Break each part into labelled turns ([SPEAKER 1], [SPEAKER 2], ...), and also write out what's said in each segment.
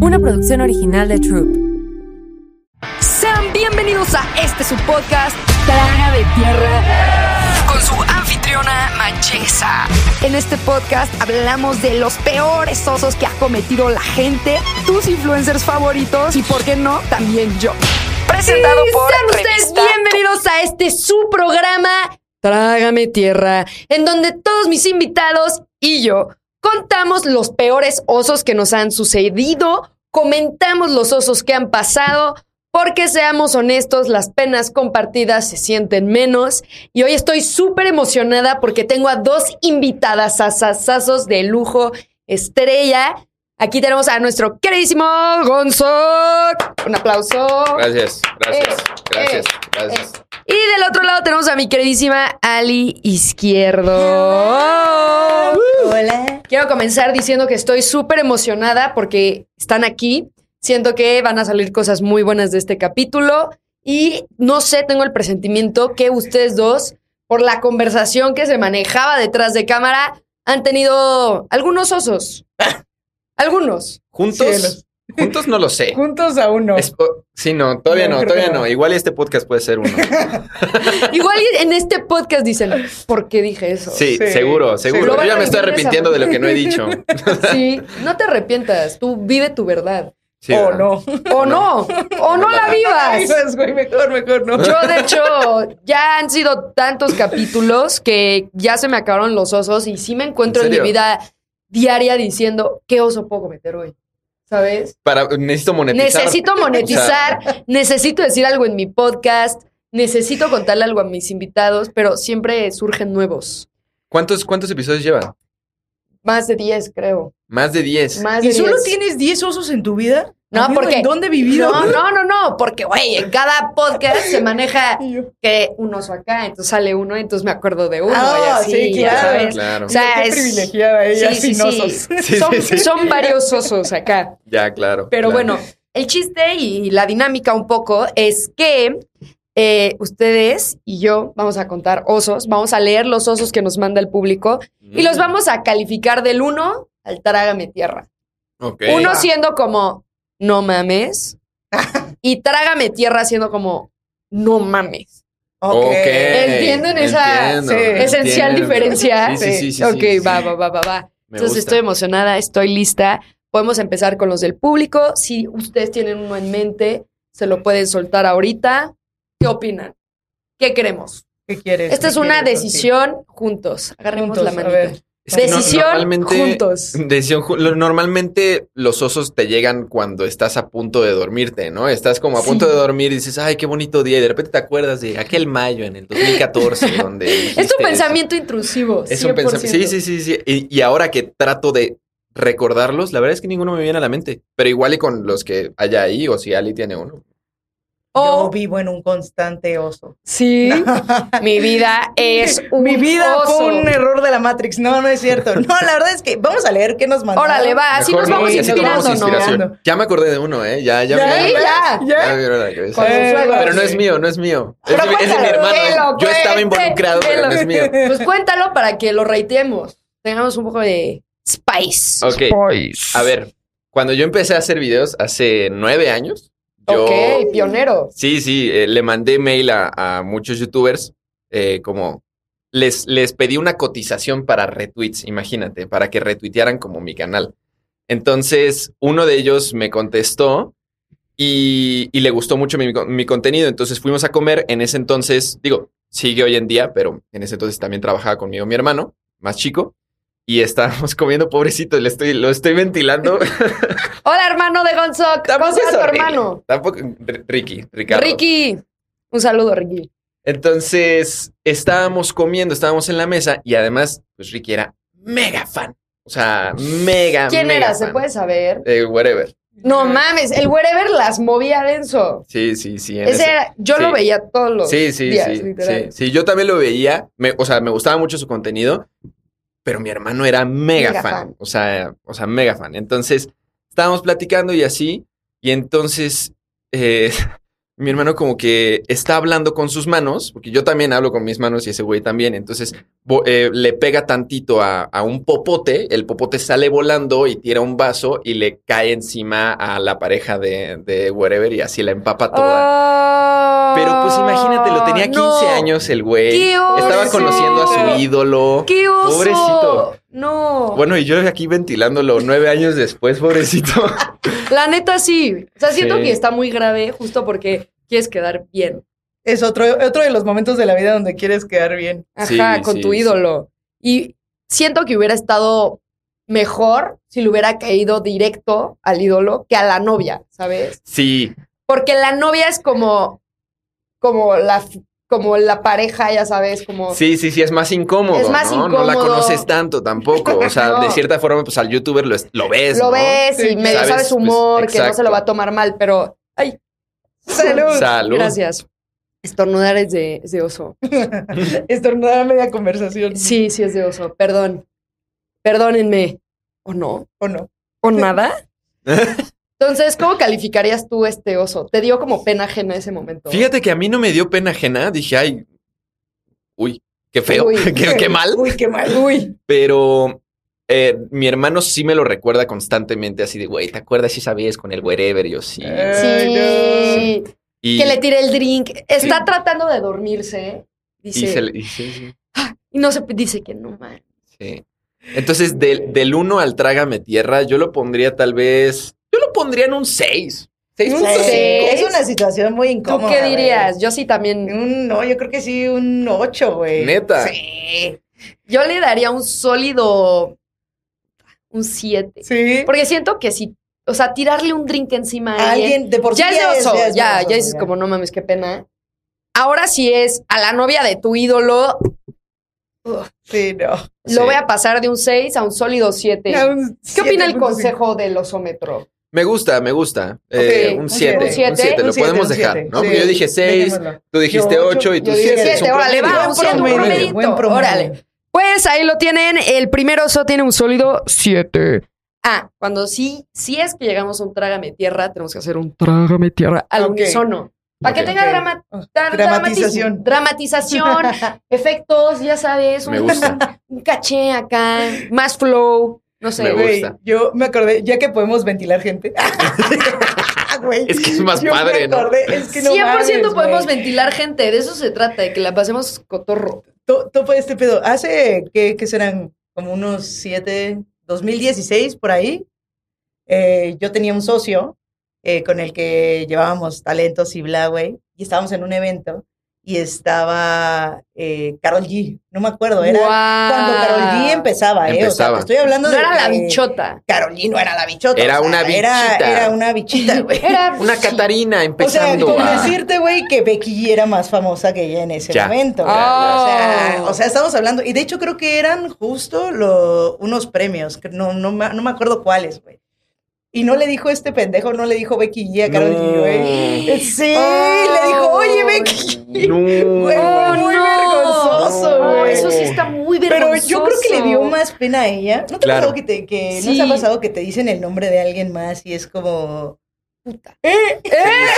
[SPEAKER 1] una producción original de Troop.
[SPEAKER 2] Sean bienvenidos a este su podcast, Traga de Tierra, con su anfitriona Manchesa. En este podcast hablamos de los peores osos que ha cometido la gente, tus influencers favoritos y, por qué no, también yo. Presentado
[SPEAKER 3] Sí,
[SPEAKER 2] por
[SPEAKER 3] sean ustedes
[SPEAKER 2] Revista
[SPEAKER 3] bienvenidos a este su programa Trágame Tierra, en donde todos mis invitados y yo contamos los peores osos que nos han sucedido, comentamos los osos que han pasado, porque seamos honestos, las penas compartidas se sienten menos. Y hoy estoy súper emocionada porque tengo a dos invitadas asasazos de lujo estrella. Aquí tenemos a nuestro queridísimo Gonzo. Un aplauso.
[SPEAKER 4] Gracias, gracias,
[SPEAKER 3] Eh,
[SPEAKER 4] gracias,
[SPEAKER 3] eh,
[SPEAKER 4] gracias.
[SPEAKER 3] Y del otro lado tenemos a mi queridísima Ali Izquierdo.
[SPEAKER 5] Hola.
[SPEAKER 3] Quiero comenzar diciendo que estoy súper emocionada porque están aquí. Siento que van a salir cosas muy buenas de este capítulo. Y no sé, tengo el presentimiento que ustedes dos, por la conversación que se manejaba detrás de cámara, han tenido algunos osos. algunos.
[SPEAKER 5] Cielo.
[SPEAKER 4] Juntos, juntos no lo sé.
[SPEAKER 5] Juntos a uno.
[SPEAKER 4] Es- o- sí, no, todavía
[SPEAKER 5] No,
[SPEAKER 4] no,
[SPEAKER 5] creo
[SPEAKER 4] todavía
[SPEAKER 5] que no.
[SPEAKER 4] no. Igual este podcast puede ser uno.
[SPEAKER 3] Igual y en este podcast dicen, ¿por qué dije eso?
[SPEAKER 4] Sí,
[SPEAKER 5] Sí.
[SPEAKER 4] seguro, seguro.
[SPEAKER 3] Lo
[SPEAKER 4] Yo
[SPEAKER 3] van
[SPEAKER 4] ya
[SPEAKER 3] a
[SPEAKER 4] me estoy
[SPEAKER 3] vivir esa-
[SPEAKER 4] arrepintiendo de lo que no he dicho.
[SPEAKER 3] Sí, no te arrepientas, tú vive tu verdad.
[SPEAKER 4] Sí,
[SPEAKER 5] o
[SPEAKER 4] ¿verdad?
[SPEAKER 5] no.
[SPEAKER 3] O Oh, no, o no la
[SPEAKER 5] Ay,
[SPEAKER 3] vivas.
[SPEAKER 5] pues, güey, mejor, mejor no.
[SPEAKER 3] Yo, de hecho, ya han sido tantos capítulos que ya se me acabaron los osos y sí me encuentro
[SPEAKER 4] ¿En
[SPEAKER 3] en, mi
[SPEAKER 4] serio?
[SPEAKER 3] vida diaria diciendo, ¿qué oso puedo cometer hoy? ¿Sabes?
[SPEAKER 4] Para, necesito monetizar.
[SPEAKER 3] Necesito monetizar, necesito decir algo en mi podcast, necesito contarle algo a mis invitados, pero siempre surgen nuevos.
[SPEAKER 4] ¿Cuántos, cuántos episodios lleva?
[SPEAKER 3] Más de 10, creo.
[SPEAKER 4] Más de 10.
[SPEAKER 3] Más de
[SPEAKER 5] ¿Y solo
[SPEAKER 3] 10.
[SPEAKER 5] tienes 10 osos en tu vida?
[SPEAKER 3] No,
[SPEAKER 5] Amigo,
[SPEAKER 3] porque-
[SPEAKER 5] ¿En dónde he vivido?
[SPEAKER 3] No, no, no, no, porque, güey, en cada podcast se maneja que un oso acá, entonces sale uno, entonces me acuerdo de uno. y
[SPEAKER 5] Ah,
[SPEAKER 3] así,
[SPEAKER 5] sí,
[SPEAKER 3] ya
[SPEAKER 5] claro.
[SPEAKER 3] sabes.
[SPEAKER 4] Claro.
[SPEAKER 3] O sea,
[SPEAKER 5] Qué
[SPEAKER 3] es-
[SPEAKER 5] privilegiada ella,
[SPEAKER 3] Sí, sí,
[SPEAKER 5] sin
[SPEAKER 3] sí.
[SPEAKER 5] osos.
[SPEAKER 4] Sí,
[SPEAKER 3] son,
[SPEAKER 4] sí, sí.
[SPEAKER 3] son varios osos acá.
[SPEAKER 4] Ya, claro.
[SPEAKER 3] Pero
[SPEAKER 4] claro.
[SPEAKER 3] bueno, el chiste y la dinámica un poco es que eh, ustedes y yo vamos a contar osos, vamos a leer los osos que nos manda el público y los vamos a calificar del 1 al trágame tierra.
[SPEAKER 4] Ok.
[SPEAKER 3] Uno siendo como, no mames, y trágame tierra siendo como, no mames.
[SPEAKER 4] Ok.
[SPEAKER 3] ¿Entienden esa
[SPEAKER 5] sí,
[SPEAKER 3] esencial diferencia?
[SPEAKER 4] Sí, sí, sí. sí,
[SPEAKER 3] ok,
[SPEAKER 4] sí,
[SPEAKER 3] va,
[SPEAKER 4] sí.
[SPEAKER 3] va, va, va, va.
[SPEAKER 4] Me
[SPEAKER 3] Entonces
[SPEAKER 4] gusta.
[SPEAKER 3] estoy emocionada, estoy lista. Podemos empezar con los del público. Si ustedes tienen uno en mente, se lo pueden soltar ahorita. ¿Qué opinan? ¿Qué queremos?
[SPEAKER 5] ¿Qué quieres?
[SPEAKER 3] Esta
[SPEAKER 5] ¿Qué
[SPEAKER 3] es una
[SPEAKER 5] quieres, Sofi?
[SPEAKER 3] decisión juntos. Agarremos
[SPEAKER 5] Juntos,
[SPEAKER 3] la
[SPEAKER 5] a
[SPEAKER 3] manita.
[SPEAKER 5] ver.
[SPEAKER 4] Es que no-
[SPEAKER 3] Decisión
[SPEAKER 4] normalmente-
[SPEAKER 3] juntos.
[SPEAKER 4] Decisión ju- lo- Normalmente los osos te llegan cuando estás a punto de dormirte, ¿no? Estás como a punto de dormir y dices, ay, qué bonito día. Y de repente te acuerdas de aquel mayo en el 2014 donde...
[SPEAKER 3] Es
[SPEAKER 4] dijiste
[SPEAKER 3] un pensamiento intrusivo.
[SPEAKER 4] eso. Es un pensamiento. Sí, sí, sí, sí. Y, y ahora que trato de recordarlos, la verdad es que ninguno me viene a la mente. Pero igual y con los que haya ahí o si Ali tiene uno.
[SPEAKER 3] O, Oh.
[SPEAKER 5] Yo vivo en un constante oso.
[SPEAKER 3] sí, mi vida es un
[SPEAKER 5] Mi vida
[SPEAKER 3] oso.
[SPEAKER 5] fue un error de la Matrix. No, no es cierto. No, la verdad es que vamos a leer qué nos mandaron.
[SPEAKER 3] Órale, va, así
[SPEAKER 4] Mejor
[SPEAKER 3] nos vamos
[SPEAKER 4] no, y así tomamos
[SPEAKER 3] inspirando, ¿no?
[SPEAKER 4] inspiración. Ya me acordé de uno, ¿eh? Ya, ya.
[SPEAKER 5] Ya,
[SPEAKER 4] me-
[SPEAKER 3] Sí, ya.
[SPEAKER 4] ya
[SPEAKER 5] ¿Ya?
[SPEAKER 4] me vieron la cabeza.
[SPEAKER 3] Con
[SPEAKER 5] Eh,
[SPEAKER 3] Consuelo.
[SPEAKER 4] Pero no
[SPEAKER 5] sí.
[SPEAKER 4] es mío, no es mío. Es,
[SPEAKER 3] Pero
[SPEAKER 4] de- es de mi
[SPEAKER 3] cuéntalo,
[SPEAKER 4] hermano.
[SPEAKER 3] que lo
[SPEAKER 4] Yo estaba
[SPEAKER 3] cuente,
[SPEAKER 4] involucrado,
[SPEAKER 3] que
[SPEAKER 4] pero
[SPEAKER 3] lo-
[SPEAKER 4] no es mío.
[SPEAKER 3] Pues cuéntalo para que lo reiteemos. Tengamos un poco de spice.
[SPEAKER 4] Ok. A ver, cuando yo empecé a hacer videos hace nueve años, yo.
[SPEAKER 3] Ok, pionero.
[SPEAKER 4] Sí, sí, eh, le mandé mail a, a muchos youtubers, eh, como. Les, les pedí una cotización para retweets, imagínate, para que retuitearan como mi canal. Entonces, uno de ellos me contestó y, y le gustó mucho mi, mi contenido. Entonces fuimos a comer. En ese entonces, digo, sigue hoy en día, pero en ese entonces también trabajaba conmigo mi hermano, más chico. Y estábamos comiendo, pobrecito, le estoy, lo estoy ventilando.
[SPEAKER 3] Hola, hermano de Gonzo. ¿Cómo
[SPEAKER 4] Tampoco
[SPEAKER 3] estás,
[SPEAKER 4] es
[SPEAKER 3] tu
[SPEAKER 4] horrible.
[SPEAKER 3] hermano?
[SPEAKER 4] Tampoco, R- Ricky, Ricardo.
[SPEAKER 3] Ricky. Un saludo, Ricky.
[SPEAKER 4] Entonces, estábamos comiendo, estábamos en la mesa y además, pues Ricky era mega fan. O sea, mega,
[SPEAKER 3] ¿Quién
[SPEAKER 4] mega
[SPEAKER 3] era? ¿Se
[SPEAKER 4] fan.
[SPEAKER 3] puede saber?
[SPEAKER 4] Eh, whatever.
[SPEAKER 3] No mames, el wherever las movía denso.
[SPEAKER 4] Sí, sí, sí. en
[SPEAKER 3] Ese
[SPEAKER 4] ese-
[SPEAKER 3] era, yo
[SPEAKER 4] sí.
[SPEAKER 3] lo veía todos los
[SPEAKER 4] Sí, sí,
[SPEAKER 3] días,
[SPEAKER 4] sí, sí.
[SPEAKER 3] literal.
[SPEAKER 4] Sí, yo también lo veía. me- o sea, me gustaba mucho su contenido, pero mi hermano era mega,
[SPEAKER 3] Mega
[SPEAKER 4] fan,
[SPEAKER 3] fan.
[SPEAKER 4] O sea, o sea, mega fan. Entonces, estábamos platicando y así. Y entonces eh, mi hermano como que está hablando con sus manos, porque yo también hablo con mis manos y ese güey también, entonces bo- eh, le pega tantito a, a un popote, el popote sale volando y tira un vaso y le cae encima a la pareja de, de wherever y así la empapa toda. Pero pues imagínate, lo tenía 15
[SPEAKER 3] Ah, No.
[SPEAKER 4] años el güey,
[SPEAKER 3] ¡Qué oso!
[SPEAKER 4] estaba conociendo a su ídolo.
[SPEAKER 3] ¡Qué oso!
[SPEAKER 4] Pobrecito.
[SPEAKER 3] No.
[SPEAKER 4] Bueno, y yo aquí ventilándolo nueve años después, pobrecito.
[SPEAKER 3] La neta sí. O sea, siento
[SPEAKER 4] Sí.
[SPEAKER 3] que está muy grave justo porque quieres quedar bien.
[SPEAKER 5] Es otro, otro de los momentos de la vida donde quieres quedar bien.
[SPEAKER 3] Ajá,
[SPEAKER 4] Sí,
[SPEAKER 3] con
[SPEAKER 4] sí,
[SPEAKER 3] tu
[SPEAKER 4] sí.
[SPEAKER 3] ídolo. Y siento que hubiera estado mejor si le hubiera caído directo al ídolo que a la novia, ¿sabes?
[SPEAKER 4] Sí,
[SPEAKER 3] Porque la novia es como, como la como la pareja, ya sabes, como
[SPEAKER 4] Sí, sí, sí, es más incómodo.
[SPEAKER 3] Es más
[SPEAKER 4] ¿no? No la
[SPEAKER 3] incómodo.
[SPEAKER 4] conoces tanto tampoco. O sea,
[SPEAKER 3] No.
[SPEAKER 4] de cierta forma, pues al youtuber lo, es- lo ves.
[SPEAKER 3] lo
[SPEAKER 4] ¿no?
[SPEAKER 3] ves
[SPEAKER 5] Sí,
[SPEAKER 3] y medio
[SPEAKER 4] sabes,
[SPEAKER 3] sabes su
[SPEAKER 4] pues,
[SPEAKER 3] humor, que no se
[SPEAKER 4] exacto.
[SPEAKER 3] lo va a tomar mal, pero ay, salud.
[SPEAKER 4] Salud.
[SPEAKER 3] Gracias. Estornudar es de, es de oso.
[SPEAKER 5] Estornudar a media conversación.
[SPEAKER 3] Sí, sí es de oso. Perdón. Perdónenme. ¿O no?
[SPEAKER 5] ¿O no?
[SPEAKER 3] ¿O nada? Entonces, ¿cómo calificarías tú este oso? ¿Te dio como pena ajena ese momento?
[SPEAKER 4] Fíjate que a mí no me dio pena ajena. Dije, ay, uy, qué feo,
[SPEAKER 3] Uy.
[SPEAKER 4] qué, qué mal.
[SPEAKER 5] Uy, qué mal.
[SPEAKER 3] Uy,
[SPEAKER 4] Pero eh, mi hermano sí me lo recuerda constantemente, así de, güey, ¿te acuerdas si sabías con el wherever? Yo sí.
[SPEAKER 5] Eh. Ay,
[SPEAKER 3] sí.
[SPEAKER 4] Y,
[SPEAKER 3] Que le tiré el drink. Está tratando de dormirse.
[SPEAKER 4] y
[SPEAKER 3] Dice. Y,
[SPEAKER 4] se le- y sí, sí,
[SPEAKER 3] no se dice que no, man.
[SPEAKER 4] sí. Entonces, del- del 1 al trágame tierra, yo lo pondría tal vez. Yo lo pondría en un 6.
[SPEAKER 5] Un
[SPEAKER 3] Sí.
[SPEAKER 5] seis. Es una situación muy
[SPEAKER 3] ¿Tú
[SPEAKER 5] incómoda.
[SPEAKER 3] qué
[SPEAKER 5] güey.
[SPEAKER 3] dirías? Yo sí
[SPEAKER 4] Mm.
[SPEAKER 3] también.
[SPEAKER 5] Un no, yo creo que sí, un ocho, güey.
[SPEAKER 4] Neta.
[SPEAKER 5] Sí.
[SPEAKER 3] Yo le daría un sólido. Un 7.
[SPEAKER 5] Sí.
[SPEAKER 3] Porque siento que si. O sea, tirarle un drink encima a alguien.
[SPEAKER 5] Alguien de por sí
[SPEAKER 3] ya es de oso. Ya,
[SPEAKER 5] es
[SPEAKER 3] ya,
[SPEAKER 5] oso,
[SPEAKER 3] dices como, no mames, qué pena. Ahora sí es a la novia de tu ídolo.
[SPEAKER 5] Sí, no.
[SPEAKER 4] Sí.
[SPEAKER 3] Lo voy a pasar de un 6 a un sólido 7.
[SPEAKER 5] Ya un
[SPEAKER 3] ¿Qué opina el
[SPEAKER 5] 7.5.
[SPEAKER 3] consejo del osómetro?
[SPEAKER 4] Me gusta, me gusta. Eh,
[SPEAKER 3] Ok,
[SPEAKER 4] un
[SPEAKER 3] un
[SPEAKER 4] 7.
[SPEAKER 3] siete.
[SPEAKER 4] Un 7,
[SPEAKER 5] Un
[SPEAKER 4] lo
[SPEAKER 5] siete,
[SPEAKER 4] podemos
[SPEAKER 5] un
[SPEAKER 4] dejar,
[SPEAKER 5] siete,
[SPEAKER 4] ¿no?
[SPEAKER 5] sí.
[SPEAKER 4] Porque yo dije 6,
[SPEAKER 5] Dejémoslo.
[SPEAKER 4] tú dijiste
[SPEAKER 5] Yo
[SPEAKER 4] 8 y
[SPEAKER 5] ocho,
[SPEAKER 4] tú
[SPEAKER 5] yo dije
[SPEAKER 4] 7.
[SPEAKER 5] siete,
[SPEAKER 3] órale, va,
[SPEAKER 5] promedio,
[SPEAKER 3] un promedio,
[SPEAKER 5] promedio, buen promedio.
[SPEAKER 3] órale. Pues ahí lo tienen. El primer oso tiene un sólido 7. Ah, cuando sí, si es que llegamos a un trágame tierra, tenemos que hacer un trágame tierra al
[SPEAKER 5] Ok.
[SPEAKER 3] unísono. Para
[SPEAKER 4] Ok.
[SPEAKER 3] que tenga
[SPEAKER 5] Ok.
[SPEAKER 3] drama-
[SPEAKER 5] Ah,
[SPEAKER 3] dra-
[SPEAKER 5] dramatización.
[SPEAKER 3] dramatismo, Dramatización, efectos, ya sabes.
[SPEAKER 4] Me
[SPEAKER 3] un-
[SPEAKER 4] gusta.
[SPEAKER 3] Un caché acá, más flow, no sé.
[SPEAKER 4] Me gusta.
[SPEAKER 5] Güey, yo me acordé, ya que podemos ventilar gente. Güey,
[SPEAKER 4] Es que es más
[SPEAKER 5] yo me
[SPEAKER 4] padre, ¿no?
[SPEAKER 5] acordé, es que no
[SPEAKER 3] 100%
[SPEAKER 5] mames,
[SPEAKER 3] podemos
[SPEAKER 5] güey.
[SPEAKER 3] ventilar gente, de eso se trata, de que la pasemos cotorro.
[SPEAKER 5] To- Topa este pedo. Hace, ¿qué, qué serán? Como unos siete, 2016, por ahí. eh, yo tenía un socio eh, con el que llevábamos talentos y bla, güey. Y estábamos en un evento y estaba eh, Carol G. No me acuerdo, era
[SPEAKER 3] Guau.
[SPEAKER 5] cuando Carol G empezaba, ¿eh? O sea,
[SPEAKER 4] Empezaba.
[SPEAKER 5] te estoy hablando
[SPEAKER 3] No
[SPEAKER 5] de.
[SPEAKER 3] era la
[SPEAKER 5] que
[SPEAKER 3] bichota.
[SPEAKER 5] Carol G no era la bichota.
[SPEAKER 4] Era una
[SPEAKER 5] Era,
[SPEAKER 4] bichita.
[SPEAKER 5] era una bichita, güey.
[SPEAKER 3] Era pues,
[SPEAKER 4] Una Catarina
[SPEAKER 5] O sea,
[SPEAKER 4] empezando.
[SPEAKER 5] con
[SPEAKER 4] a-
[SPEAKER 5] decirte, güey, que Becky era más famosa que ella en ese
[SPEAKER 4] Ya.
[SPEAKER 5] momento. güey.
[SPEAKER 3] Ah.
[SPEAKER 5] O, sea, o sea, estamos hablando. Y de hecho, creo que eran justo lo- unos premios. que No, no, me- no me acuerdo cuáles, güey. Y no le dijo este pendejo, no le dijo Becky G a Carol G, güey. Eh, Sí, le dijo,
[SPEAKER 3] Oh.
[SPEAKER 5] oye, Becky. G".
[SPEAKER 4] No.
[SPEAKER 5] Güey, fue muy vergonzoso,
[SPEAKER 3] No,
[SPEAKER 5] güey.
[SPEAKER 3] Eso sí está muy vergonzoso.
[SPEAKER 5] Pero yo creo que le dio más pena a ella. ¿No te ha
[SPEAKER 4] Claro.
[SPEAKER 5] pasado que, te, que no
[SPEAKER 3] Sí.
[SPEAKER 5] te ha pasado que te dicen el nombre de alguien más y es como. ¿eh?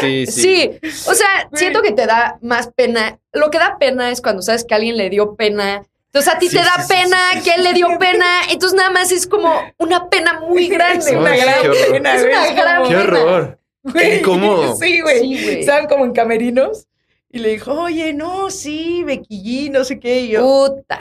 [SPEAKER 4] Sí, sí.
[SPEAKER 3] Sí, o sea, siento que te da más pena. Lo que da pena es cuando sabes que a alguien le dio pena. Entonces a ti
[SPEAKER 4] Sí,
[SPEAKER 3] te da
[SPEAKER 4] sí, sí,
[SPEAKER 3] pena
[SPEAKER 4] sí, sí,
[SPEAKER 3] que él le dio pena. Entonces nada más es como una pena muy grande.
[SPEAKER 4] una
[SPEAKER 3] güey.
[SPEAKER 4] gran- horror.
[SPEAKER 5] pena,
[SPEAKER 3] Es
[SPEAKER 5] güey,
[SPEAKER 3] una gran
[SPEAKER 4] Qué horror. Qué incómodo.
[SPEAKER 5] Sí, güey.
[SPEAKER 3] Sí, güey.
[SPEAKER 5] Estaban como en camerinos y le dijo, oye, no, sí, Becky G, no sé qué. Y yo,
[SPEAKER 3] Puta.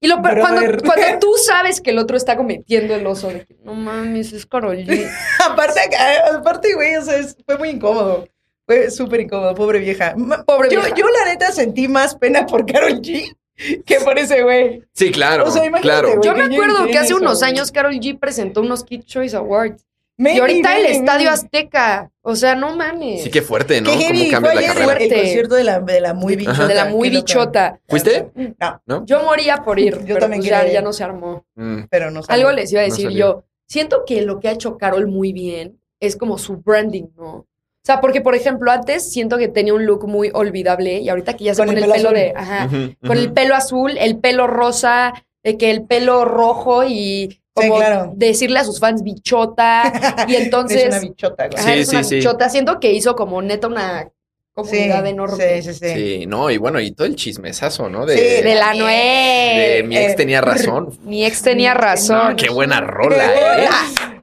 [SPEAKER 3] Y lo peor, cuando,
[SPEAKER 5] Brother.
[SPEAKER 3] cuando tú sabes que el otro está cometiendo el oso de que no mames, es Carolina.
[SPEAKER 5] aparte, acá- aparte, güey, o sea, es- fue muy incómodo. Fue súper incómodo, pobre vieja. Ma-
[SPEAKER 3] Pobre
[SPEAKER 5] yo,
[SPEAKER 3] vieja.
[SPEAKER 5] yo, la neta, sentí más pena por Carol G que por ese güey.
[SPEAKER 4] Sí, claro.
[SPEAKER 5] O sea, imagínate,
[SPEAKER 4] claro.
[SPEAKER 5] güey.
[SPEAKER 3] Yo me
[SPEAKER 5] que yo
[SPEAKER 3] acuerdo que
[SPEAKER 5] entiendo
[SPEAKER 3] hace
[SPEAKER 5] eso,
[SPEAKER 3] unos
[SPEAKER 5] güey.
[SPEAKER 3] años Carol G presentó unos Kid Choice Awards.
[SPEAKER 5] Maybe,
[SPEAKER 3] y ahorita el
[SPEAKER 5] maybe,
[SPEAKER 3] Estadio
[SPEAKER 5] maybe.
[SPEAKER 3] Azteca. O sea, no mames.
[SPEAKER 4] Sí, qué fuerte, ¿no?
[SPEAKER 5] Qué
[SPEAKER 4] Cómo
[SPEAKER 5] heavy,
[SPEAKER 4] cambia
[SPEAKER 5] fue
[SPEAKER 4] la
[SPEAKER 5] ayer
[SPEAKER 4] carrera.
[SPEAKER 5] el
[SPEAKER 3] Fuerte.
[SPEAKER 5] concierto de la, de la muy bichota.
[SPEAKER 3] de la muy
[SPEAKER 5] qué loca.
[SPEAKER 3] bichota.
[SPEAKER 4] ¿Fuiste?
[SPEAKER 5] No,
[SPEAKER 3] Yo moría por ir.
[SPEAKER 5] Yo
[SPEAKER 3] Yo
[SPEAKER 5] también
[SPEAKER 3] también ya,
[SPEAKER 5] quería ir.
[SPEAKER 3] ya no se armó.
[SPEAKER 4] Mm,
[SPEAKER 5] pero no sé.
[SPEAKER 3] Algo les iba a
[SPEAKER 4] No
[SPEAKER 3] decir
[SPEAKER 4] salió.
[SPEAKER 3] yo. Siento que lo que ha hecho Carol muy bien es como su branding, ¿no? O sea, porque, por ejemplo, antes siento que tenía un look muy olvidable y ahorita que ya se
[SPEAKER 5] Con el
[SPEAKER 3] pone el pelo
[SPEAKER 5] pelo azul.
[SPEAKER 3] de. Ajá.
[SPEAKER 4] ujú,
[SPEAKER 3] Ah, con el
[SPEAKER 4] ujú.
[SPEAKER 3] pelo azul, el pelo rosa, de que el pelo rojo y como
[SPEAKER 5] claro.
[SPEAKER 3] decirle a sus fans bichota. Y
[SPEAKER 5] Es una
[SPEAKER 3] entonces,
[SPEAKER 5] bichota, güey.
[SPEAKER 3] ajá,
[SPEAKER 4] Sí,
[SPEAKER 3] eres
[SPEAKER 4] sí,
[SPEAKER 3] una
[SPEAKER 4] sí.
[SPEAKER 3] bichota. Siento que hizo como neta una comunidad enorme.
[SPEAKER 5] Sí, sí, sí.
[SPEAKER 4] Sí, no, y bueno, y todo el chismesazo, ¿no?
[SPEAKER 5] Sí,
[SPEAKER 4] De,
[SPEAKER 3] De la
[SPEAKER 5] Sí.
[SPEAKER 4] de
[SPEAKER 3] Noé.
[SPEAKER 4] mi ex
[SPEAKER 5] eh,
[SPEAKER 4] tenía razón.
[SPEAKER 3] Mi ex tenía razón.
[SPEAKER 4] No, qué buena rola, ¿eh?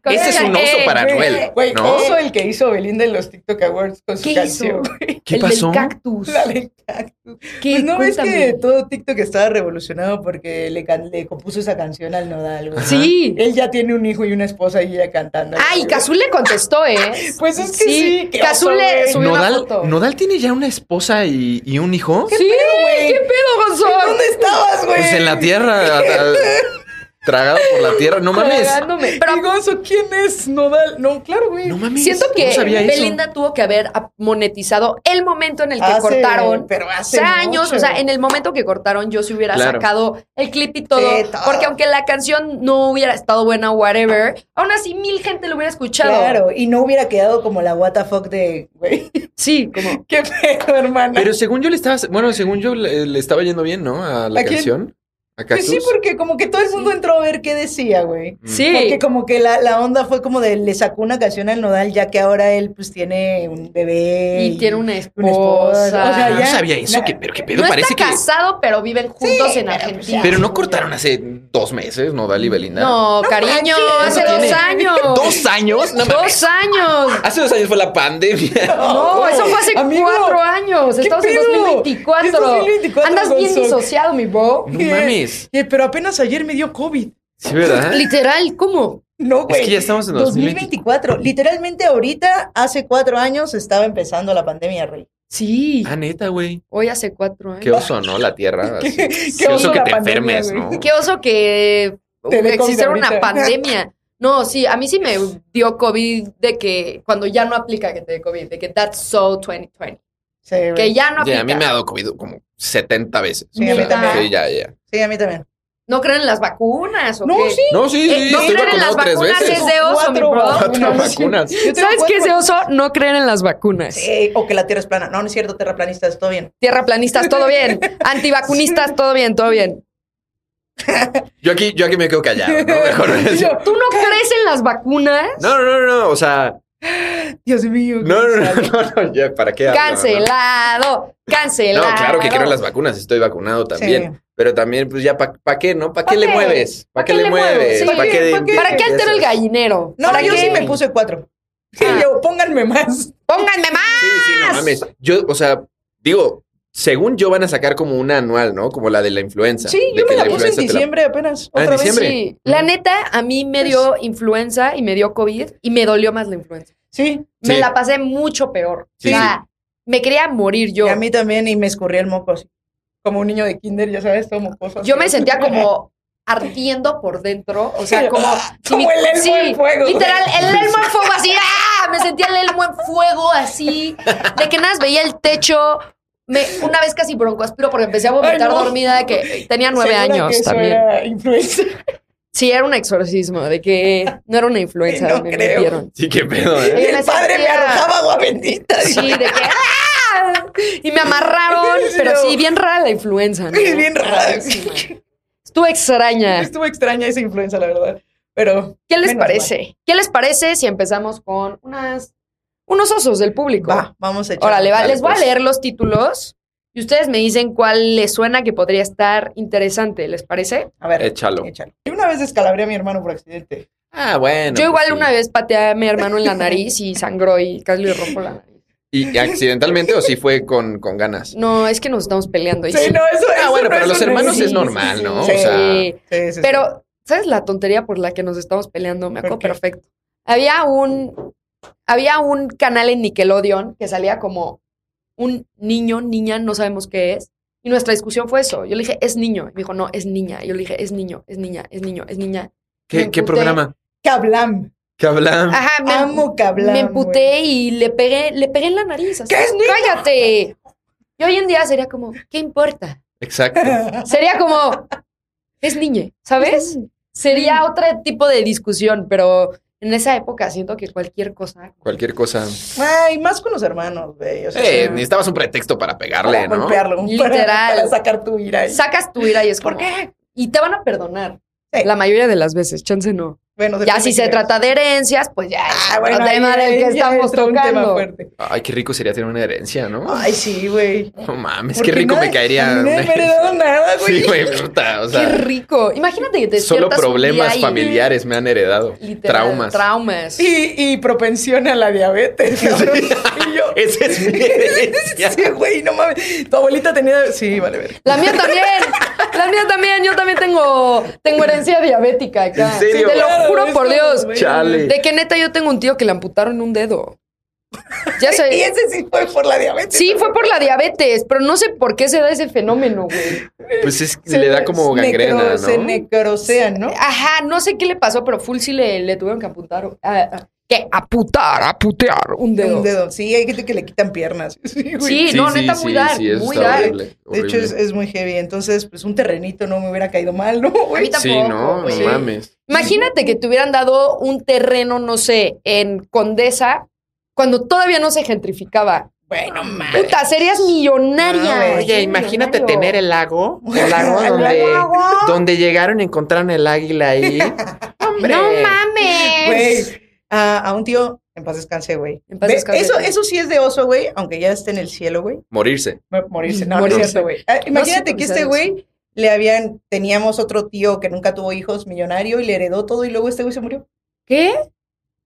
[SPEAKER 3] Con
[SPEAKER 4] Ese es
[SPEAKER 3] ella,
[SPEAKER 4] un oso
[SPEAKER 3] eh,
[SPEAKER 4] para
[SPEAKER 5] Güey,
[SPEAKER 4] Noel,
[SPEAKER 5] Güey,
[SPEAKER 4] ¿no?
[SPEAKER 5] oso el que hizo Belinda en los TikTok Awards con su
[SPEAKER 3] ¿Qué hizo?
[SPEAKER 5] canción.
[SPEAKER 4] ¿Qué
[SPEAKER 3] el
[SPEAKER 4] pasó?
[SPEAKER 3] del cactus.
[SPEAKER 5] La del cactus.
[SPEAKER 3] ¿Qué?
[SPEAKER 5] Pues no ves
[SPEAKER 3] Cuéntame.
[SPEAKER 5] que todo TikTok estaba revolucionado porque le, can- le compuso esa canción al Nodal. güey.
[SPEAKER 3] Sí.
[SPEAKER 5] Él ya tiene un hijo y una esposa y ella cantando.
[SPEAKER 3] Ah, y
[SPEAKER 5] güey.
[SPEAKER 3] Cazul le contestó, ¿eh?
[SPEAKER 5] Pues es que sí, qué oso,
[SPEAKER 3] Cazule
[SPEAKER 5] güey.
[SPEAKER 3] subió una
[SPEAKER 4] ¿Nodal,
[SPEAKER 3] foto.
[SPEAKER 4] ¿Nodal tiene ya una esposa y, y un hijo?
[SPEAKER 3] sí,
[SPEAKER 5] güey?
[SPEAKER 3] ¿qué pedo, Gonzalo?
[SPEAKER 5] ¿Dónde estabas, güey?
[SPEAKER 4] Pues en la tierra, a- a- tragado por la tierra. No mames.
[SPEAKER 3] Cagándome.
[SPEAKER 5] Pero
[SPEAKER 3] Pero
[SPEAKER 5] Gonzo, ¿quién es Nodal? No, claro, güey.
[SPEAKER 4] No mames.
[SPEAKER 3] siento que
[SPEAKER 4] no sabía eso.
[SPEAKER 3] Belinda tuvo que haber ap- monetizado el momento en el que
[SPEAKER 5] Hace-
[SPEAKER 3] cortaron.
[SPEAKER 5] pero
[SPEAKER 3] Hace
[SPEAKER 5] hace
[SPEAKER 3] años,
[SPEAKER 5] mucho.
[SPEAKER 3] o sea, en el momento que cortaron, yo se hubiera
[SPEAKER 4] Claro.
[SPEAKER 3] sacado el clip y todo,
[SPEAKER 5] Sí, todo.
[SPEAKER 3] Porque aunque la canción no hubiera estado buena, whatever, aún así mil gente lo hubiera escuchado.
[SPEAKER 5] Claro, y no hubiera quedado como la what the fuck de, güey,
[SPEAKER 3] Sí, como.
[SPEAKER 5] qué pedo, hermana.
[SPEAKER 4] Pero según yo le estaba, bueno, según yo le, le estaba yendo bien, ¿no? A la
[SPEAKER 5] ¿A quién?
[SPEAKER 4] canción. A
[SPEAKER 5] Pues
[SPEAKER 4] Cactus.
[SPEAKER 5] sí, porque como que todo el mundo entró a ver qué decía, güey.
[SPEAKER 4] Mm.
[SPEAKER 3] Sí.
[SPEAKER 5] Porque como que la, la onda fue como de le sacó una canción al Nodal, ya que ahora él pues tiene un bebé.
[SPEAKER 3] Y tiene una
[SPEAKER 5] una esposa.
[SPEAKER 3] esposa.
[SPEAKER 5] O sea,
[SPEAKER 4] Ah, No
[SPEAKER 5] ya-
[SPEAKER 4] sabía eso,
[SPEAKER 5] na-
[SPEAKER 4] que, pero qué pedo.
[SPEAKER 3] no
[SPEAKER 4] Parece
[SPEAKER 3] está
[SPEAKER 4] que.
[SPEAKER 3] casado, pero viven juntos en
[SPEAKER 5] pero pues
[SPEAKER 3] Argentina.
[SPEAKER 5] ya.
[SPEAKER 4] Pero no cortaron hace dos meses, Nodal y Belinda.
[SPEAKER 3] No,
[SPEAKER 5] pues,
[SPEAKER 3] cariño, hace
[SPEAKER 4] Eso
[SPEAKER 3] dos
[SPEAKER 4] tiene-
[SPEAKER 3] años.
[SPEAKER 4] ¿Dos años? No mames.
[SPEAKER 3] Dos años.
[SPEAKER 4] Hace dos años fue la pandemia.
[SPEAKER 3] No, eso fue hace
[SPEAKER 5] Amigo,
[SPEAKER 3] cuatro años.
[SPEAKER 5] ¿qué
[SPEAKER 3] Estamos en
[SPEAKER 5] pedo?
[SPEAKER 3] 2024.
[SPEAKER 5] Es 2024,
[SPEAKER 3] Andas bien
[SPEAKER 5] Gonzo.
[SPEAKER 3] disociado, mi bro.
[SPEAKER 4] No mames.
[SPEAKER 5] Eh, pero apenas ayer me dio COVID.
[SPEAKER 4] Sí, ¿verdad?
[SPEAKER 3] Literal, ¿cómo?
[SPEAKER 5] No, güey.
[SPEAKER 4] Es que ya estamos en 2020.
[SPEAKER 5] 2024. Literalmente ahorita, hace cuatro años, estaba empezando la pandemia, Rey.
[SPEAKER 3] Sí,
[SPEAKER 4] Ah, neta, güey.
[SPEAKER 3] hoy hace cuatro años.
[SPEAKER 4] Qué oso, ¿no? La tierra. así. Qué, oso
[SPEAKER 5] oso
[SPEAKER 4] que
[SPEAKER 5] la
[SPEAKER 4] te
[SPEAKER 5] pandemia,
[SPEAKER 4] enfermes,
[SPEAKER 5] güey.
[SPEAKER 4] ¿no?
[SPEAKER 3] Qué oso que
[SPEAKER 4] uh,
[SPEAKER 5] Te dé
[SPEAKER 3] existiera
[SPEAKER 5] COVID
[SPEAKER 3] una
[SPEAKER 5] ahorita.
[SPEAKER 3] pandemia. No, sí, a mí sí me dio COVID de que cuando ya no aplica que te dé COVID, de que that's so 2020,
[SPEAKER 5] Sí, güey.
[SPEAKER 3] que ya no aplica.
[SPEAKER 4] Ya, a mí me ha dado COVID como 70 veces.
[SPEAKER 5] Sí,
[SPEAKER 4] O
[SPEAKER 5] a mí
[SPEAKER 4] sea,
[SPEAKER 5] también.
[SPEAKER 4] sí, ya, ya.
[SPEAKER 5] Sí, a mí también.
[SPEAKER 3] No creen en las vacunas o
[SPEAKER 5] No,
[SPEAKER 3] qué?
[SPEAKER 5] sí.
[SPEAKER 4] No, sí,
[SPEAKER 3] Eh,
[SPEAKER 4] sí,
[SPEAKER 3] no
[SPEAKER 4] estuve
[SPEAKER 3] creen en las
[SPEAKER 4] vacunado tres
[SPEAKER 3] vacunas
[SPEAKER 4] veces.
[SPEAKER 3] es de oso, mi
[SPEAKER 5] Cuatro
[SPEAKER 3] bro.
[SPEAKER 4] Cuatro
[SPEAKER 5] vacunas.
[SPEAKER 4] vacunas.
[SPEAKER 5] Yo tengo
[SPEAKER 3] ¿Sabes qué es de
[SPEAKER 5] cuatro-
[SPEAKER 3] oso? No creen en las vacunas.
[SPEAKER 5] Sí, o que la tierra es plana. No, no es cierto, terraplanistas, todo bien.
[SPEAKER 3] Tierraplanistas, todo bien. Antivacunistas, todo bien, todo bien.
[SPEAKER 4] Yo aquí, yo aquí me quedo callado, ¿no? Mejor.
[SPEAKER 5] Yo,
[SPEAKER 3] ¿Tú no crees en las vacunas?
[SPEAKER 4] No, no, no, no, o sea,
[SPEAKER 5] Dios mío.
[SPEAKER 4] no, no, no, no, no, ya, ¿para qué? hablo,
[SPEAKER 3] Cancelado,
[SPEAKER 4] No,
[SPEAKER 3] cancelado.
[SPEAKER 4] No, claro que quiero las vacunas, estoy vacunado también.
[SPEAKER 5] Sí.
[SPEAKER 4] Pero también, pues ya, ¿para qué, no? ¿Para qué
[SPEAKER 3] ¿Pa'
[SPEAKER 4] le
[SPEAKER 3] qué?
[SPEAKER 4] mueves?
[SPEAKER 3] ¿Pa'
[SPEAKER 4] ¿Para qué le mueves?
[SPEAKER 3] Sí.
[SPEAKER 4] ¿Para qué?
[SPEAKER 5] ¿Pa' qué?
[SPEAKER 3] ¿Para qué altero el
[SPEAKER 4] gallito?
[SPEAKER 3] gallinero?
[SPEAKER 5] No,
[SPEAKER 3] ¿Para
[SPEAKER 5] yo
[SPEAKER 3] qué?
[SPEAKER 5] sí me puse cuatro. Sí,
[SPEAKER 3] Ah.
[SPEAKER 5] yo, pónganme más.
[SPEAKER 3] Pónganme más.
[SPEAKER 4] Sí, sí, no mames. Yo, o sea, digo, según yo van a sacar como una anual, ¿no? Como la de la influenza.
[SPEAKER 5] Sí,
[SPEAKER 4] de
[SPEAKER 5] yo
[SPEAKER 4] que
[SPEAKER 5] me la puse en
[SPEAKER 4] influenza te la-
[SPEAKER 5] diciembre apenas.
[SPEAKER 4] Ah, en
[SPEAKER 5] Otra vez.
[SPEAKER 4] diciembre. Mm.
[SPEAKER 3] Sí, la neta, a mí me dio influenza y me dio COVID y me dolió más la influenza.
[SPEAKER 5] Sí,
[SPEAKER 3] Me
[SPEAKER 4] Sí.
[SPEAKER 3] la pasé mucho peor.
[SPEAKER 4] Sí,
[SPEAKER 3] o sea, me quería morir
[SPEAKER 5] y
[SPEAKER 3] yo.
[SPEAKER 5] a mí también y me escurría el moco así. Como un niño de kinder, ya sabes, todo mocoso. así.
[SPEAKER 3] Yo me sentía como ardiendo por dentro, o sea, como... si
[SPEAKER 5] Como el elmo en fuego.
[SPEAKER 3] Literal, el elmo en fuego, así, ¡ah! Me sentía el elmo en fuego, así, de que nada, más veía el techo. Me, una vez casi broncoaspiro porque empecé a vomitar
[SPEAKER 5] Ay, no.
[SPEAKER 3] dormida de que tenía nueve
[SPEAKER 5] Segura
[SPEAKER 3] años
[SPEAKER 5] que eso
[SPEAKER 3] también.
[SPEAKER 5] era influenza.
[SPEAKER 3] Sí, era un exorcismo, de que no era una influenza,
[SPEAKER 5] No
[SPEAKER 3] me
[SPEAKER 5] creo.
[SPEAKER 3] mintieron.
[SPEAKER 4] Sí, qué pedo,
[SPEAKER 5] Y
[SPEAKER 4] ¿eh?
[SPEAKER 3] Oye, me
[SPEAKER 5] el padre me
[SPEAKER 3] sentía-
[SPEAKER 5] arrojaba agua bendita.
[SPEAKER 3] Sí, de que ¡ah! Y me amarraron,
[SPEAKER 5] Sí,
[SPEAKER 3] pero
[SPEAKER 5] no.
[SPEAKER 3] sí, bien rara la influenza, ¿no?
[SPEAKER 5] Bien rara.
[SPEAKER 3] Rarísima. Estuvo extraña.
[SPEAKER 5] Estuvo extraña esa influenza, la verdad. Pero
[SPEAKER 3] ¿Qué les
[SPEAKER 5] Menos
[SPEAKER 3] parece? ¿Qué les parece si empezamos con unas, unos osos del público?
[SPEAKER 5] va, vamos a echar.
[SPEAKER 3] Órale, va.
[SPEAKER 4] Dale,
[SPEAKER 3] les voy
[SPEAKER 4] pues.
[SPEAKER 3] a leer los títulos y ustedes me dicen cuál les suena que podría estar interesante, ¿les parece?
[SPEAKER 5] A ver,
[SPEAKER 4] Échalo.
[SPEAKER 5] échalo. Yo una vez descalabré a mi hermano por accidente.
[SPEAKER 4] Ah, bueno.
[SPEAKER 3] Yo
[SPEAKER 4] pues
[SPEAKER 3] igual
[SPEAKER 4] sí.
[SPEAKER 3] una vez pateé a mi hermano en la nariz y sangró y casi le rompo la nariz.
[SPEAKER 4] ¿Y y accidentalmente o sí fue con, con ganas?
[SPEAKER 3] No, es que nos estamos peleando. y Pues sí.
[SPEAKER 5] eso
[SPEAKER 4] Ah,
[SPEAKER 5] eso
[SPEAKER 4] bueno,
[SPEAKER 5] no
[SPEAKER 4] pero
[SPEAKER 5] es
[SPEAKER 4] los
[SPEAKER 5] un
[SPEAKER 4] hermanos
[SPEAKER 5] exceso.
[SPEAKER 4] es normal, ¿no?
[SPEAKER 5] Sí.
[SPEAKER 4] O sea,
[SPEAKER 3] Sí.
[SPEAKER 5] Sí, sí, sí.
[SPEAKER 3] Pero, ¿sabes la tontería por la que nos estamos peleando? Me
[SPEAKER 5] ¿Por
[SPEAKER 3] acuerdo
[SPEAKER 5] qué?
[SPEAKER 3] perfecto. Había un, había un canal en Nickelodeon que salía como un niño, niña, no sabemos qué es. Y nuestra discusión fue eso. Yo le dije, es niño. Y me dijo, no, es niña. Y yo le dije, es niño, es niña, es niño, es niña.
[SPEAKER 4] ¿qué,
[SPEAKER 3] me emputé.
[SPEAKER 4] qué
[SPEAKER 3] Ah.
[SPEAKER 4] programa?
[SPEAKER 5] Cablam.
[SPEAKER 4] ¿Qué hablan?
[SPEAKER 3] Ajá, me,
[SPEAKER 5] Amo Cablam.
[SPEAKER 3] me
[SPEAKER 5] güey.
[SPEAKER 3] emputé y le pegué, le pegué en la nariz. así,
[SPEAKER 5] ¿Qué es niña?
[SPEAKER 3] ¡Cállate! Y hoy en día sería como, ¿qué importa?
[SPEAKER 4] Exacto.
[SPEAKER 3] Sería como, es niña, ¿sabes? Sería otro tipo de discusión, pero en esa época siento que cualquier cosa.
[SPEAKER 4] Cualquier cosa.
[SPEAKER 5] Ay, más con los hermanos, güey. O sea,
[SPEAKER 4] Eh, necesitabas un pretexto para pegarle,
[SPEAKER 5] para
[SPEAKER 4] ¿no?
[SPEAKER 5] golpearlo. para-
[SPEAKER 3] Literal.
[SPEAKER 5] Para, sacar tu ira.
[SPEAKER 3] Sacas tu ira y es
[SPEAKER 5] ¿Por
[SPEAKER 3] como.
[SPEAKER 5] qué?
[SPEAKER 3] Y te van a perdonar.
[SPEAKER 5] Sí.
[SPEAKER 3] La mayoría de las veces, chance no.
[SPEAKER 5] Bueno,
[SPEAKER 3] Ya
[SPEAKER 5] depende
[SPEAKER 3] si
[SPEAKER 5] de
[SPEAKER 3] se
[SPEAKER 5] qué
[SPEAKER 3] trata de herencias, pues ya es
[SPEAKER 5] Ah,
[SPEAKER 3] el
[SPEAKER 5] bueno,
[SPEAKER 3] problema
[SPEAKER 5] ahí-
[SPEAKER 3] del que
[SPEAKER 5] ahí ya
[SPEAKER 3] estamos
[SPEAKER 5] entra un tema
[SPEAKER 3] tocando.
[SPEAKER 5] fuerte.
[SPEAKER 4] Ay, qué rico sería tener una herencia, ¿no?
[SPEAKER 5] Ay, sí, güey.
[SPEAKER 4] No mames,
[SPEAKER 5] Porque
[SPEAKER 4] qué rico
[SPEAKER 5] nadie-
[SPEAKER 4] me caería.
[SPEAKER 5] a mí
[SPEAKER 4] una
[SPEAKER 5] nadie me ha heredado nada, güey.
[SPEAKER 4] Sí, güey, puta, o
[SPEAKER 3] Qué
[SPEAKER 4] sea,
[SPEAKER 3] rico. Imagínate que te
[SPEAKER 4] solo
[SPEAKER 3] despiertas un
[SPEAKER 4] problemas
[SPEAKER 3] día y-
[SPEAKER 4] familiares me han heredado.
[SPEAKER 3] Literal,
[SPEAKER 4] traumas.
[SPEAKER 3] Traumas.
[SPEAKER 5] Y, y propensión a la diabetes. cabrón. Y yo,
[SPEAKER 4] Esa es mi herencia.
[SPEAKER 5] sí, güey, no mames. Tu abuelita tenía. Sí, vale, ver.
[SPEAKER 3] La mía también. La mía también. Yo también tengo, tengo herencia diabética acá.
[SPEAKER 4] ¿En serio?
[SPEAKER 3] Te lo
[SPEAKER 5] Claro,
[SPEAKER 3] juro
[SPEAKER 5] es
[SPEAKER 3] por
[SPEAKER 5] como,
[SPEAKER 3] Dios.
[SPEAKER 5] güey.
[SPEAKER 4] Chale.
[SPEAKER 3] De que neta yo tengo un tío que le amputaron un dedo. Ya
[SPEAKER 5] Y
[SPEAKER 3] sé.
[SPEAKER 5] ese sí fue por la diabetes.
[SPEAKER 3] Sí, fue por la diabetes, pero no sé por qué se da ese fenómeno, güey.
[SPEAKER 4] Pues es,
[SPEAKER 5] Se
[SPEAKER 4] le da como
[SPEAKER 5] necro-
[SPEAKER 4] gangrena, ¿no?
[SPEAKER 5] Se necrosean, ¿no?
[SPEAKER 3] Ajá, no sé qué le pasó, pero full sí le, le tuvieron que amputar. ah, ah, que aputar, aputear un dedo.
[SPEAKER 5] Un dedo. Sí, hay gente que le quitan piernas. Sí, güey.
[SPEAKER 3] Sí, no, neta, muy dark,
[SPEAKER 4] eso
[SPEAKER 3] muy
[SPEAKER 4] está
[SPEAKER 3] dark.
[SPEAKER 4] horrible,
[SPEAKER 5] De hecho,
[SPEAKER 4] horrible.
[SPEAKER 5] es, es muy heavy. Entonces, pues un terrenito no me hubiera caído mal, ¿no,
[SPEAKER 3] A mí
[SPEAKER 5] güey?
[SPEAKER 3] tampoco.
[SPEAKER 4] Sí, no, no
[SPEAKER 3] güey.
[SPEAKER 4] mames.
[SPEAKER 3] Imagínate que te hubieran dado un terreno, no sé, en Condesa, cuando todavía no se gentrificaba.
[SPEAKER 5] Bueno, mames.
[SPEAKER 3] Puta, serías millonaria.
[SPEAKER 5] No, oye,
[SPEAKER 3] Serías millonario.
[SPEAKER 4] el lago,
[SPEAKER 5] el lago donde-
[SPEAKER 4] donde llegaron y encontraron el águila ahí.
[SPEAKER 3] No mames.
[SPEAKER 5] Güey, a, a un tío, en paz descanse, güey.
[SPEAKER 3] En paz
[SPEAKER 5] Ve,
[SPEAKER 3] descanse.
[SPEAKER 5] Eso, eso sí es de oso, güey, aunque ya esté en el cielo, güey.
[SPEAKER 4] Morirse.
[SPEAKER 5] Mo- Morirse, no,
[SPEAKER 3] Morirse.
[SPEAKER 5] no es cierto, güey. Ah, imagínate
[SPEAKER 3] sí,
[SPEAKER 5] que este
[SPEAKER 3] avisados.
[SPEAKER 5] güey le habían, teníamos otro tío que nunca tuvo hijos, millonario, y le heredó todo y luego este güey se murió.
[SPEAKER 3] ¿Qué?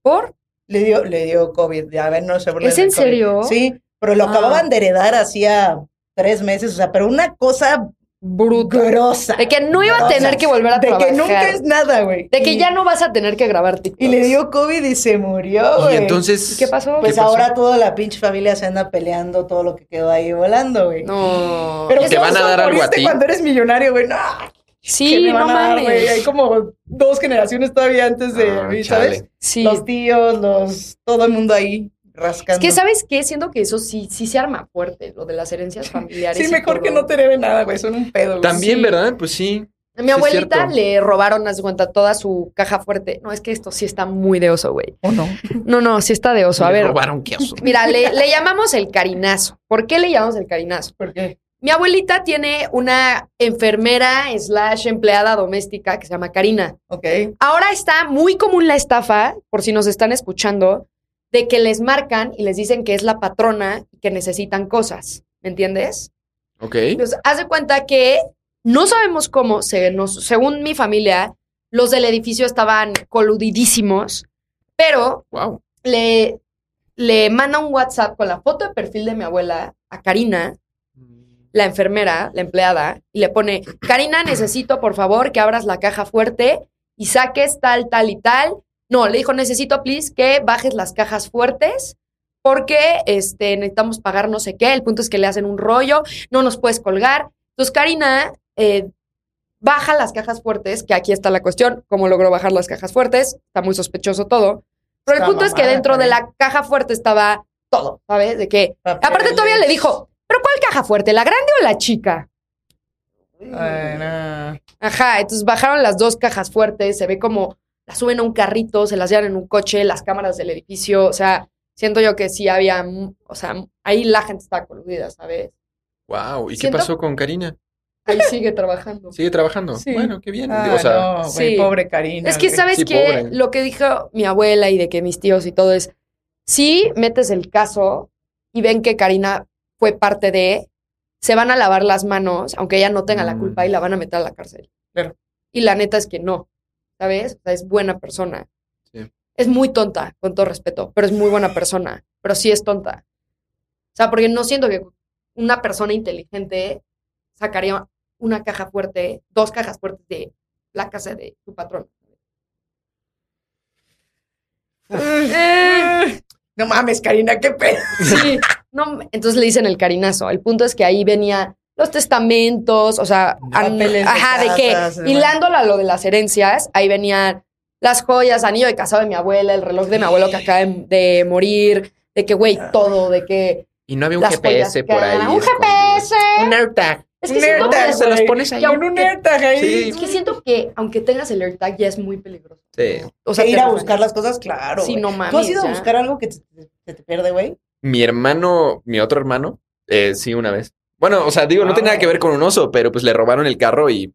[SPEAKER 3] ¿Por?
[SPEAKER 5] Le dio, le dio COVID. A ver, no se burlen
[SPEAKER 3] ¿Es
[SPEAKER 5] del
[SPEAKER 3] en
[SPEAKER 5] COVID.
[SPEAKER 3] serio?
[SPEAKER 5] Sí, pero lo
[SPEAKER 3] Ah.
[SPEAKER 5] acababan de heredar hacía tres meses, o sea, pero una cosa
[SPEAKER 3] Bruto.
[SPEAKER 5] grosa.
[SPEAKER 3] De que no iba a
[SPEAKER 5] Grosa.
[SPEAKER 3] tener que volver a
[SPEAKER 5] De
[SPEAKER 3] trabajar.
[SPEAKER 5] que nunca es nada, güey.
[SPEAKER 3] De que
[SPEAKER 5] Y-
[SPEAKER 3] ya no vas a tener que grabar TikToks.
[SPEAKER 5] Y le dio COVID y se murió,
[SPEAKER 4] y
[SPEAKER 5] güey.
[SPEAKER 4] entonces.
[SPEAKER 3] ¿Qué pasó?
[SPEAKER 5] Pues
[SPEAKER 4] ¿Qué pasó?
[SPEAKER 5] ahora toda la pinche familia se anda peleando todo lo que quedó ahí volando, güey.
[SPEAKER 3] No.
[SPEAKER 5] Pero
[SPEAKER 4] ¿Te
[SPEAKER 5] pues,
[SPEAKER 4] van a
[SPEAKER 5] ¿cómo
[SPEAKER 4] dar algo a
[SPEAKER 5] moriste
[SPEAKER 4] ti?
[SPEAKER 5] cuando eres millonario, güey. No, ¿qué
[SPEAKER 3] sí,
[SPEAKER 5] me
[SPEAKER 3] no
[SPEAKER 5] van a dar, güey? Hay
[SPEAKER 3] mames.
[SPEAKER 5] como dos generaciones todavía antes de
[SPEAKER 4] Ah,
[SPEAKER 5] mí,
[SPEAKER 4] chale.
[SPEAKER 5] ¿sabes?
[SPEAKER 3] Sí.
[SPEAKER 5] Los tíos, los... Todo el mundo ahí rascando.
[SPEAKER 3] Es que, ¿sabes qué? Siento que eso sí, sí se arma fuerte, lo de las herencias familiares.
[SPEAKER 5] Sí,
[SPEAKER 3] y
[SPEAKER 5] mejor
[SPEAKER 3] todo.
[SPEAKER 5] que no te debe nada, güey. Son un pedo, güey.
[SPEAKER 4] También,
[SPEAKER 3] Sí.
[SPEAKER 4] ¿verdad? Pues sí.
[SPEAKER 3] A
[SPEAKER 4] Sí,
[SPEAKER 3] mi
[SPEAKER 4] es
[SPEAKER 3] abuelita
[SPEAKER 4] cierto.
[SPEAKER 3] le robaron, haz de cuenta, toda su caja fuerte. No, es que esto sí está muy de oso, güey.
[SPEAKER 5] ¿O no?
[SPEAKER 3] No, no, sí está de oso. A
[SPEAKER 4] Me
[SPEAKER 3] ver,
[SPEAKER 4] robaron qué oso.
[SPEAKER 3] mira, le, le llamamos el carinazo. ¿Por qué le llamamos el carinazo?
[SPEAKER 5] ¿Por qué?
[SPEAKER 3] Mi abuelita tiene una enfermera slash empleada doméstica que se llama Karina.
[SPEAKER 5] Ok.
[SPEAKER 3] Ahora está muy común la estafa, por si nos están escuchando, de que les marcan y les dicen que es la patrona y que necesitan cosas. ¿Me entiendes?
[SPEAKER 4] Ok.
[SPEAKER 3] Pues haz de cuenta que no sabemos cómo, se nos- según mi familia, los del edificio estaban coludidísimos, pero
[SPEAKER 4] Wow.
[SPEAKER 3] le, le manda un WhatsApp con la foto de perfil de mi abuela a Karina, la enfermera, la empleada, y le pone, Karina, necesito por favor que abras la caja fuerte y saques tal, tal y tal. No, le dijo, necesito, please, que bajes las cajas fuertes porque este, necesitamos pagar no sé qué. El punto es que le hacen un rollo, no nos puedes colgar. Entonces, Karina eh, baja las cajas fuertes, que aquí está la cuestión, cómo logró bajar las cajas fuertes, está muy sospechoso todo. Pero el
[SPEAKER 5] Está
[SPEAKER 3] punto es que
[SPEAKER 5] mamada,
[SPEAKER 3] dentro de
[SPEAKER 5] Karina.
[SPEAKER 3] la caja fuerte estaba todo, ¿sabes? De que Aparte todavía le dijo, ¿pero cuál caja fuerte? ¿La grande o la chica?
[SPEAKER 5] Ay, no.
[SPEAKER 3] Ajá, entonces bajaron las dos cajas fuertes, se ve como las suben a un carrito, se las llevan en un coche, las cámaras del edificio, o sea, siento yo que sí había, mu- o sea, ahí la gente está coludida, ¿sabes?
[SPEAKER 4] Wow. ¿Y
[SPEAKER 3] Siento-
[SPEAKER 4] qué pasó con Karina?
[SPEAKER 3] Ahí sigue trabajando.
[SPEAKER 4] ¿Sigue trabajando?
[SPEAKER 5] Sí.
[SPEAKER 4] Bueno, qué bien.
[SPEAKER 5] Ah,
[SPEAKER 4] o sea,
[SPEAKER 5] no, güey,
[SPEAKER 3] sí.
[SPEAKER 5] pobre Karina.
[SPEAKER 3] Es que
[SPEAKER 5] güey.
[SPEAKER 3] sabes
[SPEAKER 4] Sí,
[SPEAKER 3] que
[SPEAKER 4] pobre.
[SPEAKER 3] lo que dijo mi abuela y de que mis tíos y todo es, si metes el caso y ven que Karina fue parte de, se van a lavar las manos, aunque ella no tenga la
[SPEAKER 4] Mm.
[SPEAKER 3] culpa y la van a meter a la cárcel.
[SPEAKER 5] Claro.
[SPEAKER 3] Y la neta es que no, ¿sabes? O sea, es buena persona.
[SPEAKER 4] Sí.
[SPEAKER 3] Es muy tonta, con todo respeto, pero es muy buena persona, pero sí es tonta. O sea, porque no siento que una persona inteligente sacaría una caja fuerte, dos cajas fuertes de la casa de tu patrón. Eh,
[SPEAKER 5] No mames, Karina, qué pedo.
[SPEAKER 3] sí, no, entonces le dicen el carinazo. El punto es que ahí venía los testamentos, o sea, an-
[SPEAKER 5] Papeles de
[SPEAKER 3] ajá, de,
[SPEAKER 5] casas,
[SPEAKER 3] que
[SPEAKER 5] demás.
[SPEAKER 3] hilándola a lo de las herencias, ahí venían las joyas, anillo de casado de mi abuela, el reloj de mi abuelo que acaba de, de morir, de que güey,
[SPEAKER 5] Ah.
[SPEAKER 3] todo, de que
[SPEAKER 4] y no había un
[SPEAKER 3] las
[SPEAKER 4] GPS
[SPEAKER 3] joyas
[SPEAKER 4] por ahí.
[SPEAKER 3] cada- Un
[SPEAKER 4] escondido.
[SPEAKER 3] GPS.
[SPEAKER 4] Un AirTag.
[SPEAKER 3] Es que siento
[SPEAKER 5] AirTag,
[SPEAKER 3] que
[SPEAKER 5] se los
[SPEAKER 4] pones ahí.
[SPEAKER 5] pues, Y aún un AirTag ahí.
[SPEAKER 4] Sí.
[SPEAKER 3] Es que siento que aunque tengas el AirTag ya es muy peligroso.
[SPEAKER 4] Sí.
[SPEAKER 3] O sea,
[SPEAKER 5] Que E ir
[SPEAKER 3] te
[SPEAKER 5] a
[SPEAKER 3] roban.
[SPEAKER 5] buscar las cosas, claro.
[SPEAKER 3] Sí,
[SPEAKER 5] güey.
[SPEAKER 3] no mames.
[SPEAKER 5] ¿Tú has ido a
[SPEAKER 3] ya.
[SPEAKER 5] buscar algo que te, que te pierde, güey?
[SPEAKER 4] Mi hermano, mi otro hermano, eh, sí, una vez. Bueno, o sea, digo, no
[SPEAKER 5] Wow.
[SPEAKER 4] tenía nada que ver con un oso, pero pues le robaron el carro y,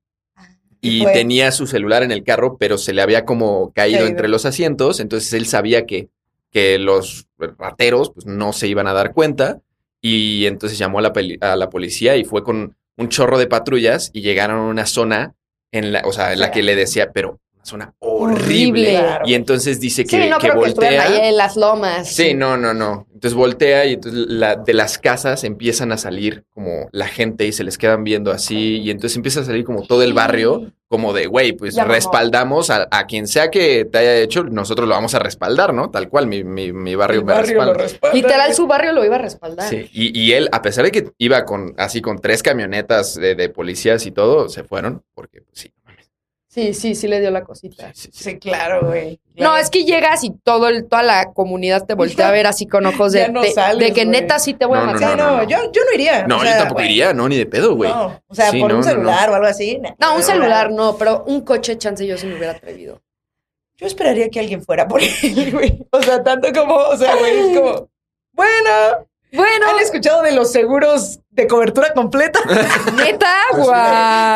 [SPEAKER 4] y
[SPEAKER 5] Fue.
[SPEAKER 4] tenía su celular en el carro, pero se le había como caído
[SPEAKER 5] Caído.
[SPEAKER 4] entre los asientos, entonces él sabía que, que los rateros pues, no se iban a dar cuenta y entonces llamó a la, peli- a la policía y fue con un chorro de patrullas y llegaron a una zona en la, o sea, en la que le decía, pero una zona horrible.
[SPEAKER 3] Horrible.
[SPEAKER 5] Claro.
[SPEAKER 4] Y entonces dice que,
[SPEAKER 3] sí, no
[SPEAKER 4] que
[SPEAKER 3] creo que estuvieran
[SPEAKER 4] voltea.
[SPEAKER 3] ahí en las lomas.
[SPEAKER 4] Sí, no, no, no. Entonces voltea y entonces la- de las casas empiezan a salir como la gente y se les quedan viendo así. Y entonces empieza a salir como todo el barrio, como de, güey, pues
[SPEAKER 3] Ya mamó.
[SPEAKER 4] respaldamos a, a quien sea que te haya hecho, nosotros lo vamos a respaldar, ¿no? Tal cual, mi, mi- mi barrio
[SPEAKER 5] El
[SPEAKER 4] me
[SPEAKER 5] barrio lo
[SPEAKER 4] respalda.
[SPEAKER 5] respalda.
[SPEAKER 3] Literal, su barrio lo iba a respaldar.
[SPEAKER 4] Sí, y, y él, a pesar de que iba con así con tres camionetas de, de policías y todo, se fueron porque pues, sí, no mames,
[SPEAKER 3] sí, sí, sí le dio la cosita.
[SPEAKER 4] sí, sí, sí.
[SPEAKER 5] Sí, claro, güey.
[SPEAKER 3] No, es que llegas y todo el, toda la comunidad te voltea a ver así con ojos de,
[SPEAKER 5] Ya no
[SPEAKER 3] de,
[SPEAKER 5] sales,
[SPEAKER 3] de que
[SPEAKER 5] güey.
[SPEAKER 3] neta sí te voy a
[SPEAKER 4] No, no,
[SPEAKER 3] matar.
[SPEAKER 5] Sí,
[SPEAKER 4] no,
[SPEAKER 5] no,
[SPEAKER 4] no.
[SPEAKER 5] Yo, yo no iría.
[SPEAKER 4] No,
[SPEAKER 5] O sea,
[SPEAKER 4] yo tampoco
[SPEAKER 5] güey,
[SPEAKER 4] iría, no, ni de pedo, güey.
[SPEAKER 5] No, o sea,
[SPEAKER 4] Sí,
[SPEAKER 5] por
[SPEAKER 4] no,
[SPEAKER 5] un
[SPEAKER 4] no, no.
[SPEAKER 5] celular o algo así. nah.
[SPEAKER 3] No, un celular no, pero un coche chance yo sí me hubiera atrevido.
[SPEAKER 5] Yo esperaría que alguien fuera por él, güey. O sea, tanto como, o sea, güey, es como, bueno,
[SPEAKER 3] Bueno,
[SPEAKER 5] ¿han escuchado de los seguros de cobertura completa?
[SPEAKER 3] neta, guau.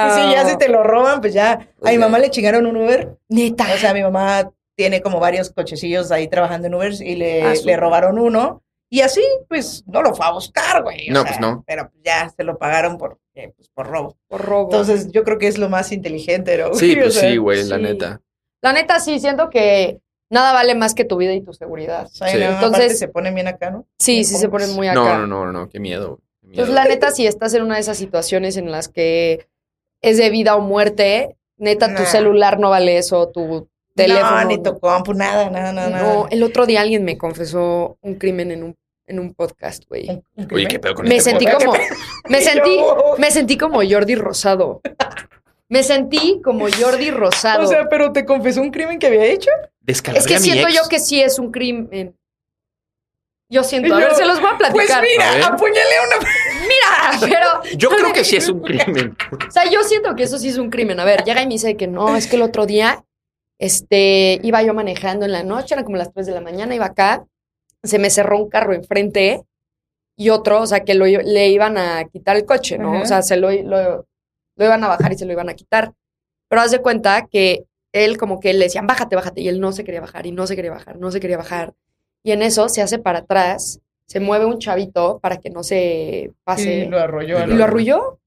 [SPEAKER 5] Pues sí, ya si te lo roban, pues ya. A mi
[SPEAKER 4] Ok.
[SPEAKER 5] mamá le chingaron un Uber.
[SPEAKER 3] Neta.
[SPEAKER 5] O sea, mi mamá tiene como varios cochecillos ahí trabajando en Uber y
[SPEAKER 4] Ah,
[SPEAKER 5] le,
[SPEAKER 4] su-
[SPEAKER 5] le robaron uno. Y así, pues, no lo fue a buscar, güey. o
[SPEAKER 4] No,
[SPEAKER 5] sea,
[SPEAKER 4] pues, no.
[SPEAKER 5] Pero ya se lo pagaron por, eh, pues, por robo.
[SPEAKER 3] por robo.
[SPEAKER 5] Entonces, yo creo que es lo más inteligente, ¿no?
[SPEAKER 4] Sí,
[SPEAKER 5] O
[SPEAKER 4] pues
[SPEAKER 5] sea,
[SPEAKER 4] sí, güey, la
[SPEAKER 3] sí.
[SPEAKER 4] neta.
[SPEAKER 3] la neta sí, siento que nada vale más que tu vida y tu seguridad.
[SPEAKER 5] o sea, y
[SPEAKER 4] Sí.
[SPEAKER 5] luego
[SPEAKER 3] Entonces-
[SPEAKER 5] aparte se ponen bien acá, ¿no?
[SPEAKER 3] Sí, sí se ponen muy acá.
[SPEAKER 4] No, no, no, no, qué miedo. qué miedo.
[SPEAKER 3] Entonces, la neta, si estás en una de esas situaciones en las que es de vida o muerte, neta, tu
[SPEAKER 5] Nah.
[SPEAKER 3] celular no vale eso, tu teléfono.
[SPEAKER 5] No, ni tu compu, nada, nada, nada.
[SPEAKER 3] No,
[SPEAKER 5] nada.
[SPEAKER 3] el otro día alguien me confesó un crimen en un, en un podcast, güey.
[SPEAKER 5] Un- un
[SPEAKER 4] Oye,
[SPEAKER 5] crimen.
[SPEAKER 4] qué pedo con
[SPEAKER 3] Me
[SPEAKER 4] este
[SPEAKER 3] sentí
[SPEAKER 4] podcast.
[SPEAKER 3] como. Me
[SPEAKER 5] Y
[SPEAKER 3] sentí.
[SPEAKER 5] yo,
[SPEAKER 3] Me sentí como Jordi Rosado. Me sentí como Jordi Rosado.
[SPEAKER 5] O sea, pero te confesó un crimen que había hecho.
[SPEAKER 4] Descalabré
[SPEAKER 3] es que
[SPEAKER 4] a mi
[SPEAKER 3] siento
[SPEAKER 4] ex.
[SPEAKER 3] yo que sí es un crimen. Yo siento.
[SPEAKER 5] Y
[SPEAKER 3] a ver,
[SPEAKER 5] yo,
[SPEAKER 3] se los voy a
[SPEAKER 5] Pues
[SPEAKER 3] platicar. Ah,
[SPEAKER 4] A ver.
[SPEAKER 5] mira, apuñalé a una.
[SPEAKER 3] mira, pero.
[SPEAKER 4] Yo creo que sí es un crimen.
[SPEAKER 3] O sea, yo siento que eso sí es un crimen. A ver, llega y me dice que no, es que el otro día este, iba yo manejando en la noche, eran como las 3 de la mañana, iba acá, se me cerró un carro enfrente y otro, o sea, que lo i- le iban a quitar el coche, ¿no?
[SPEAKER 5] Ajá.
[SPEAKER 3] O sea, se lo, i- lo, lo iban a bajar y se lo iban a quitar. Pero haz de cuenta que él, como que le decían, bájate, bájate, y él no se quería bajar, y no se quería bajar, no se quería bajar. Y en eso se hace para atrás, se mueve un chavito para que no se pase.
[SPEAKER 5] Y lo arrolló.
[SPEAKER 4] Y
[SPEAKER 5] a
[SPEAKER 3] ¿Y
[SPEAKER 5] la-
[SPEAKER 3] lo arrulló?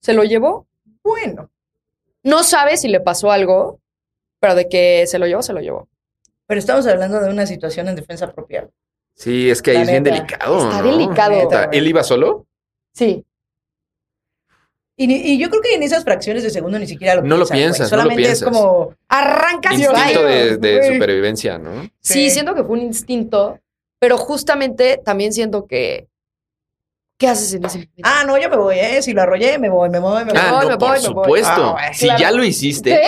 [SPEAKER 3] ¿Se lo llevó?
[SPEAKER 5] Bueno.
[SPEAKER 3] No sabe si le pasó algo, pero de que se lo llevó, se lo llevó.
[SPEAKER 5] Pero estamos hablando de una situación en defensa propia.
[SPEAKER 4] Sí, es que ahí
[SPEAKER 5] La
[SPEAKER 4] es bien
[SPEAKER 5] neta.
[SPEAKER 4] delicado.
[SPEAKER 3] Está
[SPEAKER 4] ¿no?
[SPEAKER 3] delicado.
[SPEAKER 4] Puta, ¿Él iba solo?
[SPEAKER 3] Sí.
[SPEAKER 5] Y, ni- y yo creo que en esas fracciones de segundo ni siquiera lo
[SPEAKER 4] No lo piensas,
[SPEAKER 5] piensas,
[SPEAKER 4] no lo
[SPEAKER 5] güey. Solamente
[SPEAKER 4] piensas.
[SPEAKER 5] es como.
[SPEAKER 3] Arranca y va.
[SPEAKER 4] Instinto de, de
[SPEAKER 5] Güey.
[SPEAKER 4] supervivencia, ¿no?
[SPEAKER 3] Sí, siento que fue un instinto, pero justamente también siento que. ¿Qué haces en ese momento?
[SPEAKER 5] Ah, no, yo me voy, ¿eh? Si lo arrollé, me voy, me voy, me voy.
[SPEAKER 4] ah,
[SPEAKER 3] voy,
[SPEAKER 4] no,
[SPEAKER 3] me
[SPEAKER 4] por
[SPEAKER 3] voy, me voy.
[SPEAKER 4] supuesto.
[SPEAKER 5] Ah, güey,
[SPEAKER 4] si
[SPEAKER 5] claro.
[SPEAKER 4] ya lo hiciste,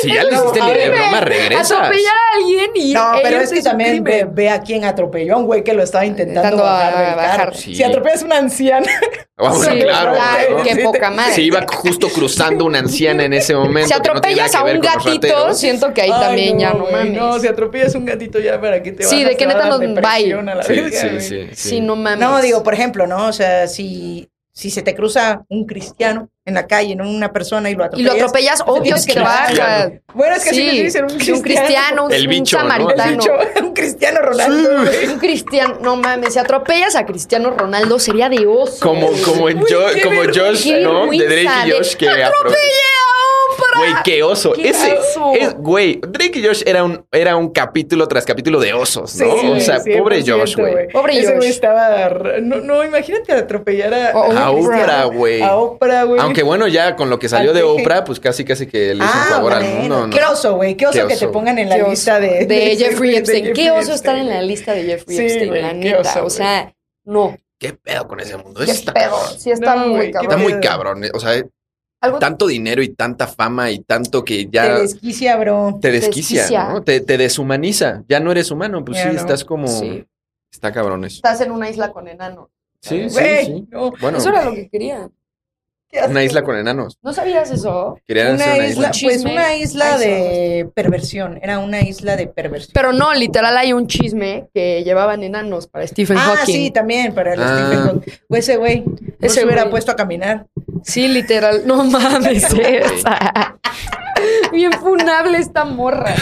[SPEAKER 4] si ya lo
[SPEAKER 5] No,
[SPEAKER 4] hiciste ni de
[SPEAKER 5] horrible.
[SPEAKER 4] broma, regresas.
[SPEAKER 3] Atropellar a alguien y.
[SPEAKER 5] No, pero
[SPEAKER 3] e
[SPEAKER 5] es
[SPEAKER 3] irse
[SPEAKER 5] que
[SPEAKER 3] un
[SPEAKER 5] también ve,
[SPEAKER 3] crimen.
[SPEAKER 5] ve a quién atropelló a un güey que lo estaba intentando
[SPEAKER 3] Intentando
[SPEAKER 5] bajar.
[SPEAKER 3] a-
[SPEAKER 5] del carro.
[SPEAKER 3] bajar.
[SPEAKER 4] Sí.
[SPEAKER 5] Si atropellas a una anciana,
[SPEAKER 4] Ah, bueno,
[SPEAKER 3] Sí,
[SPEAKER 4] claro.
[SPEAKER 3] ay,
[SPEAKER 4] ¿no?
[SPEAKER 3] qué poca madre.
[SPEAKER 4] Si iba justo cruzando una anciana en ese momento.
[SPEAKER 3] si
[SPEAKER 4] que no tiene nada
[SPEAKER 3] atropellas
[SPEAKER 4] que
[SPEAKER 3] a
[SPEAKER 4] ver
[SPEAKER 3] un
[SPEAKER 4] con los
[SPEAKER 3] gatito,
[SPEAKER 4] rateros.
[SPEAKER 3] siento que ahí
[SPEAKER 5] Ay,
[SPEAKER 3] también ya no
[SPEAKER 5] güey,
[SPEAKER 3] mames.
[SPEAKER 5] No, si atropellas un gatito ya, ¿para qué te
[SPEAKER 3] Sí,
[SPEAKER 5] bajas?
[SPEAKER 3] de que
[SPEAKER 5] Te va a
[SPEAKER 3] neta
[SPEAKER 5] dar
[SPEAKER 3] no- bye.
[SPEAKER 5] depresión a la
[SPEAKER 4] Sí,
[SPEAKER 5] verga,
[SPEAKER 4] sí,
[SPEAKER 5] güey.
[SPEAKER 4] sí, sí.
[SPEAKER 3] Sí, no mames.
[SPEAKER 5] No, digo, por ejemplo, ¿no? O sea, si, si se te cruza un cristiano en la calle, no una persona y lo
[SPEAKER 3] Y lo
[SPEAKER 5] atropellas.
[SPEAKER 3] atropellas, obvio es que te
[SPEAKER 5] Claro.
[SPEAKER 3] baja.
[SPEAKER 5] Bueno, es que así
[SPEAKER 3] sí,
[SPEAKER 5] le dicen un
[SPEAKER 3] sí,
[SPEAKER 5] cristiano.
[SPEAKER 3] un cristiano, un,
[SPEAKER 4] El
[SPEAKER 3] un
[SPEAKER 4] bicho, ¿no?
[SPEAKER 5] El
[SPEAKER 3] samaritano.
[SPEAKER 5] bicho, un cristiano Ronaldo. güey.
[SPEAKER 3] Un cristiano, no mames, si atropellas a Cristiano Ronaldo sería de oso.
[SPEAKER 4] Como, como, en Jo-
[SPEAKER 5] qué
[SPEAKER 4] como Josh,
[SPEAKER 3] Qué
[SPEAKER 4] ¿no? De
[SPEAKER 3] vergüenza,
[SPEAKER 4] Drake y
[SPEAKER 3] de-
[SPEAKER 4] Josh que apro- Güey, qué oso.
[SPEAKER 3] ¡Qué
[SPEAKER 4] Ese
[SPEAKER 3] oso!
[SPEAKER 4] es, güey, Drake y Josh era un, era un capítulo tras capítulo de osos, ¿no?
[SPEAKER 5] Sí,
[SPEAKER 4] o sea, pobre
[SPEAKER 5] 100%,
[SPEAKER 4] Josh, güey.
[SPEAKER 3] Pobre
[SPEAKER 5] Ese
[SPEAKER 3] Josh.
[SPEAKER 5] güey estaba. r- No, no, imagínate atropellar a.
[SPEAKER 3] O-
[SPEAKER 4] A
[SPEAKER 5] un cristiano,
[SPEAKER 4] Oprah, güey.
[SPEAKER 5] A Oprah, güey.
[SPEAKER 4] Aunque bueno, ya con lo que salió
[SPEAKER 5] Al
[SPEAKER 4] de
[SPEAKER 5] peje.
[SPEAKER 4] Oprah, pues casi casi que le hizo un
[SPEAKER 5] Ah,
[SPEAKER 4] favor al
[SPEAKER 5] bueno.
[SPEAKER 4] mundo, ¿no?
[SPEAKER 5] Qué oso, güey. Qué oso
[SPEAKER 4] Qué
[SPEAKER 5] que
[SPEAKER 4] oso.
[SPEAKER 5] te pongan en la
[SPEAKER 3] Qué oso.
[SPEAKER 5] lista de.
[SPEAKER 3] de Jeffrey
[SPEAKER 5] de
[SPEAKER 3] Epstein.
[SPEAKER 5] Jeffrey
[SPEAKER 3] qué oso estar en
[SPEAKER 5] Epstein. Este,
[SPEAKER 3] la lista de Jeffrey
[SPEAKER 5] Sí,
[SPEAKER 3] Epstein,
[SPEAKER 5] güey,
[SPEAKER 3] la
[SPEAKER 5] qué
[SPEAKER 3] neta.
[SPEAKER 5] oso,
[SPEAKER 3] o
[SPEAKER 5] güey.
[SPEAKER 3] sea, no.
[SPEAKER 4] ¿Qué pedo con ese mundo?
[SPEAKER 3] Qué
[SPEAKER 4] Está
[SPEAKER 3] pedo.
[SPEAKER 4] cabrón.
[SPEAKER 3] Sí, está
[SPEAKER 5] No,
[SPEAKER 3] muy
[SPEAKER 5] güey, qué
[SPEAKER 4] Está
[SPEAKER 3] cabrón.
[SPEAKER 4] muy cabrón. eh. O sea,
[SPEAKER 3] Algo
[SPEAKER 4] tanto dinero y tanta fama y tanto que ya
[SPEAKER 5] Te desquicia, bro.
[SPEAKER 4] te desquicia,
[SPEAKER 3] desquicia.
[SPEAKER 4] ¿no? Te, te deshumaniza. Ya no eres humano, pues
[SPEAKER 5] Ya
[SPEAKER 4] sí,
[SPEAKER 5] no.
[SPEAKER 4] estás como...
[SPEAKER 3] Sí.
[SPEAKER 4] Está cabrón eso.
[SPEAKER 3] estás en una isla con enanos.
[SPEAKER 4] Sí, sí,
[SPEAKER 5] Güey,
[SPEAKER 4] sí.
[SPEAKER 5] no.
[SPEAKER 4] Bueno,
[SPEAKER 3] Eso era lo que querían.
[SPEAKER 5] ¿qué haces?
[SPEAKER 4] una isla con enanos.
[SPEAKER 3] ¿No sabías eso?
[SPEAKER 4] Querían
[SPEAKER 5] Una
[SPEAKER 4] hacer una
[SPEAKER 5] isla,
[SPEAKER 4] isla.
[SPEAKER 5] pues
[SPEAKER 3] Chisme.
[SPEAKER 5] una isla
[SPEAKER 3] Ay,
[SPEAKER 5] de perversión. Era una isla de perversión.
[SPEAKER 3] Pero no, literal hay un chisme que llevaban enanos para Stephen
[SPEAKER 5] ah,
[SPEAKER 3] Hawking.
[SPEAKER 5] sí, también para el
[SPEAKER 4] Ah.
[SPEAKER 5] Stephen Hawking. O ese güey. no
[SPEAKER 3] Ese
[SPEAKER 5] se hubiera
[SPEAKER 3] güey.
[SPEAKER 5] puesto a caminar.
[SPEAKER 3] Sí, literal. No mames.
[SPEAKER 4] No, güey.
[SPEAKER 3] esa. Bien funable esta morra.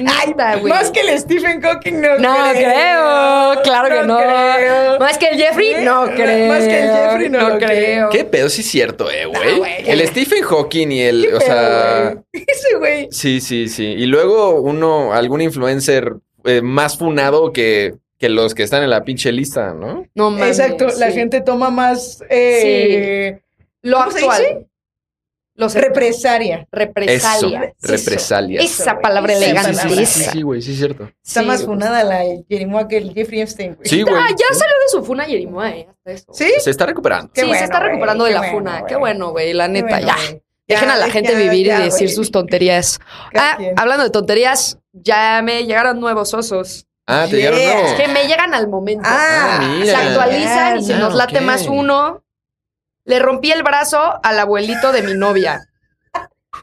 [SPEAKER 3] Neta, Ah, güey.
[SPEAKER 5] Más que el Stephen Hawking, no,
[SPEAKER 3] No creo, claro que no.
[SPEAKER 5] creo.
[SPEAKER 3] Más que el Jeffrey, no
[SPEAKER 5] Más
[SPEAKER 3] creo.
[SPEAKER 5] que el Jeffrey, no lo
[SPEAKER 3] creo.
[SPEAKER 4] ¿Qué pedo? Sí es cierto, eh, güey.
[SPEAKER 5] güey, ya.
[SPEAKER 4] el Stephen Hawking y el, o
[SPEAKER 5] Pero,
[SPEAKER 4] sea...
[SPEAKER 5] güey, Ese güey.
[SPEAKER 4] Sí, sí, sí. Y luego uno, algún influencer eh, más funado que, que los que están en la pinche lista, ¿no?
[SPEAKER 3] No mames.
[SPEAKER 5] Exacto, la
[SPEAKER 3] sí.
[SPEAKER 5] gente toma más eh,
[SPEAKER 3] Lo
[SPEAKER 5] ¿Cómo se
[SPEAKER 3] actual.
[SPEAKER 5] dice?
[SPEAKER 3] Los
[SPEAKER 5] represaria.
[SPEAKER 4] Eso.
[SPEAKER 3] represalias.
[SPEAKER 4] Represalias.
[SPEAKER 3] Esa palabra
[SPEAKER 5] Esa
[SPEAKER 3] elegante.
[SPEAKER 5] palabra, sí,
[SPEAKER 3] esa.
[SPEAKER 4] Oh. Sí, güey, sí es cierto.
[SPEAKER 5] Está
[SPEAKER 3] Sí,
[SPEAKER 5] más
[SPEAKER 3] güey.
[SPEAKER 5] funada la Jerimoa que el Jeffrey Epstein, güey.
[SPEAKER 4] Sí, güey.
[SPEAKER 3] Ah, ya salió de su funa Yerimoa, eh. hasta eso.
[SPEAKER 5] ¿Sí?
[SPEAKER 4] Se está recuperando.
[SPEAKER 5] Qué
[SPEAKER 3] sí, se
[SPEAKER 5] bueno,
[SPEAKER 3] está
[SPEAKER 5] güey,
[SPEAKER 3] recuperando de
[SPEAKER 5] qué
[SPEAKER 3] la
[SPEAKER 5] bueno,
[SPEAKER 3] funa.
[SPEAKER 5] güey.
[SPEAKER 3] Qué bueno, güey. La
[SPEAKER 5] Qué
[SPEAKER 3] neta,
[SPEAKER 5] bueno,
[SPEAKER 3] ya.
[SPEAKER 5] güey.
[SPEAKER 3] Dejen a la
[SPEAKER 5] Ya,
[SPEAKER 3] gente
[SPEAKER 5] ya,
[SPEAKER 3] vivir
[SPEAKER 5] ya,
[SPEAKER 3] y decir
[SPEAKER 5] güey.
[SPEAKER 3] sus tonterías.
[SPEAKER 5] Cada
[SPEAKER 3] Ah,
[SPEAKER 5] quien.
[SPEAKER 3] hablando de tonterías, ya me llegaron nuevos osos.
[SPEAKER 4] Ah, te
[SPEAKER 5] Yeah.
[SPEAKER 4] dieron nuevo.
[SPEAKER 5] Es
[SPEAKER 3] Que me llegan al momento.
[SPEAKER 5] Oh. Ah,
[SPEAKER 4] Ah,
[SPEAKER 3] se
[SPEAKER 4] mira.
[SPEAKER 3] actualizan y se
[SPEAKER 4] Ah,
[SPEAKER 3] nos late
[SPEAKER 4] ok.
[SPEAKER 3] más uno. Le rompí el brazo al abuelito de mi novia.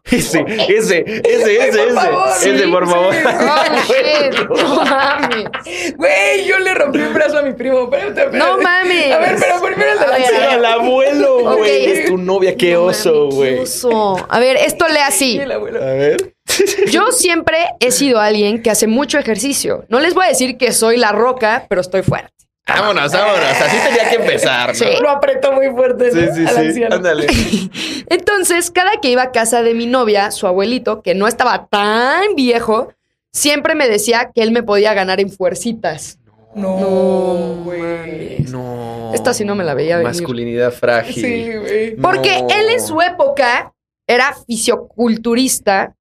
[SPEAKER 4] Ese, ese, ese, ese,
[SPEAKER 5] por favor,
[SPEAKER 4] ese. Ese,
[SPEAKER 3] sí,
[SPEAKER 4] por favor.
[SPEAKER 3] Oh, shit. No mames.
[SPEAKER 5] Güey, yo le rompí el brazo a mi primo. Espérate, espérate.
[SPEAKER 3] No mames.
[SPEAKER 5] A ver, pero primero el de
[SPEAKER 3] A
[SPEAKER 5] la
[SPEAKER 3] ver,
[SPEAKER 5] ansiedad.
[SPEAKER 4] Al abuelo,
[SPEAKER 3] Ok.
[SPEAKER 4] güey. Es tu novia, qué
[SPEAKER 3] No
[SPEAKER 4] oso,
[SPEAKER 3] mames, qué
[SPEAKER 4] güey.
[SPEAKER 3] oso. A ver, esto lee
[SPEAKER 5] Y
[SPEAKER 3] así.
[SPEAKER 5] el abuelo.
[SPEAKER 4] A ver.
[SPEAKER 3] Yo siempre he sido alguien que hace mucho ejercicio. No les voy a decir que soy la roca, pero estoy fuerte.
[SPEAKER 4] Vámonos, vámonos. Así tenía que empezar, ¿no?
[SPEAKER 3] Sí.
[SPEAKER 5] Lo apretó muy fuerte.
[SPEAKER 4] Sí,
[SPEAKER 5] ¿no?
[SPEAKER 4] sí,
[SPEAKER 5] Al
[SPEAKER 4] sí.
[SPEAKER 5] anciano.
[SPEAKER 4] Ándale.
[SPEAKER 3] Entonces, cada que iba a casa de mi novia, su abuelito, que no estaba tan viejo, siempre me decía que él me podía ganar en fuercitas.
[SPEAKER 5] No, güey.
[SPEAKER 4] No.
[SPEAKER 3] Esta sí no me la veía venir.
[SPEAKER 4] Masculinidad frágil.
[SPEAKER 5] Sí, güey.
[SPEAKER 3] Porque
[SPEAKER 4] No.
[SPEAKER 3] él en su época era fisioculturista,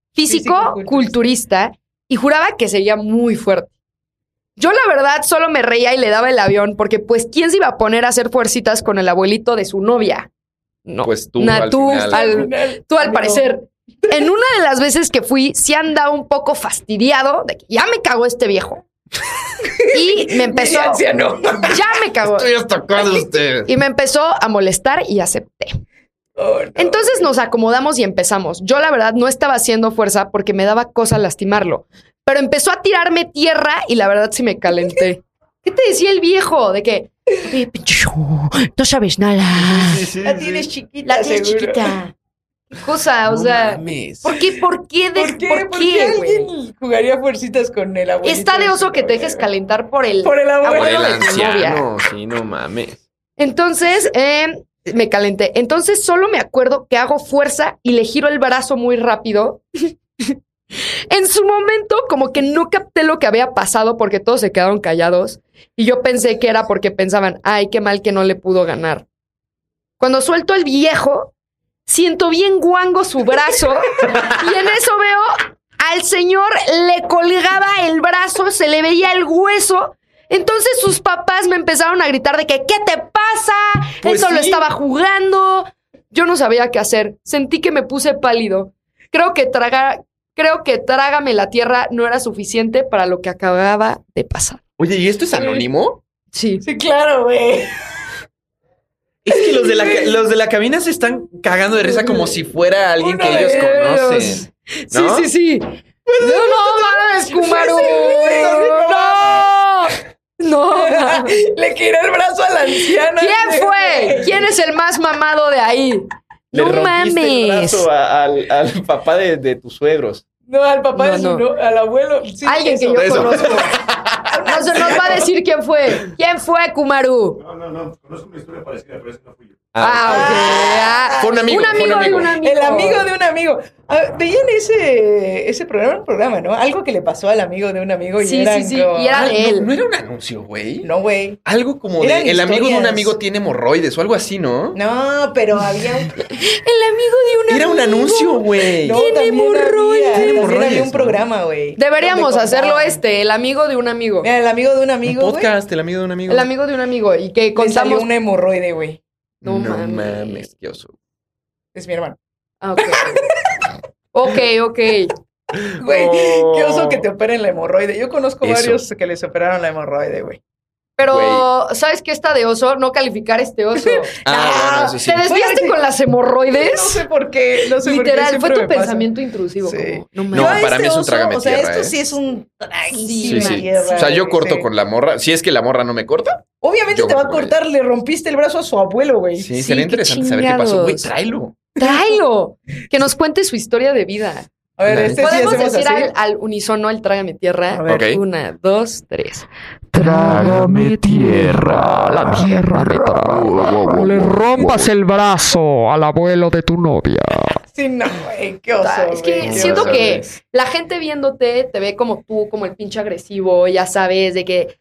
[SPEAKER 3] físico-culturista, y juraba que sería muy fuerte. Yo la verdad solo me reía y le daba el avión, porque pues, ¿quién se iba a poner a hacer fuercitas con el abuelito de su novia? No.
[SPEAKER 4] Pues tú,
[SPEAKER 3] Na-
[SPEAKER 4] al
[SPEAKER 3] tú,
[SPEAKER 4] final.
[SPEAKER 3] al-
[SPEAKER 5] final,
[SPEAKER 3] Tú al
[SPEAKER 5] amigo.
[SPEAKER 3] parecer. En una de las veces que fui, sí andaba un poco fastidiado de que ya me cagó este viejo. Y me empezó.
[SPEAKER 5] Mira, anciano.
[SPEAKER 3] Ya me cagó.
[SPEAKER 4] Estoy hasta acá de usted.
[SPEAKER 3] Y me empezó a molestar y acepté.
[SPEAKER 5] Oh, no.
[SPEAKER 3] Entonces nos acomodamos y empezamos. Yo la verdad no estaba haciendo fuerza porque me daba cosa lastimarlo. Pero empezó a tirarme tierra y la verdad sí me calenté. ¿Qué te decía el viejo? De que... "Oye, pinche, No sabes nada.
[SPEAKER 4] Sí, sí,
[SPEAKER 5] La
[SPEAKER 4] sí.
[SPEAKER 5] tienes chiquita.
[SPEAKER 3] La tienes
[SPEAKER 5] seguro.
[SPEAKER 3] chiquita. ¿Qué cosa? O
[SPEAKER 4] No
[SPEAKER 3] sea...
[SPEAKER 4] mames.
[SPEAKER 3] ¿Por qué? ¿Por qué? de-
[SPEAKER 5] ¿Por qué? ¿Por qué,
[SPEAKER 3] güey?
[SPEAKER 5] alguien jugaría fuercitas con el abuelito?
[SPEAKER 3] Está de oso que te dejes calentar
[SPEAKER 5] calentar.
[SPEAKER 3] por el...
[SPEAKER 5] Por el abuelo.
[SPEAKER 4] Por el
[SPEAKER 3] de tu
[SPEAKER 4] anciano. Sí, no mames.
[SPEAKER 3] Entonces, eh, me calenté. Entonces, solo me acuerdo que hago fuerza y le giro el brazo muy rápido. en su momento, como que no capté lo que había pasado porque todos se quedaron callados. Y yo pensé que era porque pensaban, ay, qué mal que no le pudo ganar. Cuando suelto al viejo, siento bien guango su brazo. y en eso veo al señor le colgaba el brazo, se le veía el hueso. Entonces sus papás me empezaron a gritar de que, ¿qué te pasa?
[SPEAKER 4] Pues
[SPEAKER 3] Él solo
[SPEAKER 4] sí.
[SPEAKER 3] estaba jugando. Yo no sabía qué hacer. Sentí que me puse pálido. Creo que traga, creo que trágame la tierra no era suficiente para lo que acababa de pasar.
[SPEAKER 4] Oye, ¿y esto es anónimo?
[SPEAKER 3] Sí.
[SPEAKER 5] Sí, claro, güey.
[SPEAKER 4] Es que los de, la, ca- los de la cabina se están cagando de risa como si fuera alguien que
[SPEAKER 5] Uno de
[SPEAKER 4] ellos
[SPEAKER 3] ellos.
[SPEAKER 4] conocen. ¿no?
[SPEAKER 3] Sí, sí, sí. No, no mames, Kumaru. No. No. mames.
[SPEAKER 5] Le giró el brazo al anciano.
[SPEAKER 3] ¿Quién fue? ¿Quién es el más mamado de ahí?
[SPEAKER 4] Le
[SPEAKER 3] No
[SPEAKER 4] rompiste el
[SPEAKER 3] mames.
[SPEAKER 4] brazo a- al, al papá de, de tus suegros.
[SPEAKER 5] No, al papá
[SPEAKER 3] No,
[SPEAKER 5] de su
[SPEAKER 3] no.
[SPEAKER 5] no- al abuelo. Sí,
[SPEAKER 3] Alguien que
[SPEAKER 5] eso.
[SPEAKER 3] yo
[SPEAKER 4] Eso.
[SPEAKER 3] conozco. No se nos va a decir quién fue. ¿Quién fue, Kumaru?
[SPEAKER 6] No, no, no. Conozco una historia parecida, pero esa no fui yo.
[SPEAKER 3] Ah, ok. ah.
[SPEAKER 4] Fue un amigo,
[SPEAKER 3] Un
[SPEAKER 4] fue un
[SPEAKER 3] amigo de
[SPEAKER 4] amigo.
[SPEAKER 3] un amigo.
[SPEAKER 5] El amigo de un amigo. Ah, Veían ese, ese programa, era un programa, ¿no? Algo que le pasó al amigo de un amigo y
[SPEAKER 3] Sí,
[SPEAKER 5] eran
[SPEAKER 3] sí, sí,
[SPEAKER 5] como-
[SPEAKER 3] y era-
[SPEAKER 4] Ah,
[SPEAKER 3] de
[SPEAKER 4] no,
[SPEAKER 3] él.
[SPEAKER 4] No era un anuncio, güey.
[SPEAKER 5] No, güey.
[SPEAKER 4] Algo como de.
[SPEAKER 5] Eran
[SPEAKER 4] El amigo de un
[SPEAKER 5] historias.
[SPEAKER 4] amigo tiene hemorroides o algo así, ¿no?
[SPEAKER 5] No, pero había un...
[SPEAKER 3] El amigo de un
[SPEAKER 4] Era un
[SPEAKER 3] amigo.
[SPEAKER 4] anuncio, güey.
[SPEAKER 5] No,
[SPEAKER 3] Tiene
[SPEAKER 5] también había-
[SPEAKER 3] hemorroides.
[SPEAKER 5] también había
[SPEAKER 4] Hemorroides,
[SPEAKER 5] un
[SPEAKER 4] ¿no?
[SPEAKER 5] programa, güey.
[SPEAKER 3] Deberíamos
[SPEAKER 5] donde
[SPEAKER 3] hacerlo
[SPEAKER 5] contaban.
[SPEAKER 3] este, el amigo de un amigo.
[SPEAKER 5] Mira, el amigo de un
[SPEAKER 4] Un
[SPEAKER 5] amigo, güey.
[SPEAKER 4] podcast, el amigo de un amigo.
[SPEAKER 3] El amigo de un amigo. Y que
[SPEAKER 5] le salió
[SPEAKER 3] contamos.
[SPEAKER 5] un hemorroide, güey.
[SPEAKER 4] No,
[SPEAKER 3] No mames.
[SPEAKER 4] mames. qué oso.
[SPEAKER 5] Es mi hermano.
[SPEAKER 3] Ah, ok. ok, ok.
[SPEAKER 5] Güey,
[SPEAKER 4] Oh.
[SPEAKER 5] qué oso que te operen la hemorroide. Yo conozco
[SPEAKER 4] Eso.
[SPEAKER 5] varios que les operaron la hemorroide, güey.
[SPEAKER 3] Pero, ¿sabes qué está de oso? No calificar este oso.
[SPEAKER 4] Ah, bueno, eso sí.
[SPEAKER 3] ¿Te desviaste
[SPEAKER 5] Fue-
[SPEAKER 3] con las
[SPEAKER 5] No
[SPEAKER 3] hemorroides?
[SPEAKER 5] sé por qué, no sé por qué
[SPEAKER 3] Literal, fue
[SPEAKER 5] siempre
[SPEAKER 3] tu
[SPEAKER 5] me pasa.
[SPEAKER 3] pensamiento intrusivo.
[SPEAKER 5] Sí.
[SPEAKER 3] como, no
[SPEAKER 4] No,
[SPEAKER 5] Yo
[SPEAKER 3] mames.
[SPEAKER 5] a este
[SPEAKER 4] para mí es un trágame
[SPEAKER 5] O sea,
[SPEAKER 4] tierra,
[SPEAKER 5] esto
[SPEAKER 4] ¿eh?
[SPEAKER 5] sí es un trágame
[SPEAKER 4] Sí, sí.
[SPEAKER 5] tierra,
[SPEAKER 4] O sea, yo
[SPEAKER 5] güey,
[SPEAKER 4] corto
[SPEAKER 5] sí.
[SPEAKER 4] con la morra. Si es que la morra no me corta.
[SPEAKER 5] Obviamente
[SPEAKER 4] yo
[SPEAKER 5] te va a
[SPEAKER 4] corto con
[SPEAKER 5] cortar, le rompiste el brazo a su abuelo, güey.
[SPEAKER 4] Sí,
[SPEAKER 3] Sí,
[SPEAKER 4] sería
[SPEAKER 3] qué
[SPEAKER 4] interesante saber qué pasó.
[SPEAKER 3] chingados.
[SPEAKER 4] Güey, tráelo.
[SPEAKER 3] Tráelo. Que nos cuente su historia de vida.
[SPEAKER 5] A ver,
[SPEAKER 4] Dale.
[SPEAKER 5] este sí
[SPEAKER 3] ¿Podemos
[SPEAKER 5] hacemos
[SPEAKER 3] decir
[SPEAKER 5] así.
[SPEAKER 3] al, al unísono el trágame tierra?
[SPEAKER 5] A ver.
[SPEAKER 4] Ok.
[SPEAKER 3] Una, dos, tres.
[SPEAKER 7] Trágame tierra, la tierra me traga. Le rompas el brazo al abuelo de tu novia.
[SPEAKER 5] Sí, no, güey, qué oso.
[SPEAKER 3] Es que
[SPEAKER 5] güey, qué
[SPEAKER 3] siento
[SPEAKER 5] oso,
[SPEAKER 3] que
[SPEAKER 5] güey.
[SPEAKER 3] la gente viéndote te ve como tú, como el pinche agresivo, ya sabes, de que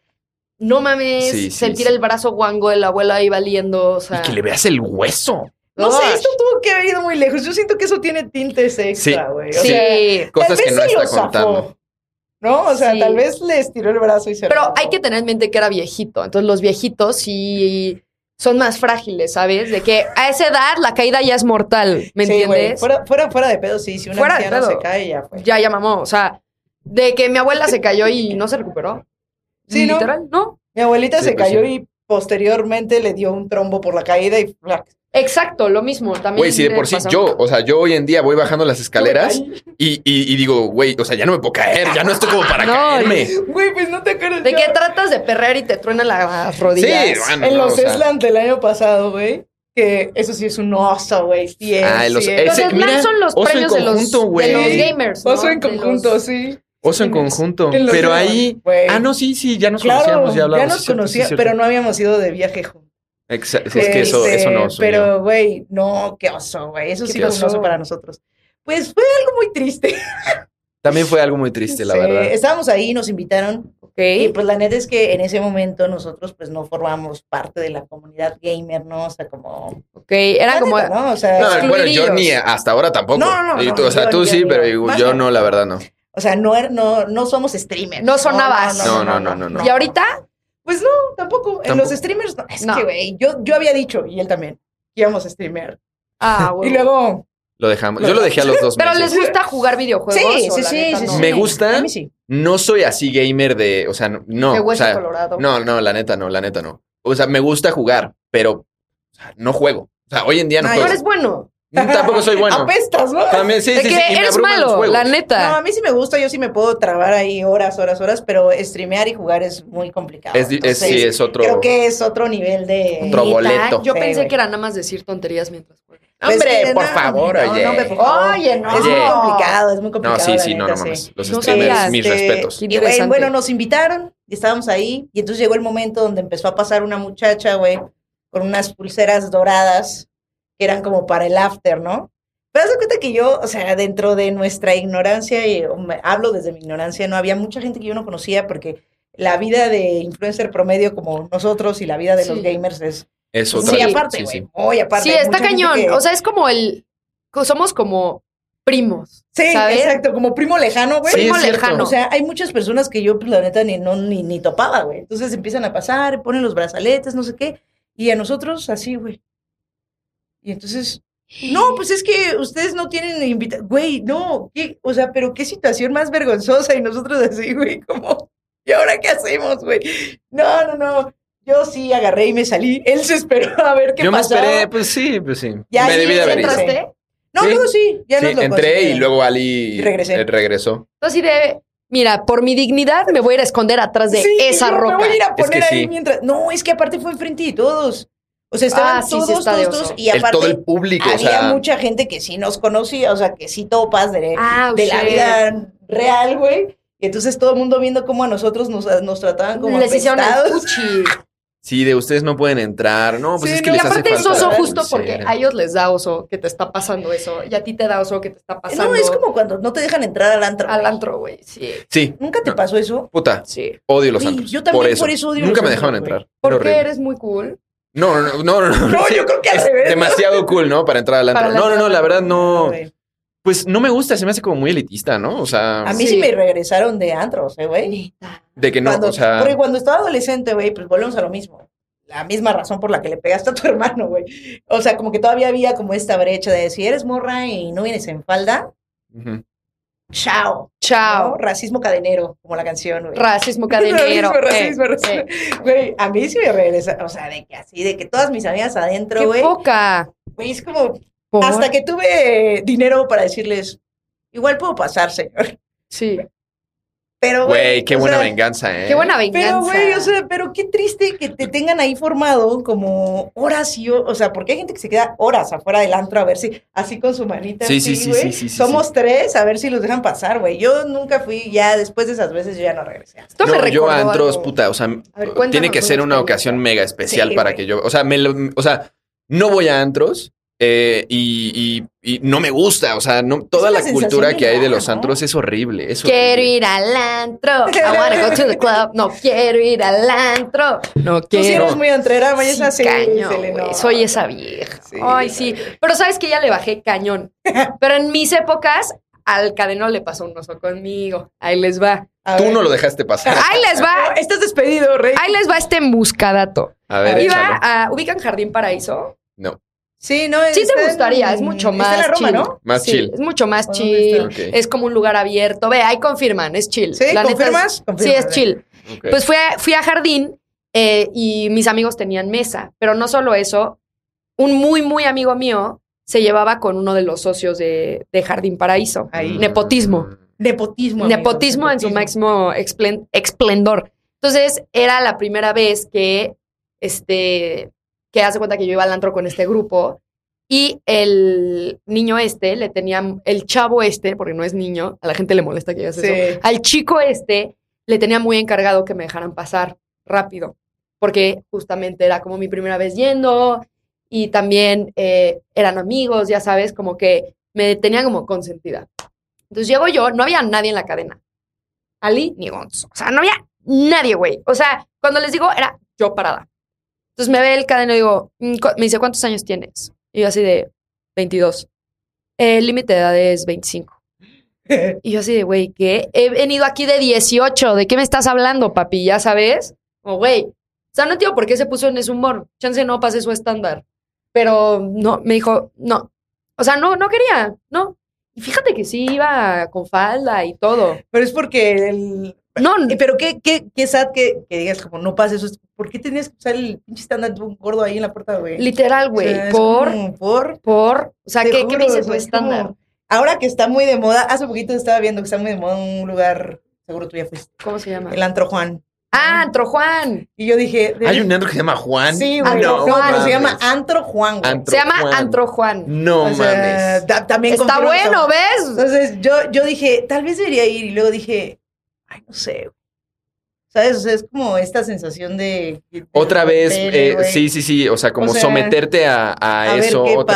[SPEAKER 3] no mames,
[SPEAKER 4] Sí, sí,
[SPEAKER 3] sentir
[SPEAKER 4] sí.
[SPEAKER 3] el brazo guango de la abuela ahí valiendo. O sea,
[SPEAKER 4] Y que le veas el hueso.
[SPEAKER 5] No
[SPEAKER 3] ¡Ay!
[SPEAKER 5] sé, esto tuvo que haber ido muy lejos. Yo siento que eso tiene tintes extra,
[SPEAKER 4] Sí,
[SPEAKER 5] güey.
[SPEAKER 3] Sí.
[SPEAKER 4] Cosas que no está
[SPEAKER 5] zafó,
[SPEAKER 4] contando.
[SPEAKER 5] ¿No? O sea,
[SPEAKER 3] Sí.
[SPEAKER 5] tal vez le estiró el brazo y se
[SPEAKER 3] Pero
[SPEAKER 5] rajó.
[SPEAKER 3] hay que tener en mente que era viejito. Entonces los viejitos sí son más frágiles, ¿sabes? De que a esa edad la caída ya es mortal, ¿me
[SPEAKER 5] Sí, güey,
[SPEAKER 3] entiendes?
[SPEAKER 5] Fuera, fuera, fuera de pedo, sí. Si un
[SPEAKER 3] Fuera de
[SPEAKER 5] anciano
[SPEAKER 3] pedo.
[SPEAKER 5] se cae, ya fue.
[SPEAKER 3] Ya, ya mamó. O sea, de que mi abuela se cayó y no se recuperó.
[SPEAKER 5] Sí, ¿no?
[SPEAKER 3] Literal, ¿no?
[SPEAKER 5] Mi abuelita
[SPEAKER 4] Sí,
[SPEAKER 5] se
[SPEAKER 4] pues
[SPEAKER 5] cayó
[SPEAKER 4] sí.
[SPEAKER 5] y posteriormente le dio un trombo por la caída y flac.
[SPEAKER 3] Exacto, lo mismo. También
[SPEAKER 4] Güey, si de
[SPEAKER 3] me
[SPEAKER 4] por sí
[SPEAKER 3] pasó.
[SPEAKER 4] yo, o sea, yo hoy en día voy bajando las escaleras y, y- y digo, güey, o sea, ya no me puedo caer, ya no estoy como para
[SPEAKER 3] No,
[SPEAKER 4] caerme.
[SPEAKER 5] Güey, pues no te acuerdas.
[SPEAKER 3] De
[SPEAKER 5] yo-
[SPEAKER 3] que tratas de perrear y te truenan las rodillas.
[SPEAKER 4] Sí, bueno,
[SPEAKER 5] en
[SPEAKER 4] no, o
[SPEAKER 5] los
[SPEAKER 4] sea,
[SPEAKER 5] Esland del año pasado, güey. Que eso sí es un oso, güey. Sí, es,
[SPEAKER 4] Ah, en los-
[SPEAKER 5] sí
[SPEAKER 4] ese-
[SPEAKER 5] es.
[SPEAKER 3] Los Slam
[SPEAKER 4] mira,
[SPEAKER 3] son los
[SPEAKER 4] oso en
[SPEAKER 3] premios de los,
[SPEAKER 4] conjunto, güey.
[SPEAKER 3] de los gamers. ¿no?
[SPEAKER 5] Oso en
[SPEAKER 3] De los-
[SPEAKER 5] conjunto, sí.
[SPEAKER 4] Oso en
[SPEAKER 5] en los-
[SPEAKER 4] conjunto.
[SPEAKER 5] en los
[SPEAKER 4] Pero
[SPEAKER 5] Esland,
[SPEAKER 4] ahí.
[SPEAKER 5] güey.
[SPEAKER 4] Ah, no, sí, sí, ya nos
[SPEAKER 5] Claro,
[SPEAKER 4] conocíamos, ya
[SPEAKER 5] ya,
[SPEAKER 4] hablábamos.
[SPEAKER 5] nos conocía, pero no habíamos ido de viaje juntos.
[SPEAKER 4] Exacto, es Pues que eso,
[SPEAKER 5] Este,
[SPEAKER 4] eso no. soy yo.
[SPEAKER 5] Pero, güey, no, qué oso, güey. Eso
[SPEAKER 4] Qué
[SPEAKER 5] sí fue un
[SPEAKER 4] oso.
[SPEAKER 5] oso para nosotros. Pues fue algo muy triste.
[SPEAKER 4] También fue algo muy triste, la
[SPEAKER 5] Sí,
[SPEAKER 4] verdad.
[SPEAKER 5] Estábamos ahí, nos invitaron.
[SPEAKER 3] Ok.
[SPEAKER 5] Y pues la neta es que en ese momento nosotros pues no formamos parte de la comunidad gamer, ¿no? O sea, como...
[SPEAKER 3] Ok, era
[SPEAKER 5] La
[SPEAKER 3] como.
[SPEAKER 5] neta, ¿no? O sea,
[SPEAKER 4] No, bueno, yo ni
[SPEAKER 3] excluidillos.
[SPEAKER 4] hasta ahora tampoco.
[SPEAKER 5] No, no, no,
[SPEAKER 4] Y tú, o sea,
[SPEAKER 5] yo-
[SPEAKER 4] tú
[SPEAKER 5] yo
[SPEAKER 4] sí,
[SPEAKER 5] ni-
[SPEAKER 4] pero yo,
[SPEAKER 5] más
[SPEAKER 4] yo
[SPEAKER 5] no.
[SPEAKER 4] no, la verdad no.
[SPEAKER 5] o sea, no, er- no, no somos streamers.
[SPEAKER 3] No sonabas.
[SPEAKER 4] No, no, no, no, no.
[SPEAKER 3] Y ahorita,
[SPEAKER 5] Pues no, tampoco. En
[SPEAKER 4] Tampoco.
[SPEAKER 5] los streamers no. Es
[SPEAKER 3] No.
[SPEAKER 5] que, güey, yo, yo había dicho, y él también, que íbamos a streamer.
[SPEAKER 3] ah,
[SPEAKER 5] Y
[SPEAKER 3] güey.
[SPEAKER 5] luego...
[SPEAKER 4] Lo dejamos. Yo lo dejé a los dos
[SPEAKER 3] Pero
[SPEAKER 4] meses.
[SPEAKER 3] les gusta jugar videojuegos.
[SPEAKER 5] Sí,
[SPEAKER 3] o
[SPEAKER 5] sí,
[SPEAKER 3] la
[SPEAKER 5] sí,
[SPEAKER 3] neta
[SPEAKER 5] sí,
[SPEAKER 3] no?
[SPEAKER 5] sí.
[SPEAKER 4] Me gusta.
[SPEAKER 5] A mí sí.
[SPEAKER 4] No soy así gamer de. O sea, no.
[SPEAKER 3] De
[SPEAKER 4] o
[SPEAKER 3] hueso
[SPEAKER 4] sea,
[SPEAKER 3] colorado.
[SPEAKER 4] No, no, la neta no, la neta no. O sea, me gusta jugar, pero o sea, no juego. O sea, hoy en día no,
[SPEAKER 5] No,
[SPEAKER 3] No
[SPEAKER 4] juego.
[SPEAKER 3] eres bueno.
[SPEAKER 4] Tampoco soy bueno.
[SPEAKER 5] Apestas, ¿no?
[SPEAKER 4] También sí,
[SPEAKER 3] De
[SPEAKER 4] sí,
[SPEAKER 3] que
[SPEAKER 4] sí, y me
[SPEAKER 3] eres
[SPEAKER 4] abruman los
[SPEAKER 3] malo,
[SPEAKER 4] juegos.
[SPEAKER 3] la
[SPEAKER 5] No,
[SPEAKER 3] neta.
[SPEAKER 5] a mí sí me gusta, yo sí me puedo trabar ahí horas, horas, horas, pero streamear y jugar es muy complicado.
[SPEAKER 4] Es, di- es- sí,
[SPEAKER 5] Entonces,
[SPEAKER 4] es otro.
[SPEAKER 5] Creo que es otro nivel de...
[SPEAKER 4] Otro
[SPEAKER 3] Neta,
[SPEAKER 4] boleto.
[SPEAKER 3] Yo
[SPEAKER 5] Sí,
[SPEAKER 3] pensé
[SPEAKER 5] güey.
[SPEAKER 3] que era nada más decir tonterías mientras juegas.
[SPEAKER 5] Pues
[SPEAKER 4] Hombre,
[SPEAKER 5] que
[SPEAKER 4] por
[SPEAKER 5] no,
[SPEAKER 4] favor,
[SPEAKER 5] no,
[SPEAKER 4] oye.
[SPEAKER 5] no, hombre, por favor.
[SPEAKER 3] Oye, no.
[SPEAKER 5] Es muy
[SPEAKER 4] Oye.
[SPEAKER 5] complicado, es muy complicado.
[SPEAKER 4] no, sí,
[SPEAKER 5] la
[SPEAKER 4] sí, no,
[SPEAKER 5] neta,
[SPEAKER 4] no
[SPEAKER 5] sí.
[SPEAKER 4] mames. Los
[SPEAKER 3] No
[SPEAKER 4] streamers,
[SPEAKER 5] sabías,
[SPEAKER 4] mis
[SPEAKER 5] este,
[SPEAKER 4] respetos.
[SPEAKER 3] Qué
[SPEAKER 5] Y, güey,
[SPEAKER 3] interesante.
[SPEAKER 5] bueno, nos invitaron, y estábamos ahí, y entonces llegó el momento donde empezó a pasar una muchacha, güey, con unas pulseras doradas, que eran como para el after, ¿no? Pero haz de cuenta que yo, o sea, dentro de nuestra ignorancia, y o me- hablo desde mi ignorancia, no había mucha gente que yo no conocía porque la vida de influencer promedio como nosotros y la vida de los
[SPEAKER 3] Sí.
[SPEAKER 5] gamers es
[SPEAKER 4] Es otra
[SPEAKER 5] muy
[SPEAKER 4] vez,
[SPEAKER 5] aparte,
[SPEAKER 4] sí,
[SPEAKER 5] güey,
[SPEAKER 4] sí.
[SPEAKER 5] muy aparte.
[SPEAKER 3] Sí,
[SPEAKER 5] Hay
[SPEAKER 3] está
[SPEAKER 5] mucha gente
[SPEAKER 3] cañón.
[SPEAKER 5] que-
[SPEAKER 3] O sea, es como el. Somos como primos.
[SPEAKER 5] sí,
[SPEAKER 3] ¿sabes?
[SPEAKER 5] exacto, como primo lejano, güey.
[SPEAKER 4] Sí,
[SPEAKER 3] Primo
[SPEAKER 4] es cierto.
[SPEAKER 3] lejano.
[SPEAKER 5] O sea, hay muchas personas que yo, pues, la neta, ni, no, ni, ni topaba, güey. Entonces empiezan a pasar, ponen los brazaletes, no sé qué. Y a nosotros, así, güey. Y entonces, no, pues es que ustedes no tienen invitación. Güey, no. ¿qué? O sea, pero qué situación más vergonzosa. Y nosotros así, güey, como, ¿y ahora qué hacemos, güey? No, no, no. Yo sí agarré y me salí. Él se esperó a ver qué
[SPEAKER 4] Yo me
[SPEAKER 5] pasaba.
[SPEAKER 4] esperé, pues sí, pues sí.
[SPEAKER 5] Ya
[SPEAKER 4] me
[SPEAKER 5] ahí
[SPEAKER 4] debí de haber ido.
[SPEAKER 5] entras,
[SPEAKER 3] ¿Entraste?
[SPEAKER 5] No,
[SPEAKER 4] Sí.
[SPEAKER 5] luego sí, ya
[SPEAKER 4] Sí,
[SPEAKER 5] nos lo
[SPEAKER 4] entré y
[SPEAKER 5] consideran.
[SPEAKER 4] luego Ali
[SPEAKER 5] Y regresé.
[SPEAKER 4] eh, regresó.
[SPEAKER 3] Entonces, y de. Mira, por mi dignidad me voy a ir a esconder atrás de
[SPEAKER 5] Sí,
[SPEAKER 3] esa
[SPEAKER 5] yo
[SPEAKER 3] roca.
[SPEAKER 5] Me voy a ir a
[SPEAKER 4] que
[SPEAKER 5] poner ahí
[SPEAKER 4] sí.
[SPEAKER 5] mientras. No, es que aparte fue enfrente de todos. O sea, estaban
[SPEAKER 3] Ah, sí, sí
[SPEAKER 5] todos,
[SPEAKER 3] está de
[SPEAKER 5] todos, todos.
[SPEAKER 3] oso.
[SPEAKER 5] Y
[SPEAKER 4] El-
[SPEAKER 5] aparte,
[SPEAKER 4] todo el público,
[SPEAKER 5] había
[SPEAKER 4] o sea.
[SPEAKER 5] mucha gente que sí nos conocía, o sea, que sí topas de,
[SPEAKER 3] Ah,
[SPEAKER 5] de la
[SPEAKER 3] shit.
[SPEAKER 5] vida real, güey. Y entonces todo el mundo viendo cómo a nosotros nos, nos trataban como
[SPEAKER 3] Les hicieron el
[SPEAKER 5] apestados.
[SPEAKER 3] cuchi.
[SPEAKER 4] Sí, de ustedes no pueden entrar. No, pues
[SPEAKER 5] Sí,
[SPEAKER 4] es que
[SPEAKER 5] no,
[SPEAKER 3] Y
[SPEAKER 4] les hace
[SPEAKER 3] aparte
[SPEAKER 4] falta.
[SPEAKER 3] es oso
[SPEAKER 5] la
[SPEAKER 3] justo porque
[SPEAKER 4] pulsera.
[SPEAKER 3] a ellos les da oso que te está pasando eso y a ti te da oso que te está pasando
[SPEAKER 5] Eh, No, es como cuando no te dejan entrar al antro.
[SPEAKER 3] al antro, güey. Sí,
[SPEAKER 4] Sí,
[SPEAKER 5] ¿Nunca te
[SPEAKER 4] No.
[SPEAKER 5] pasó eso?
[SPEAKER 4] puta,
[SPEAKER 3] sí.
[SPEAKER 4] odio los
[SPEAKER 5] Güey,
[SPEAKER 4] antros.
[SPEAKER 5] yo también
[SPEAKER 4] por eso,
[SPEAKER 5] por eso odio
[SPEAKER 4] Nunca
[SPEAKER 5] los
[SPEAKER 4] me
[SPEAKER 5] antros,
[SPEAKER 4] dejaron
[SPEAKER 5] güey.
[SPEAKER 4] entrar. Era
[SPEAKER 3] Porque
[SPEAKER 4] horrible.
[SPEAKER 3] eres muy cool.
[SPEAKER 4] No, no, no, no. No,
[SPEAKER 5] No,
[SPEAKER 4] sí.
[SPEAKER 5] yo creo que al
[SPEAKER 4] Es
[SPEAKER 5] revés, ¿no?
[SPEAKER 4] demasiado cool, ¿no? Para entrar al antro.
[SPEAKER 3] Para la
[SPEAKER 4] No, no, no, la verdad no.
[SPEAKER 5] Güey.
[SPEAKER 4] Pues no me gusta, se me hace como muy elitista, ¿no? O sea,
[SPEAKER 5] A mí sí.
[SPEAKER 3] Sí.
[SPEAKER 5] me regresaron de antros, eh, güey.
[SPEAKER 4] de que no,
[SPEAKER 5] Cuando-
[SPEAKER 4] o sea,
[SPEAKER 5] Porque cuando estaba adolescente, güey, pues volvemos a lo mismo. La misma razón por la que le pegaste a tu hermano, güey. O sea, como que todavía había como esta brecha de si eres morra y no vienes en falda,
[SPEAKER 4] ujú.
[SPEAKER 5] Chao. ¿no?
[SPEAKER 3] Chao.
[SPEAKER 5] Racismo cadenero, como la canción. güey.
[SPEAKER 3] Racismo cadenero.
[SPEAKER 5] Racismo,
[SPEAKER 3] eh.
[SPEAKER 5] racismo, racismo. Güey, a mí sí me regresa. O sea, de que así, de que todas mis amigas adentro,
[SPEAKER 3] Qué
[SPEAKER 5] güey.
[SPEAKER 3] poca.
[SPEAKER 5] Güey, es como.
[SPEAKER 3] Por-
[SPEAKER 5] Hasta que tuve dinero para decirles, igual puedo pasar, señor.
[SPEAKER 3] Sí.
[SPEAKER 5] Eh. Pero,
[SPEAKER 4] Güey, qué
[SPEAKER 5] o
[SPEAKER 4] buena
[SPEAKER 5] sea,
[SPEAKER 4] venganza, ¿eh?
[SPEAKER 3] Qué buena
[SPEAKER 5] Pero,
[SPEAKER 3] venganza.
[SPEAKER 5] güey, o sea, pero qué triste que te tengan ahí formado como horas y horas. O sea, porque hay gente que se queda horas afuera del antro a ver si, así con su manita.
[SPEAKER 4] Sí, sí,
[SPEAKER 5] así,
[SPEAKER 4] sí,
[SPEAKER 5] güey.
[SPEAKER 4] sí, sí, sí,
[SPEAKER 5] Somos
[SPEAKER 4] sí.
[SPEAKER 5] tres, a ver si los dejan pasar, güey. Yo nunca fui, ya después de esas veces, yo ya no regresé.
[SPEAKER 3] Esto me
[SPEAKER 4] No, yo
[SPEAKER 3] recordó
[SPEAKER 4] a antros,
[SPEAKER 3] algo.
[SPEAKER 4] puta, o sea,
[SPEAKER 3] ver, cuéntanos
[SPEAKER 4] tiene que
[SPEAKER 3] una
[SPEAKER 4] ser una
[SPEAKER 3] experiencia.
[SPEAKER 4] ocasión mega especial
[SPEAKER 5] Sí,
[SPEAKER 4] para
[SPEAKER 5] güey.
[SPEAKER 4] que yo, o sea, me lo- o sea, no voy a antros eh, y, y- y no me gusta, o sea, no, toda
[SPEAKER 5] una
[SPEAKER 4] la cultura
[SPEAKER 5] sensación
[SPEAKER 4] que hay de
[SPEAKER 5] rara,
[SPEAKER 4] los
[SPEAKER 5] ¿no?
[SPEAKER 4] antros es horrible, es
[SPEAKER 3] Quiero
[SPEAKER 4] horrible.
[SPEAKER 3] ir al antro. I wanna go to the club. No quiero ir al antro. No
[SPEAKER 5] Tú sí
[SPEAKER 3] quiero.
[SPEAKER 5] eres muy entrera, güey,
[SPEAKER 3] Sí,
[SPEAKER 5] es así.
[SPEAKER 3] caño,
[SPEAKER 5] Selena.
[SPEAKER 3] güey. Soy esa vieja.
[SPEAKER 5] Sí,
[SPEAKER 3] Ay,
[SPEAKER 5] esa
[SPEAKER 3] sí. Pero sabes que ya le bajé cañón. Pero en mis épocas, al cadeno le pasó un oso conmigo. Ahí les va.
[SPEAKER 5] A
[SPEAKER 4] Tú
[SPEAKER 5] ver.
[SPEAKER 4] no lo dejaste pasar.
[SPEAKER 5] Ah,
[SPEAKER 3] Ahí les va.
[SPEAKER 5] Estás despedido, rey.
[SPEAKER 3] Ahí les va este embuscadato.
[SPEAKER 4] A ver, échalo.
[SPEAKER 3] Iba a. ¿Ubican Jardín Paraíso?
[SPEAKER 4] No,
[SPEAKER 5] Sí, no.
[SPEAKER 3] Sí,
[SPEAKER 5] está
[SPEAKER 3] te
[SPEAKER 5] en-
[SPEAKER 3] gustaría. Es mucho
[SPEAKER 5] está
[SPEAKER 3] más
[SPEAKER 5] en la Roma,
[SPEAKER 3] chill.
[SPEAKER 5] ¿no?
[SPEAKER 4] más
[SPEAKER 3] Sí,
[SPEAKER 4] chill.
[SPEAKER 3] Es mucho más
[SPEAKER 5] ¿O dónde
[SPEAKER 3] chill.
[SPEAKER 5] está?
[SPEAKER 4] Ok.
[SPEAKER 3] Es como un lugar abierto. Ve, ahí confirman. Es chill.
[SPEAKER 5] Sí,
[SPEAKER 3] neta es-
[SPEAKER 5] ¿confirmas?
[SPEAKER 3] Sí,
[SPEAKER 5] Confirma,
[SPEAKER 3] es
[SPEAKER 5] a ver.
[SPEAKER 3] chill.
[SPEAKER 4] Ok.
[SPEAKER 3] Pues fui a, fui a jardín eh, y mis amigos tenían mesa, pero no solo eso, un muy, muy amigo mío se llevaba con uno de los socios de, de Jardín Paraíso.
[SPEAKER 5] Ahí.
[SPEAKER 3] Nepotismo.
[SPEAKER 5] Nepotismo. amigos,
[SPEAKER 3] Nepotismo en su
[SPEAKER 5] nepotismo.
[SPEAKER 3] máximo explen- esplendor. Entonces, era la primera vez que, este, que hace cuenta que yo iba al antro con este grupo y el niño este le tenía, el chavo este, porque no es niño, a la gente le molesta que digas eso,
[SPEAKER 5] Sí.
[SPEAKER 3] al chico este le tenía muy encargado que me dejaran pasar rápido, porque justamente era como mi primera vez yendo y también eh, eran amigos, ya sabes, como que me tenía como consentida. Entonces llego yo, no había nadie en la cadena. Ali ni Gonzo. O sea, no había nadie, güey. O sea, cuando les digo, era yo parada. Entonces me ve el cadena y digo, mm, cu- me dice, ¿cuántos años tienes? Y yo así de 22. El límite de edad es 25. Y yo así de, güey, ¿qué? He venido aquí de 18, ¿de qué me estás hablando, papi? Ya sabes. Como, güey, o sea, no entiendo por qué se puso en ese humor. Chance no pasé su estándar. Pero no, me dijo, no. O sea, no, no quería, no. Y fíjate que sí iba con falda y todo.
[SPEAKER 5] Pero es porque el.
[SPEAKER 3] No,
[SPEAKER 5] Eh, Pero qué, qué, qué sad que, que digas, como no pasa eso. es- ¿Por qué tenías que usar el pinche estándar de un gordo ahí en la puerta, güey?
[SPEAKER 3] literal,
[SPEAKER 5] O sea,
[SPEAKER 3] güey,
[SPEAKER 5] es
[SPEAKER 3] por,
[SPEAKER 5] como, por.
[SPEAKER 3] por, o sea,
[SPEAKER 5] Te
[SPEAKER 3] ¿qué, ¿qué me
[SPEAKER 5] juro,
[SPEAKER 3] dice tu
[SPEAKER 5] o sea, es como-
[SPEAKER 3] estándar?
[SPEAKER 5] Ahora que está muy de moda, hace poquito estaba viendo que está muy de moda un lugar, seguro tú ya fuiste,
[SPEAKER 3] ¿Cómo se llama?
[SPEAKER 5] el Antro Juan.
[SPEAKER 3] Ah, Antro Juan.
[SPEAKER 5] Y yo dije. de-
[SPEAKER 4] Hay un antro que se llama Juan. Ah,
[SPEAKER 5] Sí, güey.
[SPEAKER 3] Antro
[SPEAKER 5] No,
[SPEAKER 3] Juan.
[SPEAKER 5] pero se llama
[SPEAKER 4] mames.
[SPEAKER 5] Antro Juan. güey.
[SPEAKER 4] Antro
[SPEAKER 3] se llama
[SPEAKER 4] Juan.
[SPEAKER 3] Antro Juan.
[SPEAKER 4] No
[SPEAKER 5] O sea,
[SPEAKER 4] mames.
[SPEAKER 5] ta- también
[SPEAKER 3] Está
[SPEAKER 5] confirmo que
[SPEAKER 3] bueno, ¿ves?
[SPEAKER 5] Entonces yo, yo dije, tal vez debería ir. Y luego dije, ay, no sé. güey. ¿Sabes? O sea, es como esta sensación de. de-
[SPEAKER 4] Otra
[SPEAKER 5] de
[SPEAKER 4] vez,
[SPEAKER 5] tele,
[SPEAKER 4] eh,
[SPEAKER 5] güey.
[SPEAKER 4] sí, sí, sí, o sea, como
[SPEAKER 5] O sea,
[SPEAKER 4] someterte a, a
[SPEAKER 5] A ver
[SPEAKER 4] eso
[SPEAKER 5] qué
[SPEAKER 4] otra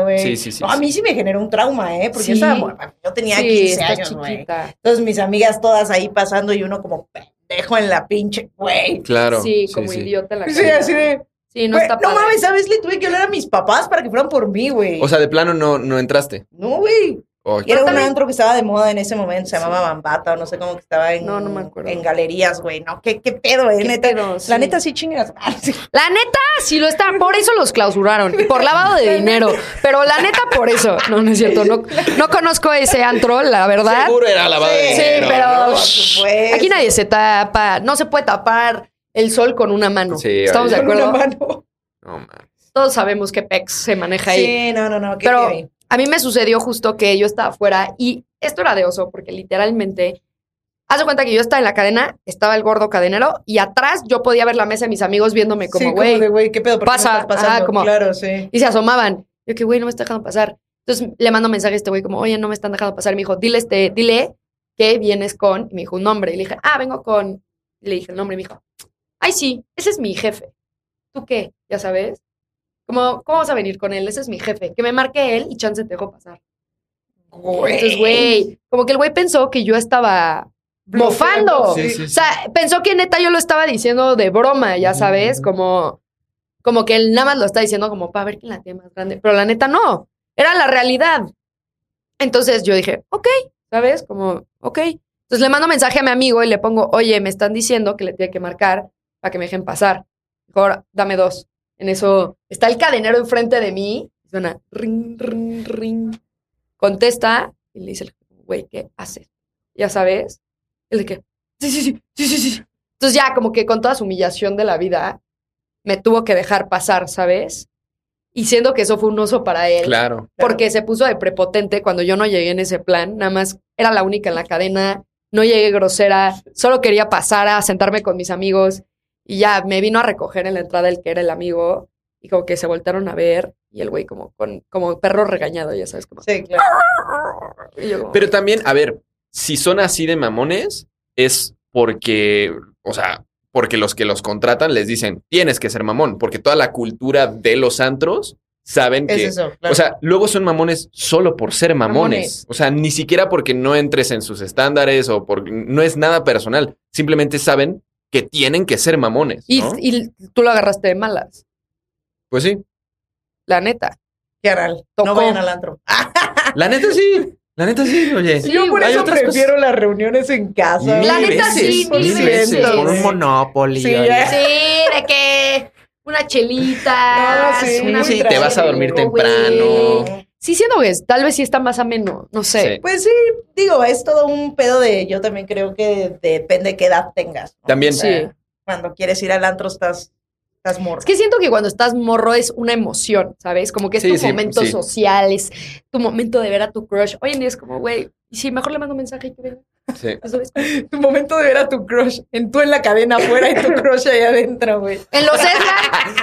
[SPEAKER 4] vez.
[SPEAKER 5] güey. Oh,
[SPEAKER 4] Sí, sí, sí.
[SPEAKER 5] No, a mí sí me generó un trauma, ¿eh? Porque
[SPEAKER 3] Sí.
[SPEAKER 5] yo, estaba mu- yo tenía
[SPEAKER 3] sí,
[SPEAKER 5] 15
[SPEAKER 3] estás
[SPEAKER 5] años, güey.
[SPEAKER 3] chiquita.
[SPEAKER 5] Entonces mis amigas todas ahí pasando y uno como pendejo en la pinche, güey.
[SPEAKER 4] Claro.
[SPEAKER 3] Sí, como
[SPEAKER 4] sí.
[SPEAKER 3] idiota en la
[SPEAKER 5] Sí,
[SPEAKER 3] calle.
[SPEAKER 5] así de.
[SPEAKER 3] Sí, no
[SPEAKER 5] güey,
[SPEAKER 3] está
[SPEAKER 5] No,
[SPEAKER 3] padre.
[SPEAKER 5] mames, ¿sabes? Le tuve que hablar a mis papás para que fueran por mí, güey.
[SPEAKER 4] O sea, de plano no, no entraste.
[SPEAKER 5] no, güey.
[SPEAKER 4] Ay,
[SPEAKER 5] Y era un
[SPEAKER 3] también-
[SPEAKER 5] antro que estaba de moda en ese momento, se llamaba Bambata o no sé cómo que estaba en,
[SPEAKER 3] No, no me acuerdo.
[SPEAKER 5] en galerías, güey. No, qué, qué pedo, eh,
[SPEAKER 3] Qué
[SPEAKER 5] neta.
[SPEAKER 3] pedo,
[SPEAKER 5] La
[SPEAKER 3] sí.
[SPEAKER 5] neta sí chingas.
[SPEAKER 3] La neta, sí lo están. Por eso los clausuraron. y Por lavado de dinero. Pero la neta, por eso. No, no es cierto. No, no conozco ese antro, la verdad.
[SPEAKER 4] Seguro era lavado de
[SPEAKER 5] Sí,
[SPEAKER 4] dinero,
[SPEAKER 3] pero-
[SPEAKER 4] ¿no?
[SPEAKER 5] shh, supuesto.
[SPEAKER 3] Aquí nadie se tapa. No se puede tapar el sol con una mano.
[SPEAKER 4] Sí,
[SPEAKER 3] Estamos de
[SPEAKER 4] oye.
[SPEAKER 5] Con una
[SPEAKER 3] acuerdo.
[SPEAKER 5] mano.
[SPEAKER 4] No mames.
[SPEAKER 3] Todos sabemos que Pex se maneja ahí.
[SPEAKER 5] Sí, no, no, no. qué
[SPEAKER 3] Pero
[SPEAKER 5] heavy.
[SPEAKER 3] a mí me sucedió justo que yo estaba afuera y esto era de oso, porque literalmente, haz de cuenta que yo estaba en la cadena, estaba el gordo cadenero y atrás yo podía ver la mesa de mis amigos viéndome
[SPEAKER 5] Sí,
[SPEAKER 3] como, güey,
[SPEAKER 5] de, güey, qué pedo. ¿Por qué no
[SPEAKER 3] pasa,
[SPEAKER 5] estás pasando?
[SPEAKER 3] ajá, como-
[SPEAKER 5] Claro, sí.
[SPEAKER 3] y se asomaban. Yo que, güey, no me está dejando pasar. Entonces le mando mensaje a este güey como, oye, no me están dejando pasar. Y me dijo, dile, este, dile que vienes con, y me dijo un nombre. Y le dije, ah, vengo con, y le dije el nombre. Y me dijo, ay, sí, ese es mi jefe. ¿Tú qué? Ya sabes. Como, ¿cómo vas a venir con él? Ese es mi jefe. Que me marque él y chance te dejo pasar. Entonces, güey, como que el güey pensó que yo estaba mofando.
[SPEAKER 4] Sí, sí, sí.
[SPEAKER 3] O sea, pensó que neta yo lo estaba diciendo de broma, ya sabes, como, como que él nada más lo está diciendo como para ver quién la tiene más grande. Pero la neta no, era la realidad. Entonces yo dije, ok, ¿sabes? Como, ok. Entonces le mando mensaje a mi amigo y le pongo, oye, me están diciendo que le tiene que marcar para que me dejen pasar. Mejor dame dos. En eso está el cadenero enfrente de mí. Suena ring, ring, ring. Contesta y le dice, el- güey, ¿qué haces? Ya sabes, el de que, sí, sí, sí, sí, sí, sí. Entonces ya como que con toda su humillación de la vida, me tuvo que dejar pasar, ¿sabes? Y siendo que eso fue un oso para él,
[SPEAKER 4] Claro.
[SPEAKER 3] porque se puso de prepotente cuando yo no llegué en ese plan, nada más era la única en la cadena, no llegué grosera, solo quería pasar a sentarme con mis amigos y ya me vino a recoger en la entrada el que era el amigo y como que se voltearon a ver y el güey como con como perro regañado, ya sabes, como,
[SPEAKER 5] Sí, claro.
[SPEAKER 3] y yo como-
[SPEAKER 4] Pero también, a ver, si son así de mamones, es porque, o sea, porque los que los contratan les dicen, tienes que ser mamón, porque toda la cultura de los antros saben
[SPEAKER 5] Es
[SPEAKER 4] que...
[SPEAKER 5] eso, claro.
[SPEAKER 4] O sea, luego son mamones solo por ser mamones.
[SPEAKER 3] Mamones.
[SPEAKER 4] O sea, ni siquiera porque no entres en sus estándares o porque no es nada personal. Simplemente saben que tienen que ser mamones.
[SPEAKER 3] y,
[SPEAKER 4] ¿no?
[SPEAKER 3] y tú lo agarraste de malas,
[SPEAKER 4] Pues sí.
[SPEAKER 3] la neta.
[SPEAKER 5] Qué arral.
[SPEAKER 3] Tocó.
[SPEAKER 5] No vayan al antro.
[SPEAKER 4] La neta sí. La neta sí, oye.
[SPEAKER 3] Sí,
[SPEAKER 5] Yo por
[SPEAKER 4] hay
[SPEAKER 5] eso
[SPEAKER 4] otras cosas.
[SPEAKER 5] prefiero las reuniones en casa.
[SPEAKER 4] Mil
[SPEAKER 3] La neta
[SPEAKER 4] veces,
[SPEAKER 3] sí,
[SPEAKER 4] mil
[SPEAKER 3] mil
[SPEAKER 4] veces,
[SPEAKER 3] veces.
[SPEAKER 4] Con un Monopoly.
[SPEAKER 5] Sí,
[SPEAKER 4] oye.
[SPEAKER 5] ¿eh?
[SPEAKER 3] Sí, de que una chelita,
[SPEAKER 5] Ah, sí,
[SPEAKER 3] una
[SPEAKER 5] sí,
[SPEAKER 3] pizza
[SPEAKER 5] te vas a
[SPEAKER 3] de
[SPEAKER 4] dormir
[SPEAKER 3] rico, güey.
[SPEAKER 4] Ah,
[SPEAKER 3] Ah,
[SPEAKER 4] temprano.
[SPEAKER 3] Sí, siendo que tal vez sí está más ameno, no sé.
[SPEAKER 4] Sí.
[SPEAKER 5] Pues sí, digo, es todo un pedo de. Yo también creo que depende qué edad tengas. ¿no?
[SPEAKER 4] También.
[SPEAKER 5] O sea,
[SPEAKER 3] Sí.
[SPEAKER 5] Cuando quieres ir al antro, estás, estás morro.
[SPEAKER 3] Es que siento que cuando estás morro es una emoción, ¿sabes? Como que es
[SPEAKER 4] Sí,
[SPEAKER 3] tu
[SPEAKER 4] sí,
[SPEAKER 3] momento
[SPEAKER 4] sí.
[SPEAKER 3] social, es tu momento de ver a tu crush. Hoy en día es como, güey, y si mejor le mando un mensaje y que venga. pues,
[SPEAKER 4] sí.
[SPEAKER 3] ¿sabes?
[SPEAKER 5] Tu momento de ver a tu crush, en tú en la cadena afuera y tu crush ahí adentro, güey.
[SPEAKER 3] En los Eslan,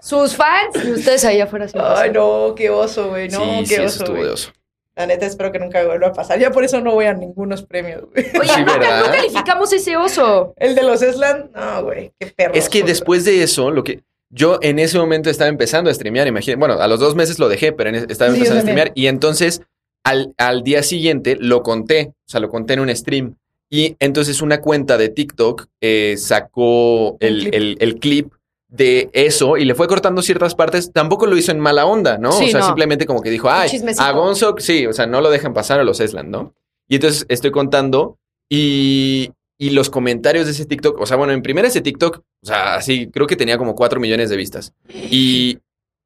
[SPEAKER 3] sus fans y ustedes ahí afuera. sin
[SPEAKER 5] Ay,
[SPEAKER 3] pasar.
[SPEAKER 5] no, qué oso, güey. No,
[SPEAKER 4] sí,
[SPEAKER 5] qué
[SPEAKER 4] sí, eso
[SPEAKER 5] oso.
[SPEAKER 4] estuvo
[SPEAKER 5] güey.
[SPEAKER 4] de oso.
[SPEAKER 5] La neta, espero que nunca vuelva a pasar. Ya por eso no voy a ningunos premios, güey.
[SPEAKER 3] Oye,
[SPEAKER 4] Sí,
[SPEAKER 3] nunca-
[SPEAKER 4] ¿verdad?
[SPEAKER 3] no calificamos ese oso.
[SPEAKER 5] El de los Eslan, no, güey, qué perro.
[SPEAKER 4] Es que
[SPEAKER 5] oso,
[SPEAKER 4] después de eso, lo que. Yo en ese momento estaba empezando a streamear, imagínate. Bueno, a los dos meses lo dejé, pero en ese- estaba
[SPEAKER 5] Sí, yo
[SPEAKER 4] empezando a
[SPEAKER 5] también.
[SPEAKER 4] streamear. Y entonces al, al día siguiente lo conté, o sea, lo conté en un stream. Y entonces una cuenta de TikTok eh, sacó el,
[SPEAKER 5] clip.
[SPEAKER 4] el- el clip de eso y le fue cortando ciertas partes. Tampoco lo hizo en mala onda, ¿no?
[SPEAKER 3] Sí,
[SPEAKER 4] o sea,
[SPEAKER 3] no.
[SPEAKER 4] simplemente como que dijo, ay,
[SPEAKER 3] chismecito".
[SPEAKER 4] a Gonzo, sí, o sea, no lo dejan pasar a los Esland, ¿no? Y entonces estoy contando y, y los comentarios de ese TikTok, o sea, bueno, en primera ese TikTok, o sea, así, creo que tenía como 4 millones de vistas. Y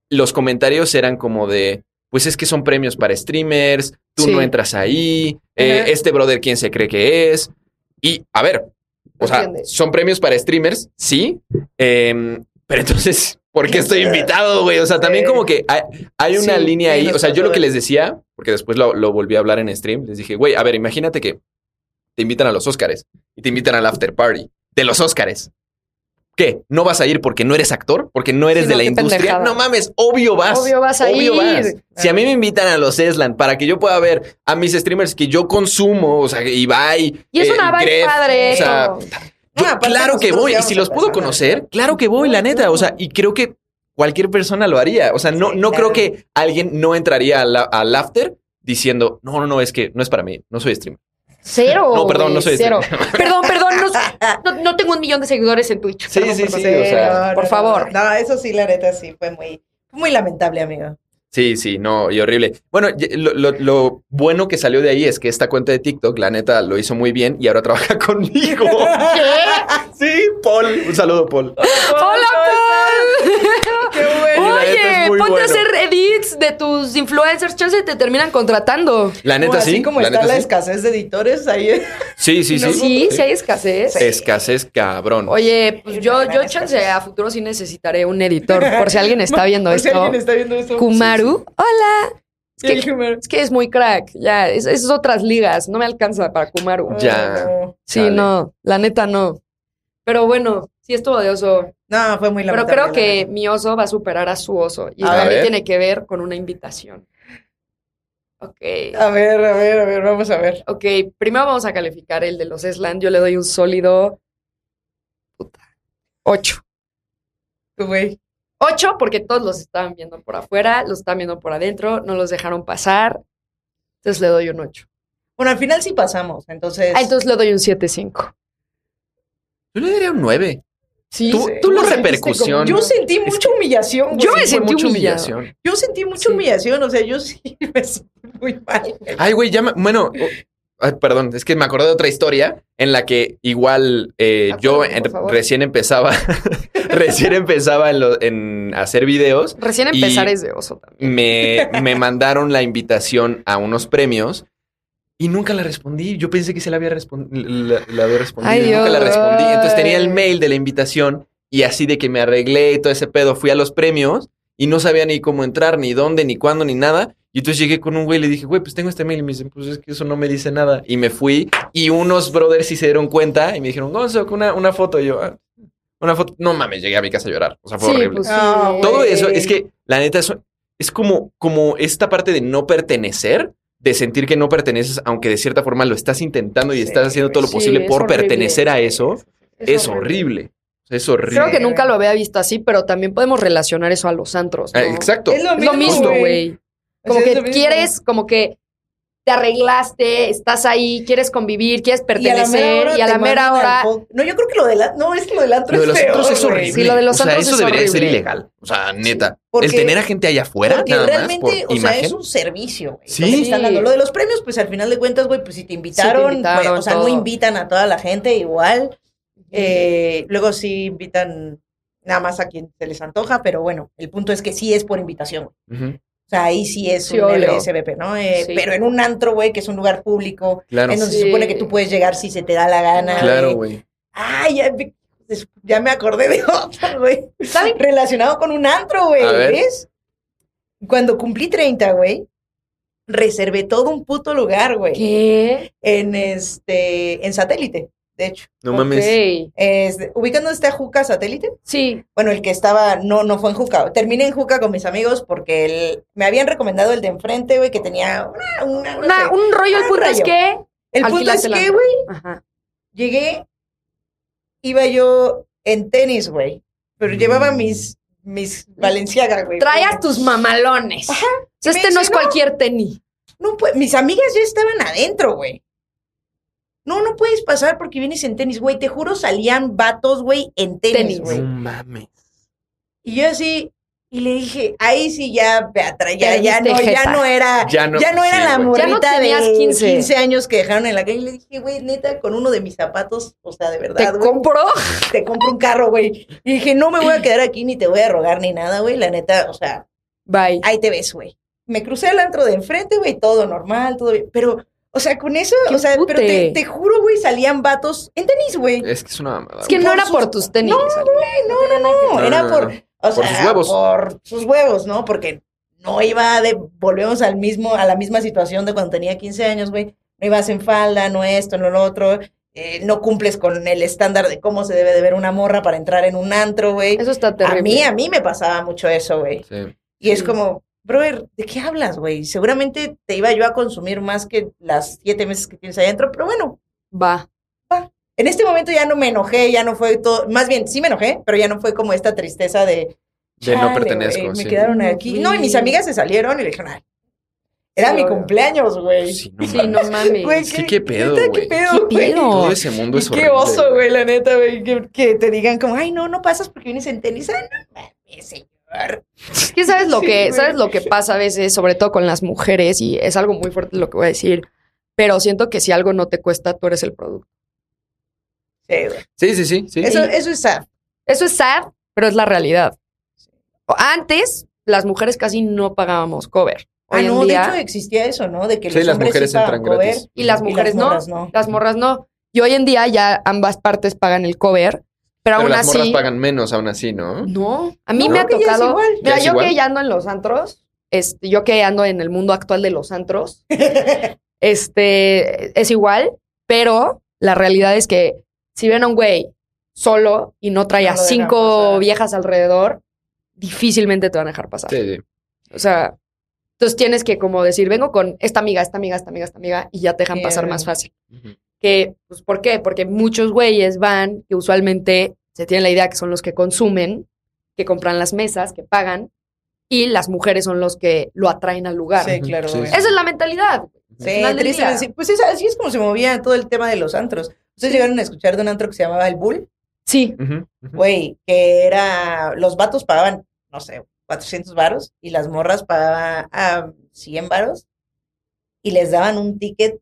[SPEAKER 4] los comentarios eran como de, pues es que son premios para streamers, tú
[SPEAKER 3] Sí.
[SPEAKER 4] no entras ahí, eh,
[SPEAKER 5] Ajá.
[SPEAKER 4] este brother quién se cree que es. Y, a ver, o sea,
[SPEAKER 3] Entiende.
[SPEAKER 4] son premios para streamers, sí, em, pero entonces, ¿por qué estoy invitado, güey? O sea, también
[SPEAKER 5] Sí.
[SPEAKER 4] como que hay, hay una
[SPEAKER 5] Sí,
[SPEAKER 4] línea ahí,
[SPEAKER 5] nos
[SPEAKER 4] o sea, yo lo que
[SPEAKER 5] pasó
[SPEAKER 4] les decía, porque después lo, lo volví a hablar en stream, les dije, güey, a ver, imagínate que te invitan a los Óscares y te invitan al after party de los Óscares. ¿Qué? ¿No vas a ir porque no eres actor? ¿Porque no eres
[SPEAKER 3] Sí,
[SPEAKER 4] de
[SPEAKER 3] no,
[SPEAKER 4] la
[SPEAKER 3] qué
[SPEAKER 4] industria?
[SPEAKER 3] pendejada.
[SPEAKER 4] No mames, obvio vas.
[SPEAKER 3] Obvio vas a
[SPEAKER 4] Obvio
[SPEAKER 3] ir.
[SPEAKER 4] vas. Si a mí me invitan a los Eslan para que yo pueda ver a mis streamers que yo consumo, o sea, Ibai.
[SPEAKER 3] Y es
[SPEAKER 4] eh,
[SPEAKER 3] una vibe
[SPEAKER 4] Gref,
[SPEAKER 3] padre.
[SPEAKER 4] O sea,
[SPEAKER 3] como-
[SPEAKER 4] yo
[SPEAKER 5] Ah, aparte
[SPEAKER 4] claro que
[SPEAKER 5] nosotros
[SPEAKER 4] voy.
[SPEAKER 5] ya
[SPEAKER 4] Y si
[SPEAKER 5] vamos a
[SPEAKER 4] los puedo
[SPEAKER 5] pasar.
[SPEAKER 4] conocer, claro que voy, la neta. O sea, y creo que cualquier persona lo haría. O sea, no,
[SPEAKER 5] Sí,
[SPEAKER 4] no creo
[SPEAKER 5] claro.
[SPEAKER 4] que alguien no entraría al, al after diciendo, no, no, no, es que no es para mí, no soy streamer.
[SPEAKER 3] Cero.
[SPEAKER 4] No, perdón, no
[SPEAKER 3] güey,
[SPEAKER 4] soy
[SPEAKER 3] Cero. Perdón, perdón, no, no- no tengo un millón de seguidores en Twitch.
[SPEAKER 4] Sí,
[SPEAKER 3] Perdón,
[SPEAKER 4] sí,
[SPEAKER 3] perdón.
[SPEAKER 4] sí, o sea.
[SPEAKER 5] no,
[SPEAKER 3] por
[SPEAKER 5] no,
[SPEAKER 3] favor.
[SPEAKER 5] No, eso sí, la neta, sí, fue muy, fue muy lamentable, amigo.
[SPEAKER 4] Sí, sí, no, y horrible. Bueno, y- lo, lo- lo bueno que salió de ahí es que esta cuenta de TikTok, la neta, lo hizo muy bien y ahora trabaja conmigo. Sí, Paul. Un saludo, Paul.
[SPEAKER 3] Hola,
[SPEAKER 5] ¡Qué bueno!
[SPEAKER 4] la neta es
[SPEAKER 3] Oye,
[SPEAKER 4] muy
[SPEAKER 3] ponte
[SPEAKER 4] bueno.
[SPEAKER 3] a hacer edits de tus influencers, chance te terminan contratando.
[SPEAKER 4] La neta,
[SPEAKER 5] Como así
[SPEAKER 4] sí.
[SPEAKER 5] como
[SPEAKER 4] la
[SPEAKER 5] está
[SPEAKER 4] neta,
[SPEAKER 5] la
[SPEAKER 4] sí.
[SPEAKER 5] escasez de editores ahí. ¿eh?
[SPEAKER 4] Sí, sí, sí.
[SPEAKER 3] Sí, sí, hay escasez.
[SPEAKER 4] Escasez, cabrón.
[SPEAKER 3] Oye, pues yo, yo
[SPEAKER 5] Escasez.
[SPEAKER 3] chance a futuro sí necesitaré un editor, por si alguien está viendo
[SPEAKER 5] Por si
[SPEAKER 3] esto.
[SPEAKER 5] alguien está viendo esto.
[SPEAKER 3] Kumaru, hola.
[SPEAKER 5] Sí, el Kumaru.
[SPEAKER 3] Es que es muy crack, ya, es, es otras ligas, no me alcanza para Kumaru.
[SPEAKER 5] Oh,
[SPEAKER 4] Ya.
[SPEAKER 5] no.
[SPEAKER 3] Sí,
[SPEAKER 4] Chale.
[SPEAKER 3] no, la neta no. Pero bueno, sí estuvo de oso.
[SPEAKER 5] No, fue muy
[SPEAKER 3] Pero
[SPEAKER 5] lamentable.
[SPEAKER 3] creo
[SPEAKER 5] la
[SPEAKER 3] que
[SPEAKER 5] neta.
[SPEAKER 3] mi oso va a superar a su oso. Y
[SPEAKER 5] A
[SPEAKER 3] también
[SPEAKER 4] ver.
[SPEAKER 3] tiene que ver con una invitación. Ok.
[SPEAKER 5] A ver, a ver, a ver, vamos a ver.
[SPEAKER 3] Ok, primero vamos a calificar el de los Esland. Yo le doy un sólido. Puta. Ocho.
[SPEAKER 5] Tú, güey.
[SPEAKER 3] Ocho, porque todos los estaban viendo por afuera, los estaban viendo por adentro, no los dejaron pasar. Entonces le doy un ocho.
[SPEAKER 5] Bueno, al final sí pasamos, entonces.
[SPEAKER 3] Ah, entonces le doy un siete cinco.
[SPEAKER 4] Yo le daría un 9.
[SPEAKER 3] Sí.
[SPEAKER 4] Tú-
[SPEAKER 3] sí.
[SPEAKER 4] tú lo
[SPEAKER 5] Yo sentí
[SPEAKER 4] repercusión.
[SPEAKER 5] como- Yo sentí mucha humillación. güey.
[SPEAKER 3] Yo me sentí
[SPEAKER 4] mucha
[SPEAKER 3] humillado.
[SPEAKER 4] humillación.
[SPEAKER 5] Yo sentí
[SPEAKER 3] Sí.
[SPEAKER 5] mucha humillación, o sea, yo sí me sentí muy mal.
[SPEAKER 4] Ay, güey, ya me- Bueno, oh, ay, perdón, es que me acordé de otra historia en la que igual eh, yo
[SPEAKER 3] Acuérdate, por
[SPEAKER 4] en-
[SPEAKER 3] favor.
[SPEAKER 4] recién empezaba, recién empezaba en, lo- en hacer videos
[SPEAKER 3] Recién
[SPEAKER 4] Y-
[SPEAKER 3] empezar es de oso también.
[SPEAKER 4] me, me mandaron la invitación a unos premios Y nunca la respondí. Yo pensé que se la había, respon- la, la había respondido.
[SPEAKER 3] Ay,
[SPEAKER 4] y nunca la
[SPEAKER 3] Dios.
[SPEAKER 4] respondí. Entonces tenía el mail de la invitación y así de que me arreglé y todo ese pedo. Fui a los premios y no sabía ni cómo entrar, ni dónde, ni cuándo, ni nada. Y entonces llegué con un güey y le dije, güey, pues tengo este mail. Y me dicen, pues es que eso no me dice nada. Y me fui. Y unos brothers sí se dieron cuenta y me dijeron, Gonzo, una, una foto. Y yo, "Ah, una foto. No mames, llegué a mi casa a llorar. O sea, fue
[SPEAKER 3] Sí,
[SPEAKER 4] horrible.
[SPEAKER 3] pues sí.
[SPEAKER 5] No,
[SPEAKER 4] Todo
[SPEAKER 5] güey.
[SPEAKER 4] eso es que, la neta, eso es como, como esta parte de no pertenecer, de sentir que no perteneces, aunque de cierta forma lo estás intentando y
[SPEAKER 5] Sí,
[SPEAKER 4] estás haciendo todo lo
[SPEAKER 3] sí,
[SPEAKER 4] posible
[SPEAKER 3] es
[SPEAKER 4] por
[SPEAKER 3] horrible.
[SPEAKER 4] pertenecer a eso. Es, horrible. Es horrible.
[SPEAKER 3] Creo que nunca lo había visto así, pero también podemos relacionar eso a los antros. ¿no?
[SPEAKER 4] Ah, Exacto.
[SPEAKER 5] Es lo
[SPEAKER 3] Es lo mismo, güey. Como
[SPEAKER 5] O sea, es
[SPEAKER 3] que
[SPEAKER 5] lo mismo.
[SPEAKER 3] quieres, como que te arreglaste, estás ahí, quieres convivir, quieres
[SPEAKER 5] Y a la mera
[SPEAKER 3] pertenecer
[SPEAKER 5] hora
[SPEAKER 3] y a
[SPEAKER 5] te
[SPEAKER 3] la mera
[SPEAKER 5] mandan
[SPEAKER 3] hora.
[SPEAKER 5] al pod- No, yo creo que lo del antro. No, es que lo del antro
[SPEAKER 4] Lo de
[SPEAKER 5] es
[SPEAKER 4] los
[SPEAKER 5] peor,
[SPEAKER 4] antros es
[SPEAKER 5] güey.
[SPEAKER 4] horrible.
[SPEAKER 3] Sí, lo de los
[SPEAKER 4] o sea,
[SPEAKER 3] antros
[SPEAKER 4] eso
[SPEAKER 3] es
[SPEAKER 4] debería de ser
[SPEAKER 3] horrible.
[SPEAKER 4] ilegal. O sea, neta.
[SPEAKER 5] porque-
[SPEAKER 4] El tener a gente allá afuera,
[SPEAKER 5] Porque
[SPEAKER 4] nada más, por
[SPEAKER 5] realmente, o sea,
[SPEAKER 4] imagen.
[SPEAKER 5] es un servicio, güey.
[SPEAKER 4] Sí.
[SPEAKER 5] Lo que te están dando.
[SPEAKER 3] Sí.
[SPEAKER 5] Lo de los premios, pues al final de cuentas, güey, pues si te invitaron, pues,
[SPEAKER 3] invitaron,
[SPEAKER 5] o sea,
[SPEAKER 3] todo.
[SPEAKER 5] no invitan a toda la gente igual. Eh, luego sí invitan nada más a quien se les antoja, pero bueno, el punto es que sí es por invitación. güey.
[SPEAKER 4] Ujú,
[SPEAKER 5] O sea, ahí sí es
[SPEAKER 3] Sí,
[SPEAKER 5] un
[SPEAKER 3] obvio.
[SPEAKER 5] LSBP, ¿no? Eh,
[SPEAKER 3] Sí.
[SPEAKER 5] Pero en un antro, güey, que es un lugar público,
[SPEAKER 4] Claro.
[SPEAKER 5] en donde
[SPEAKER 3] Sí.
[SPEAKER 5] se supone que tú puedes llegar si se te da la gana.
[SPEAKER 4] Claro,
[SPEAKER 5] güey.
[SPEAKER 4] güey.
[SPEAKER 5] Ah, ya, me- ya me acordé de otro, güey.
[SPEAKER 3] ¿Saben?
[SPEAKER 5] Relacionado con un antro, güey.
[SPEAKER 4] A ver.
[SPEAKER 5] ¿Ves? Cuando cumplí 30, güey, reservé todo un puto lugar, güey.
[SPEAKER 3] ¿Qué?
[SPEAKER 5] En este, en satélite, de hecho.
[SPEAKER 4] No mames.
[SPEAKER 3] Ok.
[SPEAKER 5] Es, ubicando este Juca satélite.
[SPEAKER 3] Sí.
[SPEAKER 5] Bueno, el que estaba, no, no fue en Juca. Terminé en Juca con mis amigos porque el- me habían recomendado el de enfrente, güey, que tenía una, una, no
[SPEAKER 3] Una-
[SPEAKER 5] sé.
[SPEAKER 3] un rollo, el
[SPEAKER 5] Ah,
[SPEAKER 3] punto es
[SPEAKER 5] rayo.
[SPEAKER 3] que.
[SPEAKER 5] El punto es
[SPEAKER 3] alquilaste el
[SPEAKER 5] que,
[SPEAKER 3] antro.
[SPEAKER 5] güey,
[SPEAKER 3] Ajá.
[SPEAKER 5] llegué, iba yo en tenis, güey, pero llevaba mis, mis Valenciaga, güey.
[SPEAKER 3] Mm. Traías tus mamalones. O sea,
[SPEAKER 5] Me
[SPEAKER 3] este no
[SPEAKER 5] dice,
[SPEAKER 3] es
[SPEAKER 5] no.
[SPEAKER 3] cualquier tenis.
[SPEAKER 5] No, pues, mis amigas ya estaban adentro, güey. No, no puedes pasar porque vienes en tenis, güey. Te juro, salían vatos, güey, en
[SPEAKER 3] Tenis.
[SPEAKER 5] tenis,
[SPEAKER 4] No
[SPEAKER 5] güey.
[SPEAKER 4] mames.
[SPEAKER 5] Y yo así, y le dije, ahí sí ya, Beatra, ya,
[SPEAKER 3] Te
[SPEAKER 5] ya no,
[SPEAKER 3] diste
[SPEAKER 5] ya
[SPEAKER 3] jeta.
[SPEAKER 5] no era,
[SPEAKER 4] Ya
[SPEAKER 5] ya
[SPEAKER 4] no-
[SPEAKER 5] no, era
[SPEAKER 4] sí, güey.
[SPEAKER 5] la
[SPEAKER 3] Ya no
[SPEAKER 5] morrita
[SPEAKER 3] tenías
[SPEAKER 5] de
[SPEAKER 3] 15.
[SPEAKER 5] 15. años que dejaron en la calle. Y le dije, güey, neta, con uno de mis zapatos, o sea, de
[SPEAKER 3] Te
[SPEAKER 5] verdad, güey.
[SPEAKER 3] compró.
[SPEAKER 5] te compro un carro, güey. Y dije, no me voy a quedar aquí ni te voy a rogar ni nada, güey. La neta, o sea,
[SPEAKER 3] Bye.
[SPEAKER 5] ahí te ves, güey. Me crucé el antro de enfrente, güey, todo normal, todo bien. Pero, o sea, con eso,
[SPEAKER 3] ¡Qué
[SPEAKER 5] o sea, pero
[SPEAKER 3] pute!
[SPEAKER 5] te, te juro, güey, salían vatos en tenis, güey.
[SPEAKER 4] Es que es una mamada.
[SPEAKER 3] Es que
[SPEAKER 4] güey.
[SPEAKER 3] no
[SPEAKER 5] por
[SPEAKER 3] era
[SPEAKER 5] sus-
[SPEAKER 3] por tus tenis.
[SPEAKER 5] No,
[SPEAKER 3] Ale.
[SPEAKER 5] No, no, no,
[SPEAKER 4] No, no,
[SPEAKER 5] era
[SPEAKER 4] no,
[SPEAKER 5] por,
[SPEAKER 4] no. Por
[SPEAKER 5] o sea,
[SPEAKER 4] sus huevos.
[SPEAKER 5] Por sus huevos, ¿no? Porque no iba de, volvemos al mismo, a la misma situación de cuando tenía 15 años, güey. No ibas en falda, no esto, no lo otro. Eh, no cumples con el estándar de cómo se debe de ver una morra para entrar en un antro, güey.
[SPEAKER 3] Eso está
[SPEAKER 5] A mí,
[SPEAKER 3] terrible.
[SPEAKER 5] a mí me pasaba mucho eso, güey.
[SPEAKER 4] Sí.
[SPEAKER 5] Y es
[SPEAKER 3] Sí.
[SPEAKER 5] como, brother, ¿de qué hablas, güey? Seguramente te iba yo a consumir más que las siete meses que tienes ahí adentro, pero bueno,
[SPEAKER 3] Va.
[SPEAKER 5] en este momento ya no me enojé, ya no fue todo, más bien sí me enojé, pero ya no fue como esta tristeza de...
[SPEAKER 4] De no
[SPEAKER 5] "Chale,
[SPEAKER 4] pertenezco,
[SPEAKER 5] güey,
[SPEAKER 4] sí.
[SPEAKER 5] Me quedaron aquí. No, y mis amigas se salieron y le dijeron, "Ay, era
[SPEAKER 3] Sí,
[SPEAKER 5] mi
[SPEAKER 3] obvio.
[SPEAKER 5] cumpleaños, güey.
[SPEAKER 4] Sí, no
[SPEAKER 3] Sí, no
[SPEAKER 4] mames.
[SPEAKER 3] mames.
[SPEAKER 4] Es que qué pedo,
[SPEAKER 5] neta,
[SPEAKER 4] güey.
[SPEAKER 5] ¿Qué pedo,
[SPEAKER 3] ¿Qué
[SPEAKER 5] güey?
[SPEAKER 3] pedo?
[SPEAKER 4] Todo ese mundo
[SPEAKER 5] Y
[SPEAKER 4] es pues, horrible.
[SPEAKER 5] qué oso, güey, la neta, güey, que, que te digan como, ay, no, no pasas porque vienes en tenis. Ah, no mames, señor.
[SPEAKER 3] Es que sabes lo
[SPEAKER 5] Sí,
[SPEAKER 3] que,
[SPEAKER 5] güey.
[SPEAKER 3] sabes lo que pasa a veces, sobre todo con las mujeres, y es algo muy fuerte lo que voy a decir. Pero siento que si algo no te cuesta, tú eres el producto.
[SPEAKER 5] Sí, güey.
[SPEAKER 4] Sí, sí, sí. sí.
[SPEAKER 5] Eso, eso es sad.
[SPEAKER 3] Eso es sad, pero es la realidad. Antes, las mujeres casi no pagábamos cover.
[SPEAKER 5] Ah,
[SPEAKER 3] Hoy en
[SPEAKER 5] no,
[SPEAKER 3] día,
[SPEAKER 5] de hecho existía eso, ¿no? De que
[SPEAKER 4] Sí,
[SPEAKER 5] los
[SPEAKER 4] las
[SPEAKER 5] hombres
[SPEAKER 4] mujeres
[SPEAKER 5] sí
[SPEAKER 4] entran
[SPEAKER 5] pagaban cover
[SPEAKER 4] gratis.
[SPEAKER 3] y las
[SPEAKER 5] y
[SPEAKER 3] mujeres no,
[SPEAKER 5] morras no.
[SPEAKER 3] las morras no. Y hoy en día ya ambas partes pagan el cover, pero,
[SPEAKER 4] Pero
[SPEAKER 3] aún
[SPEAKER 4] las morras
[SPEAKER 3] así.
[SPEAKER 4] pagan menos aún así, ¿no?
[SPEAKER 3] No, a mí
[SPEAKER 5] No,
[SPEAKER 3] me ha
[SPEAKER 5] que ya es
[SPEAKER 3] tocado.
[SPEAKER 5] igual.
[SPEAKER 3] Mira,
[SPEAKER 4] ¿Ya es
[SPEAKER 3] yo
[SPEAKER 4] igual?
[SPEAKER 3] que ya ando en los antros, este, yo que ando en el mundo actual de los antros, este, es igual, pero la realidad es que si ven a un güey solo y no trae
[SPEAKER 5] No
[SPEAKER 3] a
[SPEAKER 5] lo dejan
[SPEAKER 3] cinco
[SPEAKER 5] pasar.
[SPEAKER 3] viejas alrededor, difícilmente te van a dejar pasar.
[SPEAKER 4] Sí, sí.
[SPEAKER 3] O sea, entonces tienes que como decir, vengo con esta amiga, esta amiga, esta amiga, esta amiga, y ya te dejan
[SPEAKER 5] Sí,
[SPEAKER 3] pasar
[SPEAKER 5] güey.
[SPEAKER 3] más fácil.
[SPEAKER 4] Ujú.
[SPEAKER 3] Que, pues, ¿por qué? Porque muchos güeyes van, que usualmente se tiene la idea que son los que consumen, que compran las mesas, que pagan, y las mujeres son los que lo atraen al lugar.
[SPEAKER 5] Sí, claro,
[SPEAKER 4] Sí,
[SPEAKER 5] güey.
[SPEAKER 4] sí.
[SPEAKER 3] Esa es la mentalidad.
[SPEAKER 5] Sí,
[SPEAKER 3] final del día.
[SPEAKER 5] tristemente, sí. Pues es- así es como se movía todo el tema de los antros. Ustedes llegaron a escuchar de un antro que se llamaba El Bull,
[SPEAKER 3] Sí.
[SPEAKER 4] Ujú, ujú.
[SPEAKER 5] güey, que era, los vatos pagaban, no sé, 400 varos y las morras pagaban ah, 100 varos y les daban un ticket.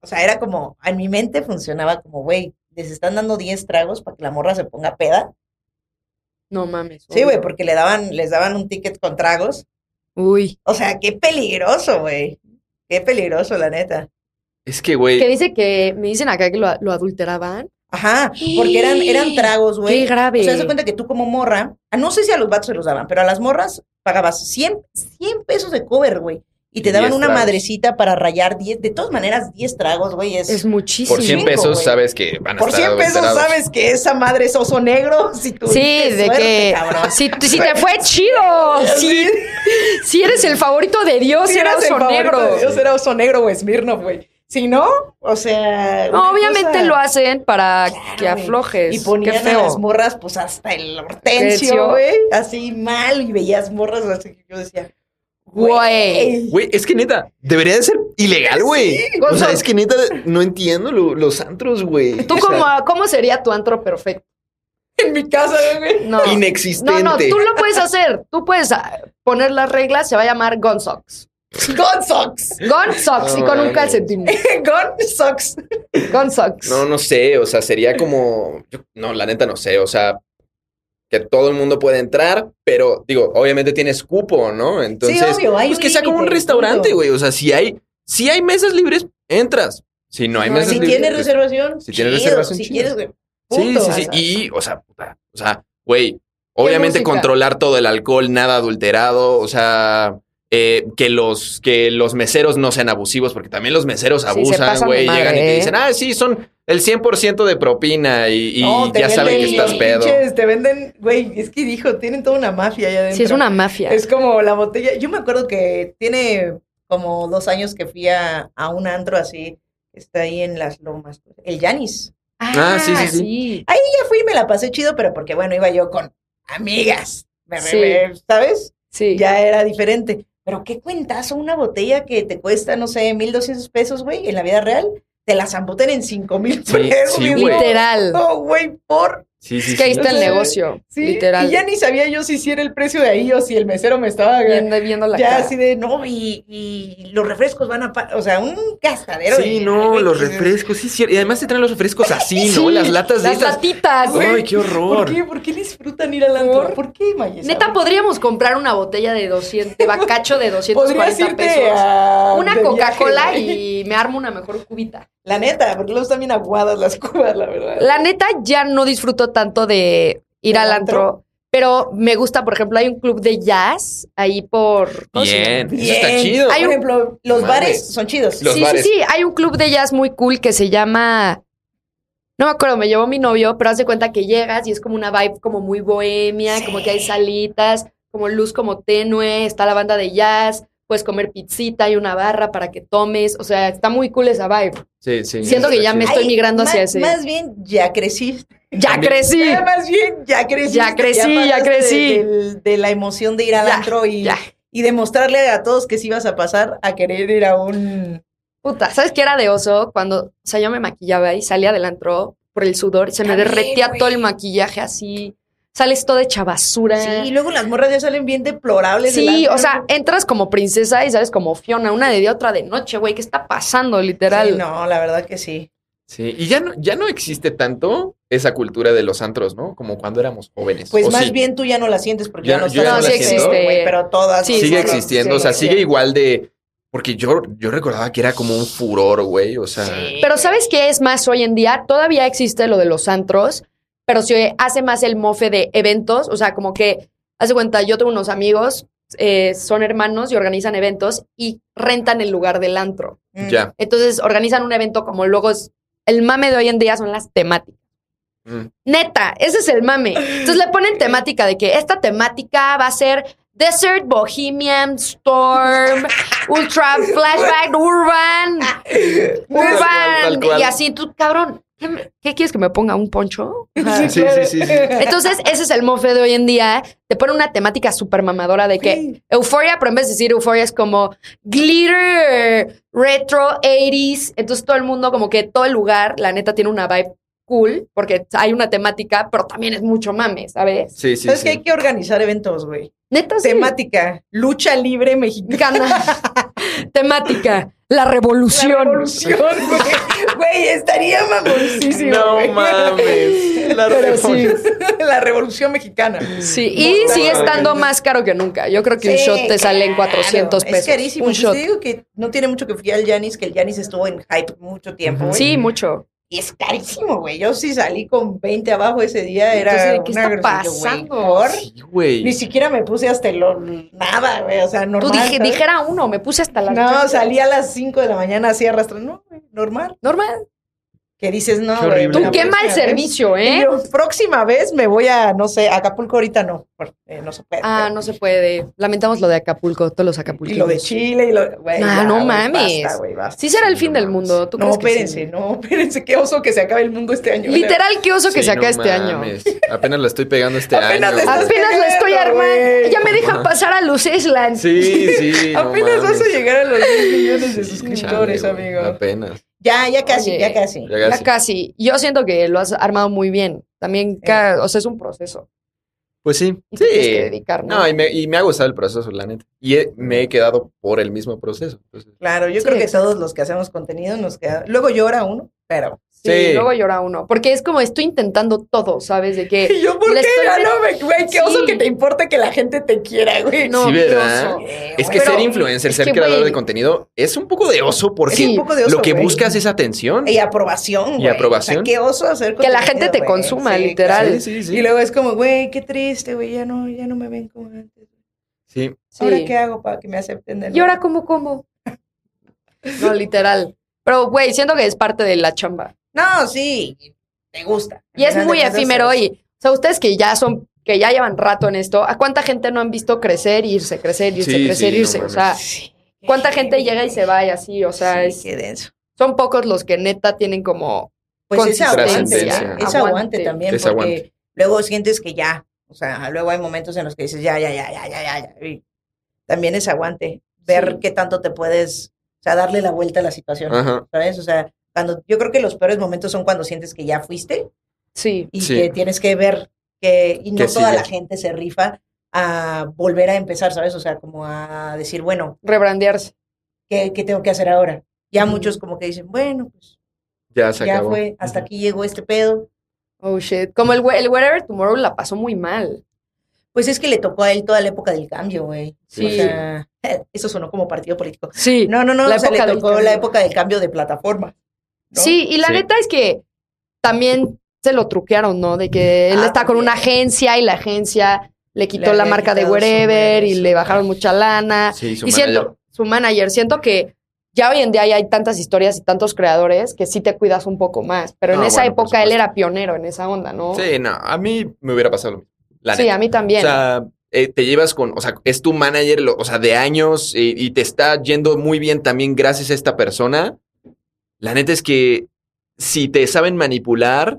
[SPEAKER 5] O sea, era como, en mi mente funcionaba como, güey, les están dando 10 tragos para que la morra se ponga peda.
[SPEAKER 3] No mames.
[SPEAKER 5] Sí,
[SPEAKER 3] obvio.
[SPEAKER 5] güey, porque le daban, les daban un ticket con tragos.
[SPEAKER 3] Uy.
[SPEAKER 5] O sea, qué peligroso, güey. Qué peligroso, la neta.
[SPEAKER 4] Es que, güey.
[SPEAKER 3] Que dice que me dicen acá que lo, lo adulteraban.
[SPEAKER 5] Ajá, porque eran, eran tragos, güey.
[SPEAKER 3] Qué grave.
[SPEAKER 5] O sea, se cuenta que tú como morra, ah, no sé si a los vatos se los daban, pero a las morras pagabas 100, 100 pesos de cover, güey. Y te
[SPEAKER 4] Y
[SPEAKER 5] daban
[SPEAKER 4] 10
[SPEAKER 5] una
[SPEAKER 4] tragos.
[SPEAKER 5] madrecita para rayar 10. De todas maneras, 10 tragos, güey. Es,
[SPEAKER 3] Es muchísimo.
[SPEAKER 4] Por 100
[SPEAKER 5] chingo,
[SPEAKER 4] pesos
[SPEAKER 5] güey.
[SPEAKER 4] sabes que van a
[SPEAKER 5] Por
[SPEAKER 4] estar
[SPEAKER 5] 100 pesos
[SPEAKER 4] adulterados.
[SPEAKER 5] sabes que esa madre es oso negro. Si tú
[SPEAKER 3] Sí, de que si, si te fue chido, si, si eres el favorito de Dios,
[SPEAKER 5] Si
[SPEAKER 3] era
[SPEAKER 5] eras el
[SPEAKER 3] oso
[SPEAKER 5] favorito
[SPEAKER 3] negro.
[SPEAKER 5] de Dios, era oso negro o Smirnoff, güey. Si no, o sea. una
[SPEAKER 3] Obviamente
[SPEAKER 5] cosa-
[SPEAKER 3] lo hacen para
[SPEAKER 5] Claro,
[SPEAKER 3] que
[SPEAKER 5] güey.
[SPEAKER 3] aflojes.
[SPEAKER 5] Y ponían
[SPEAKER 3] Qué
[SPEAKER 5] a
[SPEAKER 3] feo.
[SPEAKER 5] las morras, pues hasta el
[SPEAKER 3] Hortensio.
[SPEAKER 5] hortensio, güey. Así mal, y veías morras, así que yo decía,
[SPEAKER 3] Güey.
[SPEAKER 4] Güey, es que neta, debería de ser ilegal, güey. o sea, es que neta, no entiendo lo- los antros, güey.
[SPEAKER 3] ¿Tú
[SPEAKER 4] O sea,
[SPEAKER 3] cómo, cómo sería tu antro perfecto?
[SPEAKER 5] En mi casa, güey.
[SPEAKER 3] No. No,
[SPEAKER 4] Inexistente.
[SPEAKER 3] no, tú lo puedes hacer. Tú puedes ah, poner las reglas, se va a llamar Gun Socks.
[SPEAKER 5] Gun socks.
[SPEAKER 3] Gun Socks y
[SPEAKER 4] No
[SPEAKER 3] con un
[SPEAKER 4] mames.
[SPEAKER 3] calcetín.
[SPEAKER 5] Gun socks.
[SPEAKER 3] Gun Socks.
[SPEAKER 4] No, no sé, o sea, sería como... yo- no, la neta no sé, o sea, que todo el mundo puede entrar, pero digo, obviamente tienes cupo, ¿no? Entonces,
[SPEAKER 5] obvio, hay
[SPEAKER 4] pues
[SPEAKER 5] un
[SPEAKER 4] que sea como un
[SPEAKER 5] límite,
[SPEAKER 4] restaurante,
[SPEAKER 5] punto.
[SPEAKER 4] güey. O sea, si hay, si hay mesas libres, entras. Si no hay
[SPEAKER 3] No,
[SPEAKER 4] mesas
[SPEAKER 5] Si
[SPEAKER 4] libres...
[SPEAKER 5] tienes
[SPEAKER 4] pues-
[SPEAKER 5] reservación.
[SPEAKER 4] Si tienes
[SPEAKER 5] chido.
[SPEAKER 4] reservación,
[SPEAKER 5] Si
[SPEAKER 4] chido.
[SPEAKER 5] quieres, güey.
[SPEAKER 4] Sí,
[SPEAKER 5] punto.
[SPEAKER 4] sí, sí. Y, o sea, puta, o sea, güey,
[SPEAKER 3] música?
[SPEAKER 4] obviamente controlar todo el alcohol, nada adulterado, o sea, eh, que los que los meseros no sean abusivos, porque también los meseros
[SPEAKER 3] Sí, se
[SPEAKER 4] abusan,
[SPEAKER 3] pasan de
[SPEAKER 4] güey, llegan y
[SPEAKER 3] madre,
[SPEAKER 4] te
[SPEAKER 3] ¿eh?
[SPEAKER 4] dicen, ah, sí, son el 100% de propina y, y
[SPEAKER 5] No, te
[SPEAKER 4] ya saben que
[SPEAKER 5] venden
[SPEAKER 4] estás
[SPEAKER 5] los
[SPEAKER 4] pedo.
[SPEAKER 5] pinches, te venden, güey, es que hijo, tienen toda una mafia allá adentro.
[SPEAKER 3] Sí, es una mafia.
[SPEAKER 5] Es como la botella. Yo me acuerdo que tiene como dos años que fui a, a un antro así, que está ahí en las lomas. pues, El Yanis.
[SPEAKER 4] Ah, sí, sí, sí.
[SPEAKER 5] Ya fui y me la pasé chido, pero porque bueno, iba yo con amigas. Me re-
[SPEAKER 3] Sí.
[SPEAKER 5] me- ¿Sabes?
[SPEAKER 3] Sí.
[SPEAKER 5] Ya era diferente. Pero qué cuentazo, una botella que te cuesta, no sé, 1200 pesos, güey, en la vida real, te la zambutan en 5000
[SPEAKER 4] Sí,
[SPEAKER 5] pesos.
[SPEAKER 4] sí,
[SPEAKER 5] mi
[SPEAKER 4] güey.
[SPEAKER 5] amor.
[SPEAKER 3] Literal.
[SPEAKER 5] No, güey, por.
[SPEAKER 4] Sí, sí,
[SPEAKER 3] Es que ahí
[SPEAKER 4] sí.
[SPEAKER 3] está el
[SPEAKER 5] Sí.
[SPEAKER 3] negocio.
[SPEAKER 5] Sí,
[SPEAKER 3] Literal.
[SPEAKER 5] Y ya ni sabía yo si sí era el precio de ahí o si el mesero me estaba.
[SPEAKER 3] Viendo, viendo la
[SPEAKER 5] ya
[SPEAKER 3] cara.
[SPEAKER 5] así de, no, y, y los refrescos van a. pa- O sea, un gastadero.
[SPEAKER 4] Sí,
[SPEAKER 5] de-
[SPEAKER 4] no,
[SPEAKER 5] güey,
[SPEAKER 4] los
[SPEAKER 5] que-
[SPEAKER 4] refrescos, sí, sí. Y además te traen los refrescos así,
[SPEAKER 3] Sí,
[SPEAKER 4] ¿no? Las latas de
[SPEAKER 3] Las
[SPEAKER 4] estas.
[SPEAKER 3] latitas.
[SPEAKER 4] Ay, qué horror.
[SPEAKER 5] ¿Por qué? ¿Por qué disfrutan ir al antro? ¿Por qué, Mayesa?
[SPEAKER 3] Neta, podríamos comprar una botella de 200, de bacacho de
[SPEAKER 5] Podrías
[SPEAKER 3] 240
[SPEAKER 5] irte
[SPEAKER 3] pesos.
[SPEAKER 5] a- de
[SPEAKER 3] Una
[SPEAKER 5] viaje,
[SPEAKER 3] Coca-Cola
[SPEAKER 5] güey.
[SPEAKER 3] y me armo una mejor cubita.
[SPEAKER 5] La neta, porque luego están bien aguadas las cubas, la verdad.
[SPEAKER 3] La neta, ya no disfruto tanto de ir
[SPEAKER 5] ¿Del
[SPEAKER 3] al
[SPEAKER 5] antro?
[SPEAKER 3] antro, pero me gusta, por ejemplo, hay un club de jazz ahí por... ¿cómo se llama?
[SPEAKER 4] Bien, eso está chido.
[SPEAKER 5] Por
[SPEAKER 3] Hay un-
[SPEAKER 5] ejemplo, los
[SPEAKER 4] Madre.
[SPEAKER 5] bares son chidos.
[SPEAKER 4] Los
[SPEAKER 3] sí,
[SPEAKER 4] bares.
[SPEAKER 3] sí, sí, hay un club de jazz muy cool que se llama... No me acuerdo, me llevó mi novio, pero hace cuenta que llegas y es como una vibe como muy bohemia,
[SPEAKER 5] Sí.
[SPEAKER 3] como que hay salitas, como luz como tenue, está la banda de jazz, puedes comer pizzita, hay una barra para que tomes, o sea, está muy cool esa vibe.
[SPEAKER 4] Sí, sí.
[SPEAKER 3] Siento que
[SPEAKER 4] está
[SPEAKER 3] ya me
[SPEAKER 4] chido.
[SPEAKER 3] estoy migrando hacia
[SPEAKER 5] más,
[SPEAKER 3] ese.
[SPEAKER 5] Más bien, ya crecí.
[SPEAKER 3] Ya
[SPEAKER 4] También-
[SPEAKER 3] crecí.
[SPEAKER 5] Ah, Más bien, ya crecí.
[SPEAKER 3] Ya crecí, ya
[SPEAKER 5] pasaste
[SPEAKER 3] crecí.
[SPEAKER 5] De, del- de la emoción de ir al
[SPEAKER 3] Ya,
[SPEAKER 5] antro y,
[SPEAKER 3] Ya.
[SPEAKER 5] y demostrarle a todos que sí ibas a pasar a querer ir a un...
[SPEAKER 3] Puta, ¿sabes qué era de oso? Cuando, o sea, yo me maquillaba y salía del antro por el sudor y se me
[SPEAKER 5] También,
[SPEAKER 3] derretía
[SPEAKER 5] güey.
[SPEAKER 3] todo el maquillaje así. Sales todo hecha basura.
[SPEAKER 5] Sí, y
[SPEAKER 3] Sí,
[SPEAKER 5] luego las morras ya salen bien deplorables. del antro.
[SPEAKER 3] o sea, entras como princesa y sales como Fiona, una de día, otra de noche, güey. ¿Qué está pasando, literal?
[SPEAKER 5] Sí, no, la verdad que sí.
[SPEAKER 4] Sí, y ya no, ya no existe tanto esa cultura de los antros, ¿no? Como cuando éramos jóvenes.
[SPEAKER 5] Pues
[SPEAKER 4] ¿o
[SPEAKER 5] más
[SPEAKER 4] sí?
[SPEAKER 5] bien tú ya no la sientes porque
[SPEAKER 4] Ya-
[SPEAKER 5] ya no
[SPEAKER 4] yo
[SPEAKER 5] estás...
[SPEAKER 4] ya
[SPEAKER 3] no la
[SPEAKER 5] en ese
[SPEAKER 3] siento.
[SPEAKER 5] grupo, güey, pero todas...
[SPEAKER 3] Sí,
[SPEAKER 5] las
[SPEAKER 4] sigue
[SPEAKER 3] claro,
[SPEAKER 5] morras-
[SPEAKER 4] existiendo, o sea, sigue igual de. Porque yo, yo recordaba que era como un furor, güey. O sea.
[SPEAKER 3] Pero ¿sabes qué es más hoy en día? Todavía existe lo de los antros, pero se hace más el mofe de eventos, o sea, como que, hace cuenta, yo tengo unos amigos, eh, son hermanos y organizan eventos y rentan el lugar del antro.
[SPEAKER 5] Mm.
[SPEAKER 4] Ya.
[SPEAKER 3] Entonces organizan un evento como logos. El mame de hoy en día son las temáticas.
[SPEAKER 4] Mm.
[SPEAKER 3] Neta, ese es el mame. Entonces le ponen temática de que esta temática va a ser Desert Bohemian Storm, Ultra Flashback Urban,
[SPEAKER 4] cual, tal
[SPEAKER 3] Urban.
[SPEAKER 4] cual.
[SPEAKER 3] Y así, tú, cabrón, ¿qué, me- qué quieres que me ponga? ¿Un poncho?
[SPEAKER 5] Ajá.
[SPEAKER 4] Sí, sí, sí, sí.
[SPEAKER 3] Entonces, ese es el mofe de hoy en día. Te ponen una temática súper mamadora de que Euforia, pero en vez de decir Euforia es como glitter, retro, 80s. Entonces todo el mundo, como que todo el lugar, la neta, tiene una vibe cool, porque hay una temática, pero también es mucho mame, ¿sabes?
[SPEAKER 4] Sí, sí.
[SPEAKER 5] ¿Sabes
[SPEAKER 4] sí.
[SPEAKER 5] que hay que organizar eventos, güey?
[SPEAKER 3] Neta, Ah, sí.
[SPEAKER 5] Temática, lucha libre mexicana.
[SPEAKER 3] Gana. temática, la revolución.
[SPEAKER 5] Revolución, güey. Güey, estaría mamoncísimo. güey.
[SPEAKER 4] No mames. La
[SPEAKER 3] Pero sí,
[SPEAKER 4] revolución.
[SPEAKER 5] La revolución mexicana.
[SPEAKER 3] sí. Y
[SPEAKER 4] No,
[SPEAKER 3] sigue
[SPEAKER 4] no,
[SPEAKER 3] estando
[SPEAKER 4] no.
[SPEAKER 3] más caro que nunca. Yo creo que un
[SPEAKER 5] Sí,
[SPEAKER 3] shot te sale en
[SPEAKER 5] claro.
[SPEAKER 3] 400 pesos.
[SPEAKER 5] Es carísimo.
[SPEAKER 3] Un
[SPEAKER 5] Pues
[SPEAKER 3] shot.
[SPEAKER 5] Te digo que no tiene mucho que fiar al Yanis, que el Yanis estuvo en hype mucho tiempo. güey.
[SPEAKER 3] Sí, mucho.
[SPEAKER 5] Y es carísimo, güey. Yo sí salí con 20 abajo ese día.
[SPEAKER 2] Entonces,
[SPEAKER 5] Era
[SPEAKER 2] ¿de qué
[SPEAKER 5] una
[SPEAKER 2] está
[SPEAKER 5] grosería, güey.
[SPEAKER 2] pasando?
[SPEAKER 5] ¿Por?
[SPEAKER 4] Sí, güey.
[SPEAKER 5] Ni siquiera me puse hasta el... Nada, güey. O sea, normal.
[SPEAKER 3] Tú dije,
[SPEAKER 5] ¿sabes?
[SPEAKER 3] dijera uno, me puse hasta la...
[SPEAKER 5] No, salí a las 5 de la mañana así arrastrando. No, güey, normal.
[SPEAKER 3] Normal.
[SPEAKER 5] Que dices, no,
[SPEAKER 4] Qué
[SPEAKER 5] güey.
[SPEAKER 4] horrible.
[SPEAKER 3] Tú
[SPEAKER 5] la
[SPEAKER 3] qué
[SPEAKER 5] próxima
[SPEAKER 3] mal
[SPEAKER 5] vez-
[SPEAKER 3] servicio,
[SPEAKER 5] Y
[SPEAKER 3] ¿eh?
[SPEAKER 5] yo, próxima vez me voy a, no sé, Acapulco ahorita no. por- eh, no se puede.
[SPEAKER 3] Ah, no se puede. Lamentamos lo de Acapulco, todos los
[SPEAKER 5] Y lo de
[SPEAKER 3] acapulquinos.
[SPEAKER 5] Chile y lo... güey,
[SPEAKER 3] Ah,
[SPEAKER 5] ya,
[SPEAKER 3] no
[SPEAKER 5] güey,
[SPEAKER 3] mames.
[SPEAKER 5] basta, güey, basta.
[SPEAKER 3] Sí será el fin del mundo. ¿Tú
[SPEAKER 5] No,
[SPEAKER 3] crees que sí?
[SPEAKER 5] espérense, no, espérense, qué oso que se acabe el mundo este año.
[SPEAKER 3] Literal, qué oso que
[SPEAKER 4] Sí,
[SPEAKER 3] saca
[SPEAKER 4] no
[SPEAKER 3] este año.
[SPEAKER 4] mames. Apenas la estoy pegando este
[SPEAKER 5] Apenas
[SPEAKER 4] año.
[SPEAKER 5] le estás-
[SPEAKER 3] Apenas lo estoy
[SPEAKER 5] cagando,
[SPEAKER 3] armando.
[SPEAKER 5] güey.
[SPEAKER 3] Ya me dejan pasar a Luz Island.
[SPEAKER 4] Sí, sí. no
[SPEAKER 5] Apenas vas a
[SPEAKER 4] mames.
[SPEAKER 5] llegar a los 10 millones de
[SPEAKER 4] Sí,
[SPEAKER 5] suscriptores,
[SPEAKER 4] chale, güey,
[SPEAKER 5] amigo.
[SPEAKER 4] Apenas.
[SPEAKER 5] Ya, ya casi,
[SPEAKER 3] Oye.
[SPEAKER 5] ya casi.
[SPEAKER 4] Ya
[SPEAKER 3] Ya
[SPEAKER 4] casi.
[SPEAKER 3] casi. Yo siento que lo has armado muy bien. También, ca- o sea, es un proceso.
[SPEAKER 4] Pues sí.
[SPEAKER 3] Y te tienes que
[SPEAKER 4] Sí.
[SPEAKER 3] dedicar, ¿no?
[SPEAKER 4] No, y me, y me ha gustado el proceso, la neta. Y he- me he quedado por el mismo proceso. Entonces,
[SPEAKER 5] Claro, yo
[SPEAKER 3] Sí,
[SPEAKER 5] creo que
[SPEAKER 3] exacto.
[SPEAKER 5] todos los que hacemos contenido nos queda. Luego llora uno, pero.
[SPEAKER 3] Sí,
[SPEAKER 4] Sí.
[SPEAKER 3] luego llora uno. Porque es como estoy intentando todo, ¿sabes? De que.
[SPEAKER 5] ¿Y yo por
[SPEAKER 3] Le
[SPEAKER 5] qué?
[SPEAKER 3] estoy
[SPEAKER 5] Ah,
[SPEAKER 3] met-
[SPEAKER 5] no, güey, güey, qué oso
[SPEAKER 3] Eh, Sí.
[SPEAKER 5] que te importe que la gente te quiera, güey.
[SPEAKER 3] No,
[SPEAKER 4] Sí,
[SPEAKER 3] qué
[SPEAKER 4] ¿verdad?
[SPEAKER 3] oso.
[SPEAKER 5] Eh,
[SPEAKER 4] Es que
[SPEAKER 5] bueno,
[SPEAKER 4] ser influencer,
[SPEAKER 3] es
[SPEAKER 4] ser
[SPEAKER 3] que,
[SPEAKER 4] creador
[SPEAKER 3] güey.
[SPEAKER 4] de contenido es un poco de oso porque
[SPEAKER 3] Sí.
[SPEAKER 5] un poco de oso,
[SPEAKER 4] lo que
[SPEAKER 5] güey.
[SPEAKER 4] buscas es atención.
[SPEAKER 5] Y aprobación, güey.
[SPEAKER 4] aprobación.
[SPEAKER 5] O sea, qué oso hacer
[SPEAKER 3] Que la
[SPEAKER 5] contenido,
[SPEAKER 3] gente te
[SPEAKER 5] güey.
[SPEAKER 3] consuma,
[SPEAKER 5] Sí,
[SPEAKER 3] literal.
[SPEAKER 5] claro.
[SPEAKER 4] Sí, sí, sí.
[SPEAKER 5] Y luego es como, güey, qué triste, güey, ya no, ya no me ven como antes.
[SPEAKER 4] Sí.
[SPEAKER 3] Sí.
[SPEAKER 5] ¿Ahora qué hago para que me acepten de
[SPEAKER 3] ¿Y ahora cómo, cómo? No, literal. Pero, güey, siento que es parte de la chamba.
[SPEAKER 5] No, sí, te gusta.
[SPEAKER 3] Y es
[SPEAKER 5] Al final
[SPEAKER 3] muy
[SPEAKER 5] de cuentas,
[SPEAKER 3] efímero.
[SPEAKER 5] es-
[SPEAKER 3] Y, o sea, ustedes que ya son, que ya llevan rato en esto, ¿a cuánta gente no han visto crecer, irse, crecer, irse,
[SPEAKER 4] Sí,
[SPEAKER 3] crecer,
[SPEAKER 4] sí, no
[SPEAKER 3] irse? o
[SPEAKER 4] mames.
[SPEAKER 3] sea, Ah, ¿cuánta
[SPEAKER 5] Qué
[SPEAKER 3] gente
[SPEAKER 5] heavy,
[SPEAKER 3] llega y se va y así? O sea,
[SPEAKER 5] Eh, Sí,
[SPEAKER 3] es-
[SPEAKER 5] qué denso.
[SPEAKER 3] son pocos los que neta tienen como
[SPEAKER 5] Pues es aguante,
[SPEAKER 4] Consistencia.
[SPEAKER 5] ¿eh? es aguante
[SPEAKER 3] Aguante.
[SPEAKER 5] también,
[SPEAKER 4] Es
[SPEAKER 5] porque
[SPEAKER 4] aguante.
[SPEAKER 5] luego sientes que ya, o sea, luego hay momentos en los que dices, ya, ya, ya, ya, ya, ya, ya. y también es aguante, ver
[SPEAKER 3] Sí.
[SPEAKER 5] qué tanto te puedes, o sea, darle la vuelta a la situación,
[SPEAKER 4] Ajá.
[SPEAKER 5] ¿sabes? O sea, cuando, yo creo que los peores momentos son cuando sientes que ya fuiste
[SPEAKER 3] Sí,
[SPEAKER 5] y
[SPEAKER 4] Sí.
[SPEAKER 5] que tienes que ver que, y no
[SPEAKER 4] Que
[SPEAKER 5] toda
[SPEAKER 4] sigue.
[SPEAKER 5] la gente se rifa a volver a empezar, ¿sabes? O sea, como a decir, bueno,
[SPEAKER 3] rebrandearse.
[SPEAKER 5] ¿qué, qué tengo que hacer ahora? Ya
[SPEAKER 3] Mm.
[SPEAKER 5] muchos como que dicen, bueno, pues
[SPEAKER 4] Ya se
[SPEAKER 5] ya
[SPEAKER 4] acabó.
[SPEAKER 5] fue, hasta aquí llegó este pedo,
[SPEAKER 3] Oh shit. Como el, we- el Wherever Tomorrow la pasó muy mal.
[SPEAKER 5] Pues es que le tocó a él toda la época del cambio, güey.
[SPEAKER 4] Sí.
[SPEAKER 5] O sea, eso sonó como partido político.
[SPEAKER 3] Sí.
[SPEAKER 5] No, no, no,
[SPEAKER 3] La
[SPEAKER 5] o sea, le
[SPEAKER 3] época del
[SPEAKER 5] tocó
[SPEAKER 3] cambio.
[SPEAKER 5] la época del cambio de plataforma. ¿no?
[SPEAKER 3] Sí, y la
[SPEAKER 4] Sí.
[SPEAKER 3] neta es que también se lo truquearon, ¿no? De que él
[SPEAKER 5] Ah,
[SPEAKER 3] está con una
[SPEAKER 5] también.
[SPEAKER 3] agencia y la agencia le quitó la
[SPEAKER 5] había
[SPEAKER 3] marca de
[SPEAKER 5] quitado su
[SPEAKER 3] Wherever y
[SPEAKER 5] merch.
[SPEAKER 3] le bajaron mucha lana.
[SPEAKER 4] Sí, su
[SPEAKER 3] y siento,
[SPEAKER 4] manager.
[SPEAKER 3] su manager, siento que ya hoy en día ya hay tantas historias y tantos creadores que sí te cuidas un poco más. Pero en
[SPEAKER 4] Ah,
[SPEAKER 3] esa
[SPEAKER 4] bueno, por
[SPEAKER 3] época él
[SPEAKER 4] supuesto.
[SPEAKER 3] era pionero en esa onda, ¿no?
[SPEAKER 4] Sí, no, a mí me hubiera pasado lo mismo. La
[SPEAKER 3] Sí,
[SPEAKER 4] neta.
[SPEAKER 3] a mí también.
[SPEAKER 4] O sea, eh, te llevas con, o sea, es tu manager, lo- o sea, de años y, y te está yendo muy bien también gracias a esta persona. La neta es que si te saben manipular,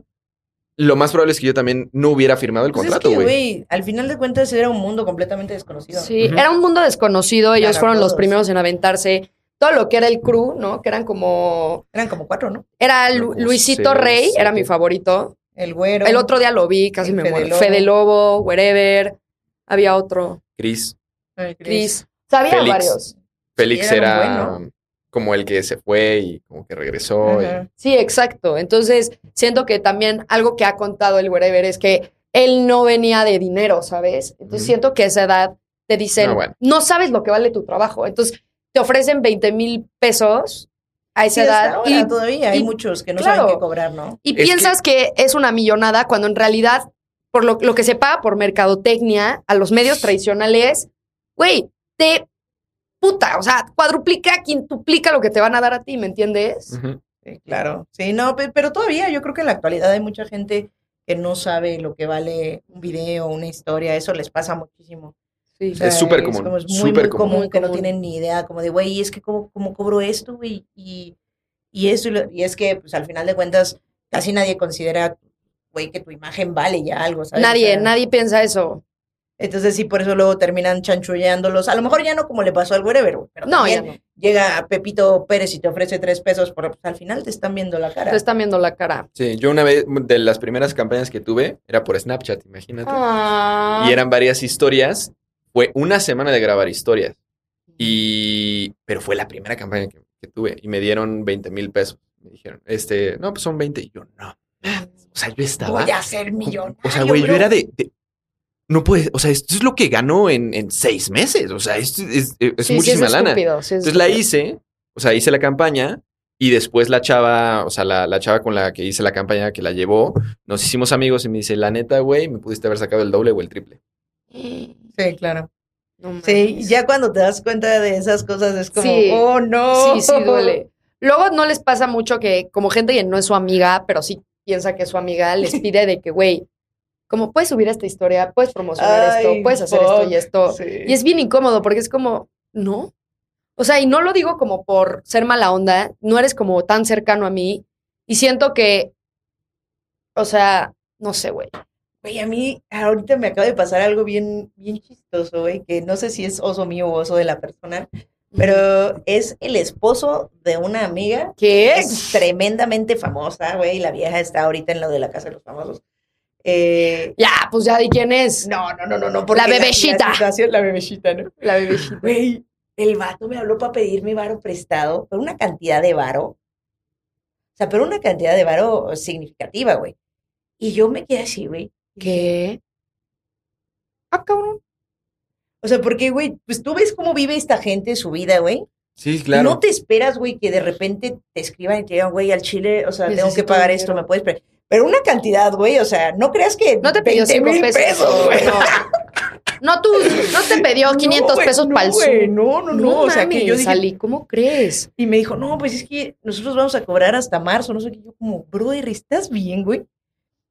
[SPEAKER 4] lo más probable es que yo también no hubiera firmado el
[SPEAKER 5] Pues
[SPEAKER 4] contrato,
[SPEAKER 5] es que,
[SPEAKER 4] güey.
[SPEAKER 5] güey, al final de cuentas era un mundo completamente desconocido.
[SPEAKER 3] Sí,
[SPEAKER 4] Ujú.
[SPEAKER 3] era un mundo desconocido. Ellos
[SPEAKER 5] Para
[SPEAKER 3] fueron los
[SPEAKER 5] todos.
[SPEAKER 3] primeros en aventarse todo lo que era el crew, ¿no? Que eran como.
[SPEAKER 5] Eran como cuatro, ¿no?
[SPEAKER 3] Era
[SPEAKER 4] Eran
[SPEAKER 3] Lu-
[SPEAKER 4] como
[SPEAKER 3] Luisito
[SPEAKER 4] seis,
[SPEAKER 3] Rey, era
[SPEAKER 4] siete.
[SPEAKER 3] mi favorito.
[SPEAKER 5] El güero.
[SPEAKER 3] El otro día lo vi, casi
[SPEAKER 5] El
[SPEAKER 3] me
[SPEAKER 5] Fede
[SPEAKER 3] muero.
[SPEAKER 5] Lobo.
[SPEAKER 3] Fede Lobo, Wherever. Había otro.
[SPEAKER 4] Chris,
[SPEAKER 5] el
[SPEAKER 3] Chris. Sabía
[SPEAKER 4] Félix.
[SPEAKER 3] varios.
[SPEAKER 4] Félix
[SPEAKER 5] era
[SPEAKER 4] era,
[SPEAKER 5] un bueno.
[SPEAKER 4] como el que se fue y como que regresó. y-
[SPEAKER 5] Ajá.
[SPEAKER 3] Sí, exacto. Entonces, siento que también algo que ha contado el Wherever es que él no venía de dinero, ¿sabes? Entonces,
[SPEAKER 4] Ujú.
[SPEAKER 3] siento que a esa edad te dicen,
[SPEAKER 4] No,
[SPEAKER 3] no,
[SPEAKER 4] bueno.
[SPEAKER 3] sabes lo que vale tu trabajo. Entonces, te ofrecen 20 mil pesos a esa
[SPEAKER 5] Sí, hasta
[SPEAKER 3] edad
[SPEAKER 5] ahora
[SPEAKER 3] y
[SPEAKER 5] todavía hay
[SPEAKER 3] y-
[SPEAKER 5] muchos que no
[SPEAKER 3] claro.
[SPEAKER 5] saben qué cobrar, ¿no?
[SPEAKER 3] Y
[SPEAKER 4] Es que-
[SPEAKER 3] piensas que... es una millonada cuando en realidad, por lo, lo que se paga por mercadotecnia a los medios tradicionales, güey, te puta, o sea, cuadruplica, quintuplica lo que te van a dar a ti, ¿me entiendes?
[SPEAKER 4] Ujú.
[SPEAKER 5] Sí, Eh, claro. Sí, no, pe- pero todavía yo creo que en la actualidad hay mucha gente que no sabe lo que vale un video, una historia, eso les pasa muchísimo.
[SPEAKER 3] Sí.
[SPEAKER 5] O sea,
[SPEAKER 4] Es súper común,
[SPEAKER 5] como es muy,
[SPEAKER 4] súper
[SPEAKER 5] muy común,
[SPEAKER 4] común.
[SPEAKER 3] Muy
[SPEAKER 5] que no
[SPEAKER 3] común.
[SPEAKER 5] tienen ni idea, como de, güey, es que cómo, cómo cobro esto, güey, y, y eso, y, lo- y es que, pues, al final de cuentas, casi nadie considera, güey, que tu imagen vale ya algo, ¿sabes? O
[SPEAKER 3] Nadie,
[SPEAKER 5] sea,
[SPEAKER 3] nadie piensa eso.
[SPEAKER 5] Entonces, sí, por eso luego terminan chanchullándolos. A lo mejor ya no como le pasó al wherever, güey, pero
[SPEAKER 3] No, ya
[SPEAKER 5] también
[SPEAKER 3] no.
[SPEAKER 5] llega a Pepito Pérez y te ofrece tres pesos, pero pues, al final te están viendo la cara.
[SPEAKER 3] Te están viendo la cara.
[SPEAKER 4] Sí, yo una vez, de las primeras campañas que tuve, era por Snapchat, imagínate.
[SPEAKER 3] Ah,
[SPEAKER 4] y eran varias historias. Fue una semana de grabar historias. Y. Pero fue la primera campaña que, que tuve. Y me dieron 20 mil pesos. Me dijeron, este, no, pues son 20. Y yo, no. mames. O sea, yo estaba.
[SPEAKER 5] Voy a ser millonario.
[SPEAKER 4] O sea, güey, yo
[SPEAKER 5] bro.
[SPEAKER 4] era de. de- no puedes, o sea, esto es lo que ganó en, en seis meses. O sea, esto es, es- es
[SPEAKER 3] Sí, sí,
[SPEAKER 4] muchísima lana.
[SPEAKER 3] estúpido, sí, es
[SPEAKER 4] Entonces la
[SPEAKER 3] estúpido.
[SPEAKER 4] hice, o sea, hice la campaña y después la chava, o sea, la, la chava con la que hice la campaña que la llevó, nos hicimos amigos y me dice, la neta, güey, me pudiste haber sacado el doble o el triple.
[SPEAKER 5] Sí, claro.
[SPEAKER 3] No mames.
[SPEAKER 5] Sí, ya cuando te das cuenta de esas cosas es como,
[SPEAKER 3] Sí.
[SPEAKER 5] oh no.
[SPEAKER 3] Sí, sí, duele. Luego no les pasa mucho que, como gente que no es su amiga, pero sí piensa que es su amiga, les pide de que, güey, como puedes subir esta historia, puedes promocionar
[SPEAKER 5] Ay,
[SPEAKER 3] esto, puedes hacer esto y
[SPEAKER 5] fuck,
[SPEAKER 3] esto.
[SPEAKER 5] Sí.
[SPEAKER 3] Y es bien incómodo porque es como, no. O sea, y no lo digo como por ser mala onda, no eres como tan cercano a mí. Y siento que, o sea, no sé, güey.
[SPEAKER 5] Güey, a mí ahorita me acaba de pasar algo bien, bien chistoso, güey, que no sé si es oso mío o oso de la persona, pero es el esposo de una amiga
[SPEAKER 3] ¿Qué?
[SPEAKER 5] es tremendamente famosa, güey. La vieja está ahorita en lo de la Casa de los Famosos. Eh,
[SPEAKER 3] Ya, pues ya di quién es.
[SPEAKER 5] no, no, no, no, no.
[SPEAKER 3] La
[SPEAKER 5] porque
[SPEAKER 3] bebecita.
[SPEAKER 5] La, situación- la bebecita, ¿no?
[SPEAKER 3] La bebecita.
[SPEAKER 5] Güey, el vato me habló para pedirme varo prestado, pero una cantidad de varo. O sea, pero una cantidad de varo significativa, güey. Y yo me quedé así, güey.
[SPEAKER 3] ¿Qué? Ah, cabrón.
[SPEAKER 5] O sea, porque, güey, pues tú ves cómo vive esta gente su vida, güey.
[SPEAKER 4] Sí,
[SPEAKER 5] No te esperas, güey, que de repente te escriban y te digan, güey, al chile, o sea, tengo que
[SPEAKER 3] Necesito
[SPEAKER 5] pagar
[SPEAKER 3] dinero.
[SPEAKER 5] esto, me puedes... pre-". Pero una cantidad, güey, o sea, no creas que
[SPEAKER 3] No te pidió
[SPEAKER 5] 20
[SPEAKER 3] cinco
[SPEAKER 5] mil
[SPEAKER 3] pesos.
[SPEAKER 5] güey.
[SPEAKER 3] No. No, tú, no te pidió 500
[SPEAKER 5] No, güey,
[SPEAKER 3] pesos
[SPEAKER 5] no,
[SPEAKER 3] para el
[SPEAKER 5] güey,
[SPEAKER 3] Zoom.
[SPEAKER 5] No, no, no, o sea, que yo dije...
[SPEAKER 3] Ali, ¿cómo crees?
[SPEAKER 5] Y me dijo, no, pues es que nosotros vamos a cobrar hasta marzo, no sé qué. Yo como, brother, ¿estás bien, güey?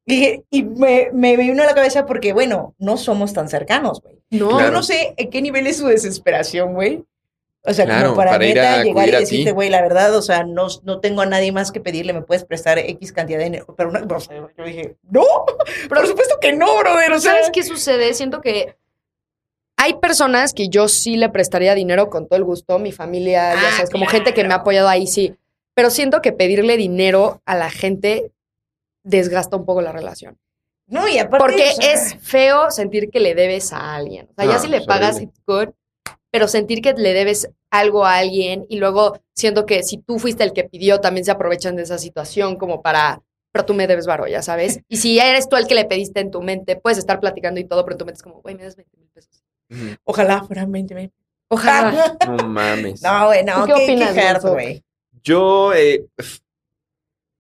[SPEAKER 5] Dije, y me, me vino a la cabeza porque, bueno, no somos tan cercanos, güey.
[SPEAKER 3] No,
[SPEAKER 5] Yo
[SPEAKER 4] Claro.
[SPEAKER 5] no sé en qué nivel es su desesperación, güey. O sea,
[SPEAKER 4] Claro,
[SPEAKER 5] como para,
[SPEAKER 4] para ir
[SPEAKER 5] neta
[SPEAKER 4] a
[SPEAKER 5] llegar y
[SPEAKER 4] acudir a
[SPEAKER 5] decirte,
[SPEAKER 4] ti.
[SPEAKER 5] güey, la verdad, o sea, no, no tengo a nadie más que pedirle, me puedes prestar X cantidad de dinero. Pero no, o sea, yo dije, no, por supuesto que no, brother. O sea,
[SPEAKER 3] ¿Sabes qué sucede? Siento que hay personas que yo sí le prestaría dinero con todo el gusto, mi familia, ya
[SPEAKER 5] Ah,
[SPEAKER 3] sabes, como gente que me ha apoyado ahí, sí. Pero siento que pedirle dinero a la gente desgasta un poco la relación.
[SPEAKER 5] No, y aparte.
[SPEAKER 3] Porque
[SPEAKER 5] o sea,
[SPEAKER 3] es feo sentir que le debes a alguien. O sea, ya
[SPEAKER 4] No,
[SPEAKER 3] si le
[SPEAKER 4] Ah, es
[SPEAKER 3] pagas,
[SPEAKER 4] horrible.
[SPEAKER 3] it's good. Pero sentir que le debes algo a alguien y luego siento que si tú fuiste el que pidió, también se aprovechan de esa situación como para, pero tú me debes varo, ya sabes. Y si eres tú el que le pediste en tu mente, puedes estar platicando y todo, pero en tu mente es como, güey, me das 20 mil pesos.
[SPEAKER 5] Ojalá fueran 20 mil.
[SPEAKER 3] Ojalá.
[SPEAKER 4] No mames.
[SPEAKER 5] No, güey, no.
[SPEAKER 3] ¿Tú
[SPEAKER 5] ¿Qué,
[SPEAKER 3] qué
[SPEAKER 5] qué
[SPEAKER 3] opinas,
[SPEAKER 5] hard,
[SPEAKER 3] Gonzo?
[SPEAKER 5] güey.
[SPEAKER 4] Yo, eh, f-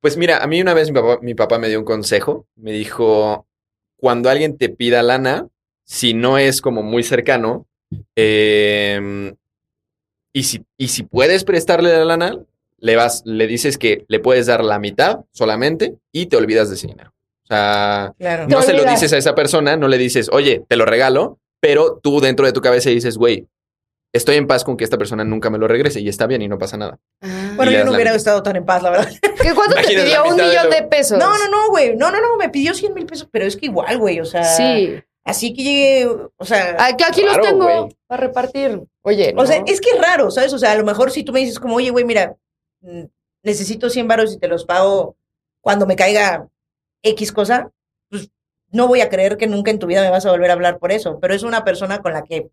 [SPEAKER 4] pues mira, a mí una vez mi papá, mi papá me dio un consejo. Me dijo, cuando alguien te pida lana, si no es como muy cercano, eh, y, si, y si puedes prestarle la lana, le, vas, le dices que le puedes dar la mitad solamente y te olvidas de ese dinero. O sea,
[SPEAKER 5] Claro.
[SPEAKER 4] no se lo
[SPEAKER 3] olvidas.
[SPEAKER 4] dices a esa persona, no le dices, oye, te lo regalo, pero tú dentro de tu cabeza dices, güey, estoy en paz con que esta persona nunca me lo regrese y está bien y no pasa nada.
[SPEAKER 5] Bueno,
[SPEAKER 4] Y le
[SPEAKER 5] yo
[SPEAKER 4] das
[SPEAKER 5] no
[SPEAKER 4] la
[SPEAKER 5] hubiera
[SPEAKER 4] mitad.
[SPEAKER 5] estado tan en paz, la verdad.
[SPEAKER 3] Ah. ¿Qué cuánto te
[SPEAKER 4] Ah, Imagínate la
[SPEAKER 3] pidió? Un
[SPEAKER 4] mitad de
[SPEAKER 3] millón
[SPEAKER 4] lo-
[SPEAKER 3] de pesos.
[SPEAKER 5] No, no, no, güey. No, no, no. Me pidió 100 mil pesos, pero es que igual, güey. O sea.
[SPEAKER 3] Sí.
[SPEAKER 5] Así que llegué. O sea.
[SPEAKER 3] Aquí, aquí
[SPEAKER 4] Claro,
[SPEAKER 3] los tengo
[SPEAKER 4] güey.
[SPEAKER 3] para repartir. Oye,
[SPEAKER 5] O sea,
[SPEAKER 3] ¿no?
[SPEAKER 5] es que es raro, ¿sabes? O sea, a lo mejor si tú me dices como, oye, güey, mira, mm, necesito 100 varos y te los pago cuando me caiga X cosa, pues no voy a creer que nunca en tu vida me vas a volver a hablar por eso. Pero es una persona con la que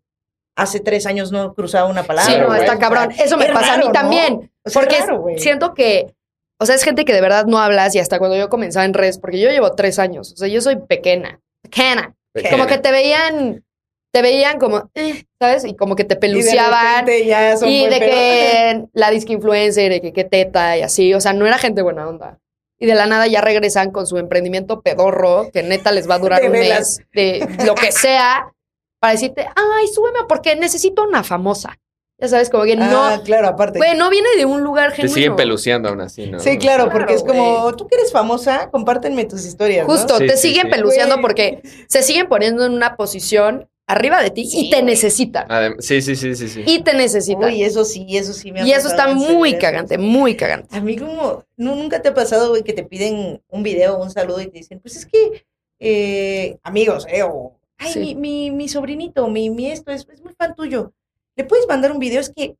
[SPEAKER 5] hace tres años no cruzaba una palabra.
[SPEAKER 3] Sí, no,
[SPEAKER 4] güey.
[SPEAKER 3] está cabrón. Eso me
[SPEAKER 5] Es
[SPEAKER 3] pasa a
[SPEAKER 5] raro,
[SPEAKER 3] mí
[SPEAKER 5] ¿no?
[SPEAKER 3] también. Porque
[SPEAKER 5] porque
[SPEAKER 3] es- siento que, o sea, es gente que de verdad no hablas y hasta cuando yo comenzaba en redes, porque yo llevo tres años, o sea, yo soy pequeña, pequeña. Como que te veían, te veían como, eh, ¿sabes? Y como que te peluciaban. Y de,
[SPEAKER 5] ya son buen pedo.
[SPEAKER 3] que la disque influencer, de que qué teta y así, o sea, no era gente buena onda. Y de la nada ya regresan con su emprendimiento pedorro, que neta les va a durar
[SPEAKER 5] De
[SPEAKER 3] un
[SPEAKER 5] velas.
[SPEAKER 3] mes, de lo que sea, para decirte, ay, súbeme porque necesito una famosa. Ya sabes, como que no,
[SPEAKER 5] Ah, claro, aparte.
[SPEAKER 3] Güey, no viene de un lugar
[SPEAKER 4] Te
[SPEAKER 3] genuino.
[SPEAKER 4] siguen peluceando aún así, ¿no?
[SPEAKER 5] sí, claro,
[SPEAKER 3] Claro,
[SPEAKER 5] porque es como,
[SPEAKER 3] güey.
[SPEAKER 5] tú que eres famosa, compártenme tus historias, ¿no?
[SPEAKER 3] Justo,
[SPEAKER 4] Sí,
[SPEAKER 3] te
[SPEAKER 4] sí,
[SPEAKER 3] siguen
[SPEAKER 4] sí.
[SPEAKER 3] peluceando
[SPEAKER 5] Güey.
[SPEAKER 3] porque se siguen poniendo en una posición arriba de ti y te necesitan.
[SPEAKER 4] Adem- sí, sí, sí, sí, sí.
[SPEAKER 3] Y te necesitan.
[SPEAKER 5] Uy, eso sí, eso sí me ha
[SPEAKER 3] y eso está
[SPEAKER 5] pasado en
[SPEAKER 3] muy
[SPEAKER 5] serio.
[SPEAKER 3] cagante, muy cagante.
[SPEAKER 5] A mí como, nu- nunca te ha pasado, güey, que te piden un video o un saludo y te dicen, pues es que, eh, amigos, eh, o, ay,
[SPEAKER 3] Sí.
[SPEAKER 5] mi, mi, mi sobrinito, mi, mi esto, es, es muy fan tuyo. ¿Le puedes mandar un video? Es que,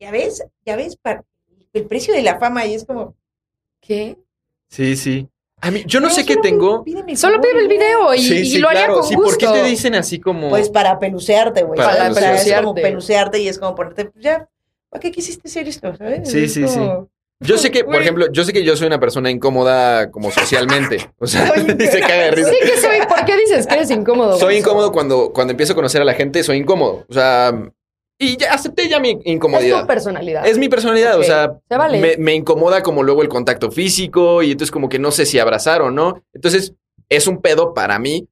[SPEAKER 5] ya ves, ya ves, pa- el precio de la fama y es como...
[SPEAKER 3] ¿Qué?
[SPEAKER 4] Sí, sí. A mí, yo no sé qué
[SPEAKER 5] solo
[SPEAKER 4] tengo.
[SPEAKER 5] pídeme el
[SPEAKER 3] Solo
[SPEAKER 5] favor,
[SPEAKER 3] pide el
[SPEAKER 5] ya.
[SPEAKER 3] video y,
[SPEAKER 4] sí,
[SPEAKER 3] y
[SPEAKER 4] sí,
[SPEAKER 3] lo haría
[SPEAKER 4] claro.
[SPEAKER 3] con
[SPEAKER 4] sí, ¿por
[SPEAKER 3] gusto.
[SPEAKER 4] qué te dicen así como?
[SPEAKER 5] Pues para pelucearte, güey.
[SPEAKER 4] Para
[SPEAKER 5] ¿sabes? O sea, es como
[SPEAKER 3] pelucearte.
[SPEAKER 5] pelucearte y es como ponerte, pues ya, ¿para qué quisiste hacer esto? ¿Sabes?
[SPEAKER 4] Sí,
[SPEAKER 5] Es
[SPEAKER 4] sí, sí.
[SPEAKER 5] como-
[SPEAKER 4] Yo sé que, por ejemplo, yo sé que yo soy una persona incómoda como socialmente. O sea, y se caga de risa.
[SPEAKER 3] Sí que soy. ¿Por qué dices que eres incómodo?
[SPEAKER 4] Soy
[SPEAKER 3] Gonzo?
[SPEAKER 4] incómodo cuando, cuando empiezo a conocer a la gente, soy incómodo. O sea, y ya acepté ya mi
[SPEAKER 3] Es tu
[SPEAKER 4] incomodidad.
[SPEAKER 3] personalidad.
[SPEAKER 4] Es mi personalidad,
[SPEAKER 3] Ok,
[SPEAKER 4] o sea,
[SPEAKER 3] se vale.
[SPEAKER 4] me, me incomoda como luego el contacto físico y entonces como que no sé si abrazar o no. Entonces, es un pedo para mí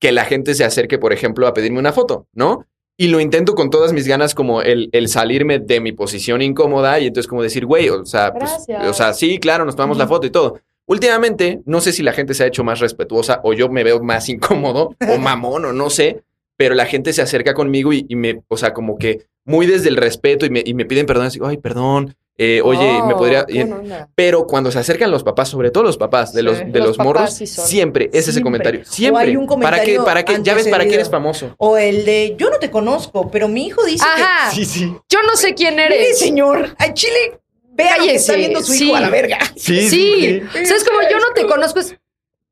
[SPEAKER 4] que la gente se acerque, por ejemplo, a pedirme una foto, ¿no? Y lo intento con todas mis ganas como el, el salirme de mi posición incómoda y entonces como decir, güey, o sea, pues,
[SPEAKER 3] Gracias.
[SPEAKER 4] o sea, sí, claro, nos tomamos la foto y todo. Últimamente, no sé si la gente se ha hecho más respetuosa o yo me veo más incómodo o mamón o no sé, pero la gente se acerca conmigo y, y me, o sea, como que muy desde el respeto y me, y me piden perdón, así, ay, perdón, eh, oye, me
[SPEAKER 3] Oh,
[SPEAKER 4] podría...
[SPEAKER 3] qué buena onda.
[SPEAKER 4] pero cuando se acercan los papás, sobre todo los papás de
[SPEAKER 5] Sí.
[SPEAKER 4] los, de
[SPEAKER 3] Los
[SPEAKER 4] los,
[SPEAKER 3] papás
[SPEAKER 4] morros,
[SPEAKER 3] sí son.
[SPEAKER 4] siempre es ese
[SPEAKER 5] Siempre.
[SPEAKER 4] comentario.
[SPEAKER 5] O
[SPEAKER 4] Siempre.
[SPEAKER 5] hay un comentario
[SPEAKER 4] ¿Para qué? ¿Para qué? Ya ves, ¿para qué eres
[SPEAKER 5] antecedido.
[SPEAKER 4] famoso?
[SPEAKER 5] O el de, yo no te conozco, pero mi hijo dice
[SPEAKER 3] Ajá.
[SPEAKER 4] Sí, sí.
[SPEAKER 3] Yo no sé quién
[SPEAKER 5] que... Mire,
[SPEAKER 3] eres.
[SPEAKER 5] señor, a Chile, vea lo que está
[SPEAKER 3] Cállese,
[SPEAKER 5] viendo su
[SPEAKER 3] sí.
[SPEAKER 5] hijo a la verga.
[SPEAKER 4] Sí,
[SPEAKER 3] Sí. O sea, es como yo no te
[SPEAKER 5] Sí.
[SPEAKER 3] conozco. es-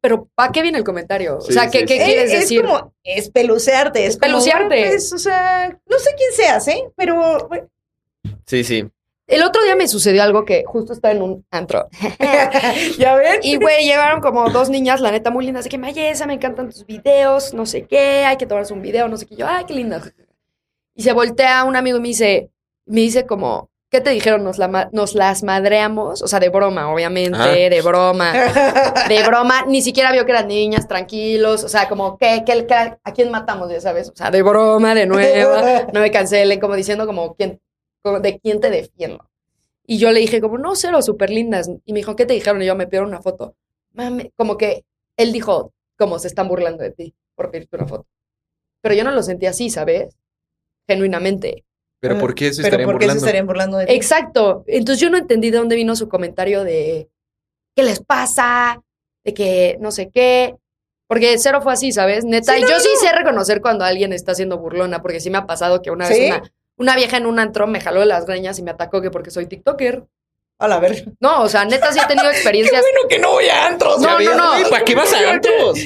[SPEAKER 3] Pero ¿para qué viene el comentario? o
[SPEAKER 4] Sí,
[SPEAKER 3] sea, ¿qué,
[SPEAKER 4] sí,
[SPEAKER 3] qué
[SPEAKER 4] sí.
[SPEAKER 3] quieres
[SPEAKER 5] es,
[SPEAKER 3] decir?
[SPEAKER 5] Es como espelucearte. Es como,
[SPEAKER 3] Espelucearte.
[SPEAKER 5] bueno, pues, o sea, no sé quién seas, ¿eh? Pero bueno,
[SPEAKER 4] Sí, sí.
[SPEAKER 3] El otro día me sucedió algo que justo estaba en un antro.
[SPEAKER 5] ya ven.
[SPEAKER 3] Y, güey, llegaron como dos niñas, la neta, muy lindas. De que, Mayesa, me encantan tus videos, no sé qué, hay que tomarse un video, no sé qué. Yo, ay, qué lindas. Y se voltea un amigo y me dice, me dice como, ¿qué te dijeron? Nos, la ma- nos las madreamos. O sea, de broma, obviamente,
[SPEAKER 4] Ajá.
[SPEAKER 3] de broma. De broma, ni siquiera vio que eran niñas, tranquilos. O sea, como, ¿qué, qué, qué- a quién matamos? Ya sabes. O sea, de broma, de nuevo. No me cancelen, como diciendo, como, ¿quién, como, ¿de quién te defiendo? Y yo le dije, como, no, cero, súper lindas. Y me dijo, ¿qué te dijeron? Y yo me pidieron una foto. Mame, como que él dijo, como, se están burlando de ti por pedirte una foto. Pero yo no lo sentí así, ¿sabes? Genuinamente.
[SPEAKER 4] Pero ¿por qué se
[SPEAKER 5] Ah, Pero
[SPEAKER 4] estarían
[SPEAKER 5] ¿por qué se
[SPEAKER 4] burlando?
[SPEAKER 5] estarían burlando de ti?
[SPEAKER 3] Exacto. Entonces yo no entendí de dónde vino su comentario de qué les pasa, de que no sé qué. Porque cero fue así, ¿sabes? Neta.
[SPEAKER 5] Sí,
[SPEAKER 3] y
[SPEAKER 5] no,
[SPEAKER 3] yo
[SPEAKER 5] no,
[SPEAKER 3] sí
[SPEAKER 5] no.
[SPEAKER 3] sé reconocer cuando alguien está siendo burlona, porque sí me ha pasado que una vez
[SPEAKER 5] ¿Sí?
[SPEAKER 3] una, una vieja en un antro me jaló las greñas y me atacó que porque soy TikToker.
[SPEAKER 5] A la verga.
[SPEAKER 4] Pues
[SPEAKER 3] No, o sea, neta sí he tenido experiencias.
[SPEAKER 5] Bueno, que no voy a antros.
[SPEAKER 3] No,
[SPEAKER 4] Ya
[SPEAKER 5] ya
[SPEAKER 4] ves,
[SPEAKER 5] ves.
[SPEAKER 3] no,
[SPEAKER 4] güey, ¿Para qué vas a antros?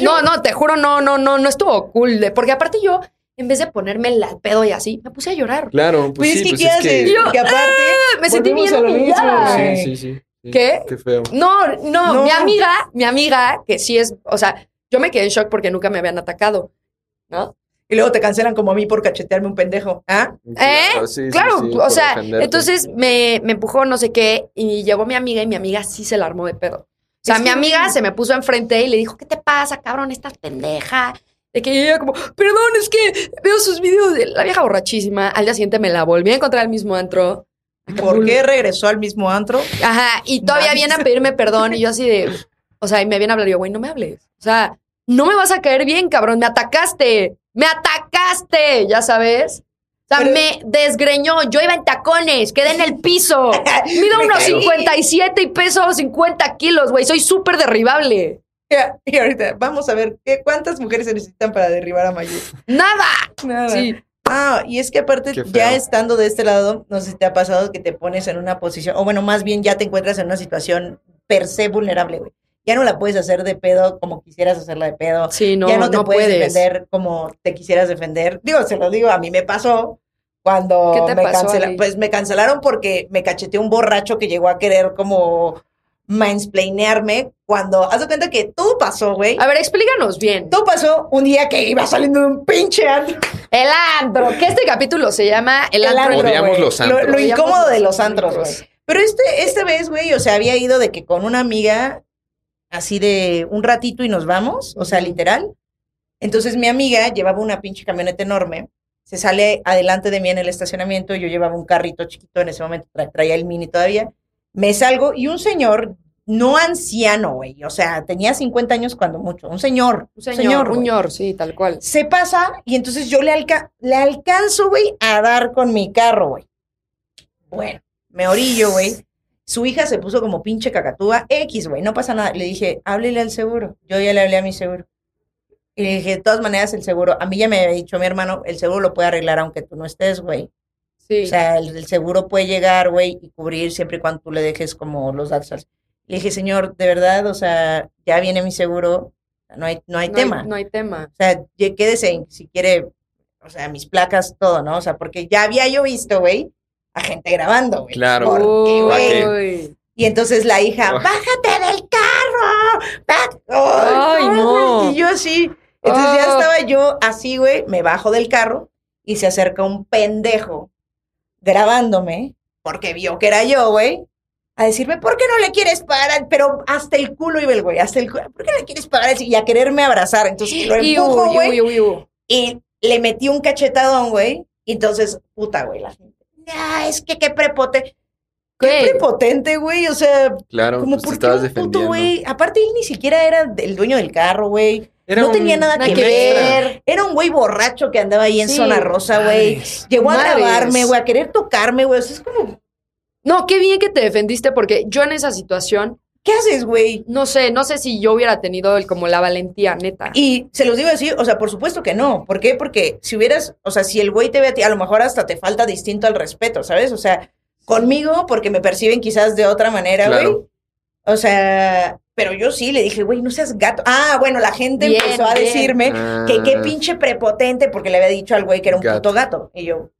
[SPEAKER 3] No, no, te juro, no, no, no, no estuvo cool. de- porque aparte yo, en vez de ponerme el pedo y así, me puse a llorar.
[SPEAKER 4] Claro, pues,
[SPEAKER 5] Pues
[SPEAKER 4] sí,
[SPEAKER 5] es que,
[SPEAKER 4] pues
[SPEAKER 5] ¿qué
[SPEAKER 4] es
[SPEAKER 5] haces?
[SPEAKER 4] que...
[SPEAKER 3] Yo- ¡ah!
[SPEAKER 5] Que aparte,
[SPEAKER 3] Me sentí
[SPEAKER 4] Volvemos
[SPEAKER 3] bien
[SPEAKER 4] a lo mismo.
[SPEAKER 3] humillada.
[SPEAKER 5] Ay.
[SPEAKER 4] Sí, sí, sí, sí.
[SPEAKER 3] ¿Qué?
[SPEAKER 4] Qué feo.
[SPEAKER 3] No, no,
[SPEAKER 5] No.
[SPEAKER 3] mi amiga, mi amiga, que sí es, o sea, yo me quedé en shock porque nunca me habían atacado, ¿no?
[SPEAKER 5] y luego te cancelan como a mí por cachetearme un pendejo. ¿Ah?
[SPEAKER 4] Claro, sí, sí,
[SPEAKER 3] claro,
[SPEAKER 4] sí,
[SPEAKER 3] o
[SPEAKER 4] por
[SPEAKER 3] sea,
[SPEAKER 4] defenderte.
[SPEAKER 3] entonces me, me empujó no sé qué y llegó mi amiga y mi amiga sí se la armó de pedo. O sea,
[SPEAKER 5] Es
[SPEAKER 3] mi
[SPEAKER 5] que-
[SPEAKER 3] amiga se me puso enfrente y le dijo, ¿qué te pasa, cabrón? Estás pendeja. De que yo como, perdón, es que veo sus videos de la vieja borrachísima. Al día siguiente me la volví a encontrar al mismo antro.
[SPEAKER 5] ¿Por qué regresó al mismo antro?
[SPEAKER 3] Ajá, y todavía
[SPEAKER 5] Nice.
[SPEAKER 3] viene a pedirme perdón y yo así de, o sea, y me viene a hablar y yo, güey, no me hables. O sea, no me vas a caer bien, cabrón, me atacaste, me atacaste, ya sabes. O sea,
[SPEAKER 5] Pero-
[SPEAKER 3] me desgreñó, yo iba en tacones, quedé en el piso. Mido
[SPEAKER 5] Me
[SPEAKER 3] unos
[SPEAKER 5] caí.
[SPEAKER 3] 57 y peso 50 kilos, güey, soy súper derribable.
[SPEAKER 5] Ya, Y ahorita, vamos a ver qué, cuántas mujeres se necesitan para derribar a Mayu.
[SPEAKER 3] Nada. Sí.
[SPEAKER 5] Ah, y es que aparte,
[SPEAKER 4] Qué feo.
[SPEAKER 5] ya estando de este lado, no sé si te ha pasado que te pones en una posición, o bueno, más bien ya te encuentras en una situación per se vulnerable, güey. Ya no la puedes hacer de pedo como quisieras hacerla de pedo.
[SPEAKER 3] Sí, no,
[SPEAKER 5] ya no te
[SPEAKER 3] no
[SPEAKER 5] puedes,
[SPEAKER 3] puedes.
[SPEAKER 5] defender como te quisieras defender. Digo, se lo digo, a mí me pasó cuando
[SPEAKER 3] ¿Qué te
[SPEAKER 5] me
[SPEAKER 3] pasó,
[SPEAKER 5] cancela-
[SPEAKER 3] Ali?
[SPEAKER 5] pues me cancelaron porque me cacheteó un borracho que llegó a querer como mansplainearme cuando haz de cuenta que todo pasó, güey.
[SPEAKER 3] A ver, explícanos bien.
[SPEAKER 5] Todo pasó un día que iba saliendo de un pinche antro.
[SPEAKER 3] El antro, que este capítulo se llama El,
[SPEAKER 5] El
[SPEAKER 3] antro.
[SPEAKER 5] antro,
[SPEAKER 4] Odiamos
[SPEAKER 5] güey.
[SPEAKER 4] los
[SPEAKER 5] Lo-
[SPEAKER 4] antros.
[SPEAKER 5] Lo,
[SPEAKER 3] Odiamos
[SPEAKER 5] incómodo
[SPEAKER 3] los
[SPEAKER 5] de los
[SPEAKER 3] antros.
[SPEAKER 5] antros, güey. Pero este, esta vez, güey, o sea, había ido de que con una amiga, así de un ratito y nos vamos, o sea, literal. Entonces mi amiga llevaba una pinche camioneta enorme, se sale adelante de mí en el estacionamiento, yo llevaba un carrito chiquito en ese momento, tra- traía el mini todavía. Me salgo y un señor, no anciano, güey, o sea, tenía 50 años cuando mucho, un señor,
[SPEAKER 3] Un señor, un señor, sí, tal cual.
[SPEAKER 5] se pasa y entonces yo le, alca- le alcanzo, güey, a dar con mi carro, güey. Bueno, me orillo, güey. Su hija se puso como pinche cacatúa X, güey, no pasa nada. Le dije, háblele al seguro. Yo ya le hablé a mi seguro. Y le dije, de todas maneras, el seguro, a mí ya me había dicho mi hermano, el seguro lo puede arreglar aunque tú no estés, güey.
[SPEAKER 3] Sí.
[SPEAKER 5] O sea, el, el seguro puede llegar, güey, y cubrir siempre y cuando tú le dejes como los datos. al- Le dije, señor, de verdad, o sea, ya viene mi seguro, no hay, no hay
[SPEAKER 3] no
[SPEAKER 5] tema.
[SPEAKER 3] Hay, no hay tema.
[SPEAKER 5] O sea, ye- quédese en- si quiere, o sea, mis placas, todo, ¿no? O sea, porque ya había yo visto, güey, a gente grabando, güey.
[SPEAKER 4] Claro.
[SPEAKER 5] Porque,
[SPEAKER 4] ¿pa'
[SPEAKER 5] güey,
[SPEAKER 4] qué?
[SPEAKER 3] Uy.
[SPEAKER 5] y entonces la hija,
[SPEAKER 4] Ay.
[SPEAKER 5] bájate del carro. Bá-
[SPEAKER 3] Ay, no.
[SPEAKER 5] güey. Y yo así. Entonces ya
[SPEAKER 3] Ah.
[SPEAKER 5] estaba yo así, güey, me bajo del carro y se acerca un pendejo grabándome porque vio que era yo, güey. A decirme, ¿por qué no le quieres pagar? Pero hasta el culo iba el güey, hasta el culo. ¿Por qué no le quieres pagar? así? Y a quererme abrazar. Entonces lo
[SPEAKER 3] Y
[SPEAKER 5] empujo,
[SPEAKER 3] uy, uy,
[SPEAKER 5] güey.
[SPEAKER 3] uy, uy.
[SPEAKER 5] Y le metí un cachetadón, güey. Y entonces, puta, güey, la gente. Ah, es que qué prepotente.
[SPEAKER 3] ¿Qué?
[SPEAKER 5] Qué prepotente, güey. O sea,
[SPEAKER 4] Claro,
[SPEAKER 5] como
[SPEAKER 4] pues te
[SPEAKER 5] por
[SPEAKER 4] estabas
[SPEAKER 5] qué un puto,
[SPEAKER 4] defendiendo.
[SPEAKER 5] güey. Aparte, él ni siquiera era el dueño del carro, güey.
[SPEAKER 4] Era
[SPEAKER 5] no
[SPEAKER 4] un-
[SPEAKER 5] tenía nada,
[SPEAKER 3] nada
[SPEAKER 5] que,
[SPEAKER 3] que
[SPEAKER 5] ver.
[SPEAKER 3] ver.
[SPEAKER 5] Era un güey borracho que andaba ahí en
[SPEAKER 3] Sí.
[SPEAKER 5] zona rosa, güey.
[SPEAKER 4] Madres.
[SPEAKER 5] Llegó a
[SPEAKER 3] Madres.
[SPEAKER 5] grabarme, güey, a querer tocarme, güey. O sea, es como,
[SPEAKER 3] No, qué bien que te defendiste porque yo en esa situación,
[SPEAKER 5] ¿qué haces, güey?
[SPEAKER 3] no sé, no sé si yo hubiera tenido el, como la valentía, neta.
[SPEAKER 5] Y se los digo así, o sea, por supuesto que no. ¿Por qué? Porque si hubieras, o sea, si el güey te ve a ti, a lo mejor hasta te falta distinto al respeto, ¿sabes? O sea, conmigo, porque me perciben quizás de otra manera, güey.
[SPEAKER 4] Claro.
[SPEAKER 5] O sea, pero yo sí le dije, güey, no seas gato. Ah, bueno, la gente
[SPEAKER 3] Bien,
[SPEAKER 5] empezó a
[SPEAKER 3] bien.
[SPEAKER 5] decirme
[SPEAKER 4] Ah.
[SPEAKER 5] que qué pinche prepotente, porque le había dicho al güey que era un
[SPEAKER 4] Gato.
[SPEAKER 5] puto gato. Y yo,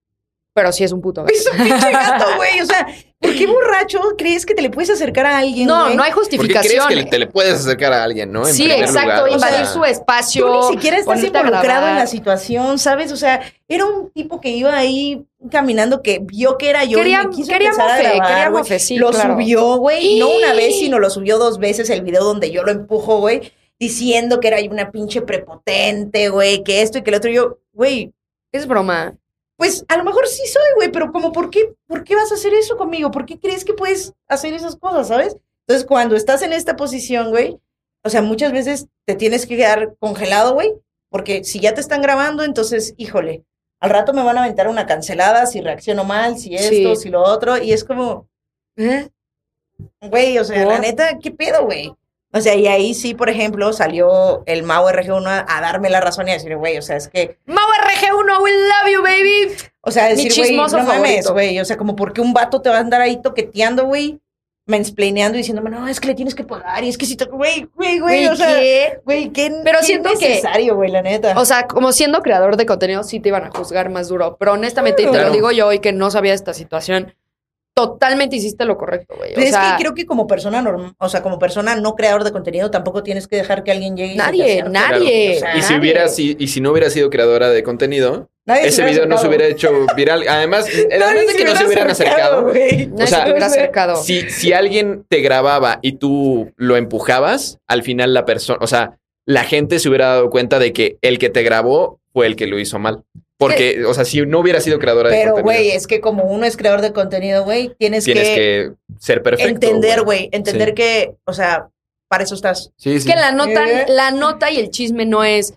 [SPEAKER 3] Pero sí es un puto gato.
[SPEAKER 5] es un pinche gato, güey. O sea, ¿por qué borracho crees que te le puedes acercar a alguien?
[SPEAKER 3] No,
[SPEAKER 5] güey?
[SPEAKER 3] no hay
[SPEAKER 4] ¿Por qué crees
[SPEAKER 3] justificación.
[SPEAKER 4] que
[SPEAKER 5] ¿eh?
[SPEAKER 4] te le puedes acercar a alguien, no? En
[SPEAKER 3] sí,
[SPEAKER 4] primer
[SPEAKER 3] exacto,
[SPEAKER 4] lugar, o
[SPEAKER 3] invadir
[SPEAKER 4] sea,
[SPEAKER 3] su espacio.
[SPEAKER 5] Tú ni siquiera estás
[SPEAKER 3] ponerte a
[SPEAKER 5] involucrado en
[SPEAKER 3] grabar.
[SPEAKER 5] la situación, ¿sabes? O sea, era un tipo que iba ahí caminando, que vio que era yo
[SPEAKER 3] Quería,
[SPEAKER 5] y me quiso
[SPEAKER 3] quería
[SPEAKER 5] empezar a
[SPEAKER 3] mofe,
[SPEAKER 5] grabar,
[SPEAKER 3] quería
[SPEAKER 5] güey.
[SPEAKER 3] mofe, eh, sí,
[SPEAKER 5] lo
[SPEAKER 3] claro.
[SPEAKER 5] subió, güey, no una vez, sino lo subió dos veces el video donde yo lo empujo, güey, diciendo que era una pinche prepotente, güey, que esto y que el otro. Y Yo, güey,
[SPEAKER 3] Es broma.
[SPEAKER 5] pues a lo mejor sí soy, güey, pero como, ¿por qué, ¿por qué vas a hacer eso conmigo? ¿Por qué crees que puedes hacer esas cosas, sabes? Entonces, cuando estás en esta posición, güey, o sea, muchas veces te tienes que quedar congelado, güey, porque si ya te están grabando, entonces, híjole, al rato me van a aventar una cancelada si reacciono mal, si esto,
[SPEAKER 3] Sí.
[SPEAKER 5] si lo otro, y es como,
[SPEAKER 3] ¿Eh?
[SPEAKER 5] güey, o sea, la
[SPEAKER 3] ¿Por?
[SPEAKER 5] neta, ¿qué pedo, güey? O sea, y ahí sí, por ejemplo, salió el Mau RG1 a, a darme la razón y a decir, güey, o sea, es que
[SPEAKER 3] Mau RG1, we love you, baby.
[SPEAKER 5] O sea,
[SPEAKER 3] Mi
[SPEAKER 5] decir, güey, no
[SPEAKER 3] chismoso
[SPEAKER 5] mames,
[SPEAKER 3] favorito.
[SPEAKER 5] güey. O sea, como porque un vato te va a andar ahí toqueteando, güey, mansplaineando, diciéndome, no, es que le tienes que pagar y es que si te... Güey, güey, güey,
[SPEAKER 3] Güey,
[SPEAKER 5] o sea...
[SPEAKER 3] ¿qué?
[SPEAKER 5] Güey, qué,
[SPEAKER 3] Pero
[SPEAKER 5] qué
[SPEAKER 3] siento que-
[SPEAKER 5] necesario, güey, la neta.
[SPEAKER 3] O sea, como siendo creador de contenido, sí te iban a juzgar más duro. Pero honestamente, y te
[SPEAKER 4] Claro.
[SPEAKER 3] lo digo yo hoy que no sabía esta situación, totalmente hiciste lo correcto, güey. O
[SPEAKER 5] es
[SPEAKER 3] sea,
[SPEAKER 5] que creo que como persona normal, o sea, como persona no creador de contenido, tampoco tienes que dejar que alguien llegue. y se te
[SPEAKER 3] nadie,
[SPEAKER 5] acerque.
[SPEAKER 3] nadie.
[SPEAKER 5] Claro,
[SPEAKER 4] Y si
[SPEAKER 3] nadie.
[SPEAKER 4] hubiera si- y si no hubiera sido creadora de contenido,
[SPEAKER 5] Nadie se
[SPEAKER 4] ese video no se hubiera hecho viral. Además,
[SPEAKER 5] acercado.
[SPEAKER 4] además de que no se hubieran acercado,
[SPEAKER 5] güey.
[SPEAKER 3] Nadie
[SPEAKER 4] o
[SPEAKER 3] se
[SPEAKER 4] sea,
[SPEAKER 3] te hubiera acercado.
[SPEAKER 4] si, si alguien te grababa y tú lo empujabas, al final la persona, o sea, la gente se hubiera dado cuenta de que el que te grabó fue el que lo hizo mal. Porque, o sea, si no hubiera sido creadora de
[SPEAKER 5] Pero,
[SPEAKER 4] contenido,
[SPEAKER 5] güey, es que como uno es creador de contenido, güey, tienes,
[SPEAKER 4] tienes
[SPEAKER 5] que,
[SPEAKER 4] que, ser perfecto.
[SPEAKER 5] entender, güey, entender
[SPEAKER 4] Sí.
[SPEAKER 5] que, o sea, para eso estás.
[SPEAKER 4] Sí, sí.
[SPEAKER 3] Es que la nota,
[SPEAKER 5] ¿Eh?
[SPEAKER 3] la nota y el chisme no es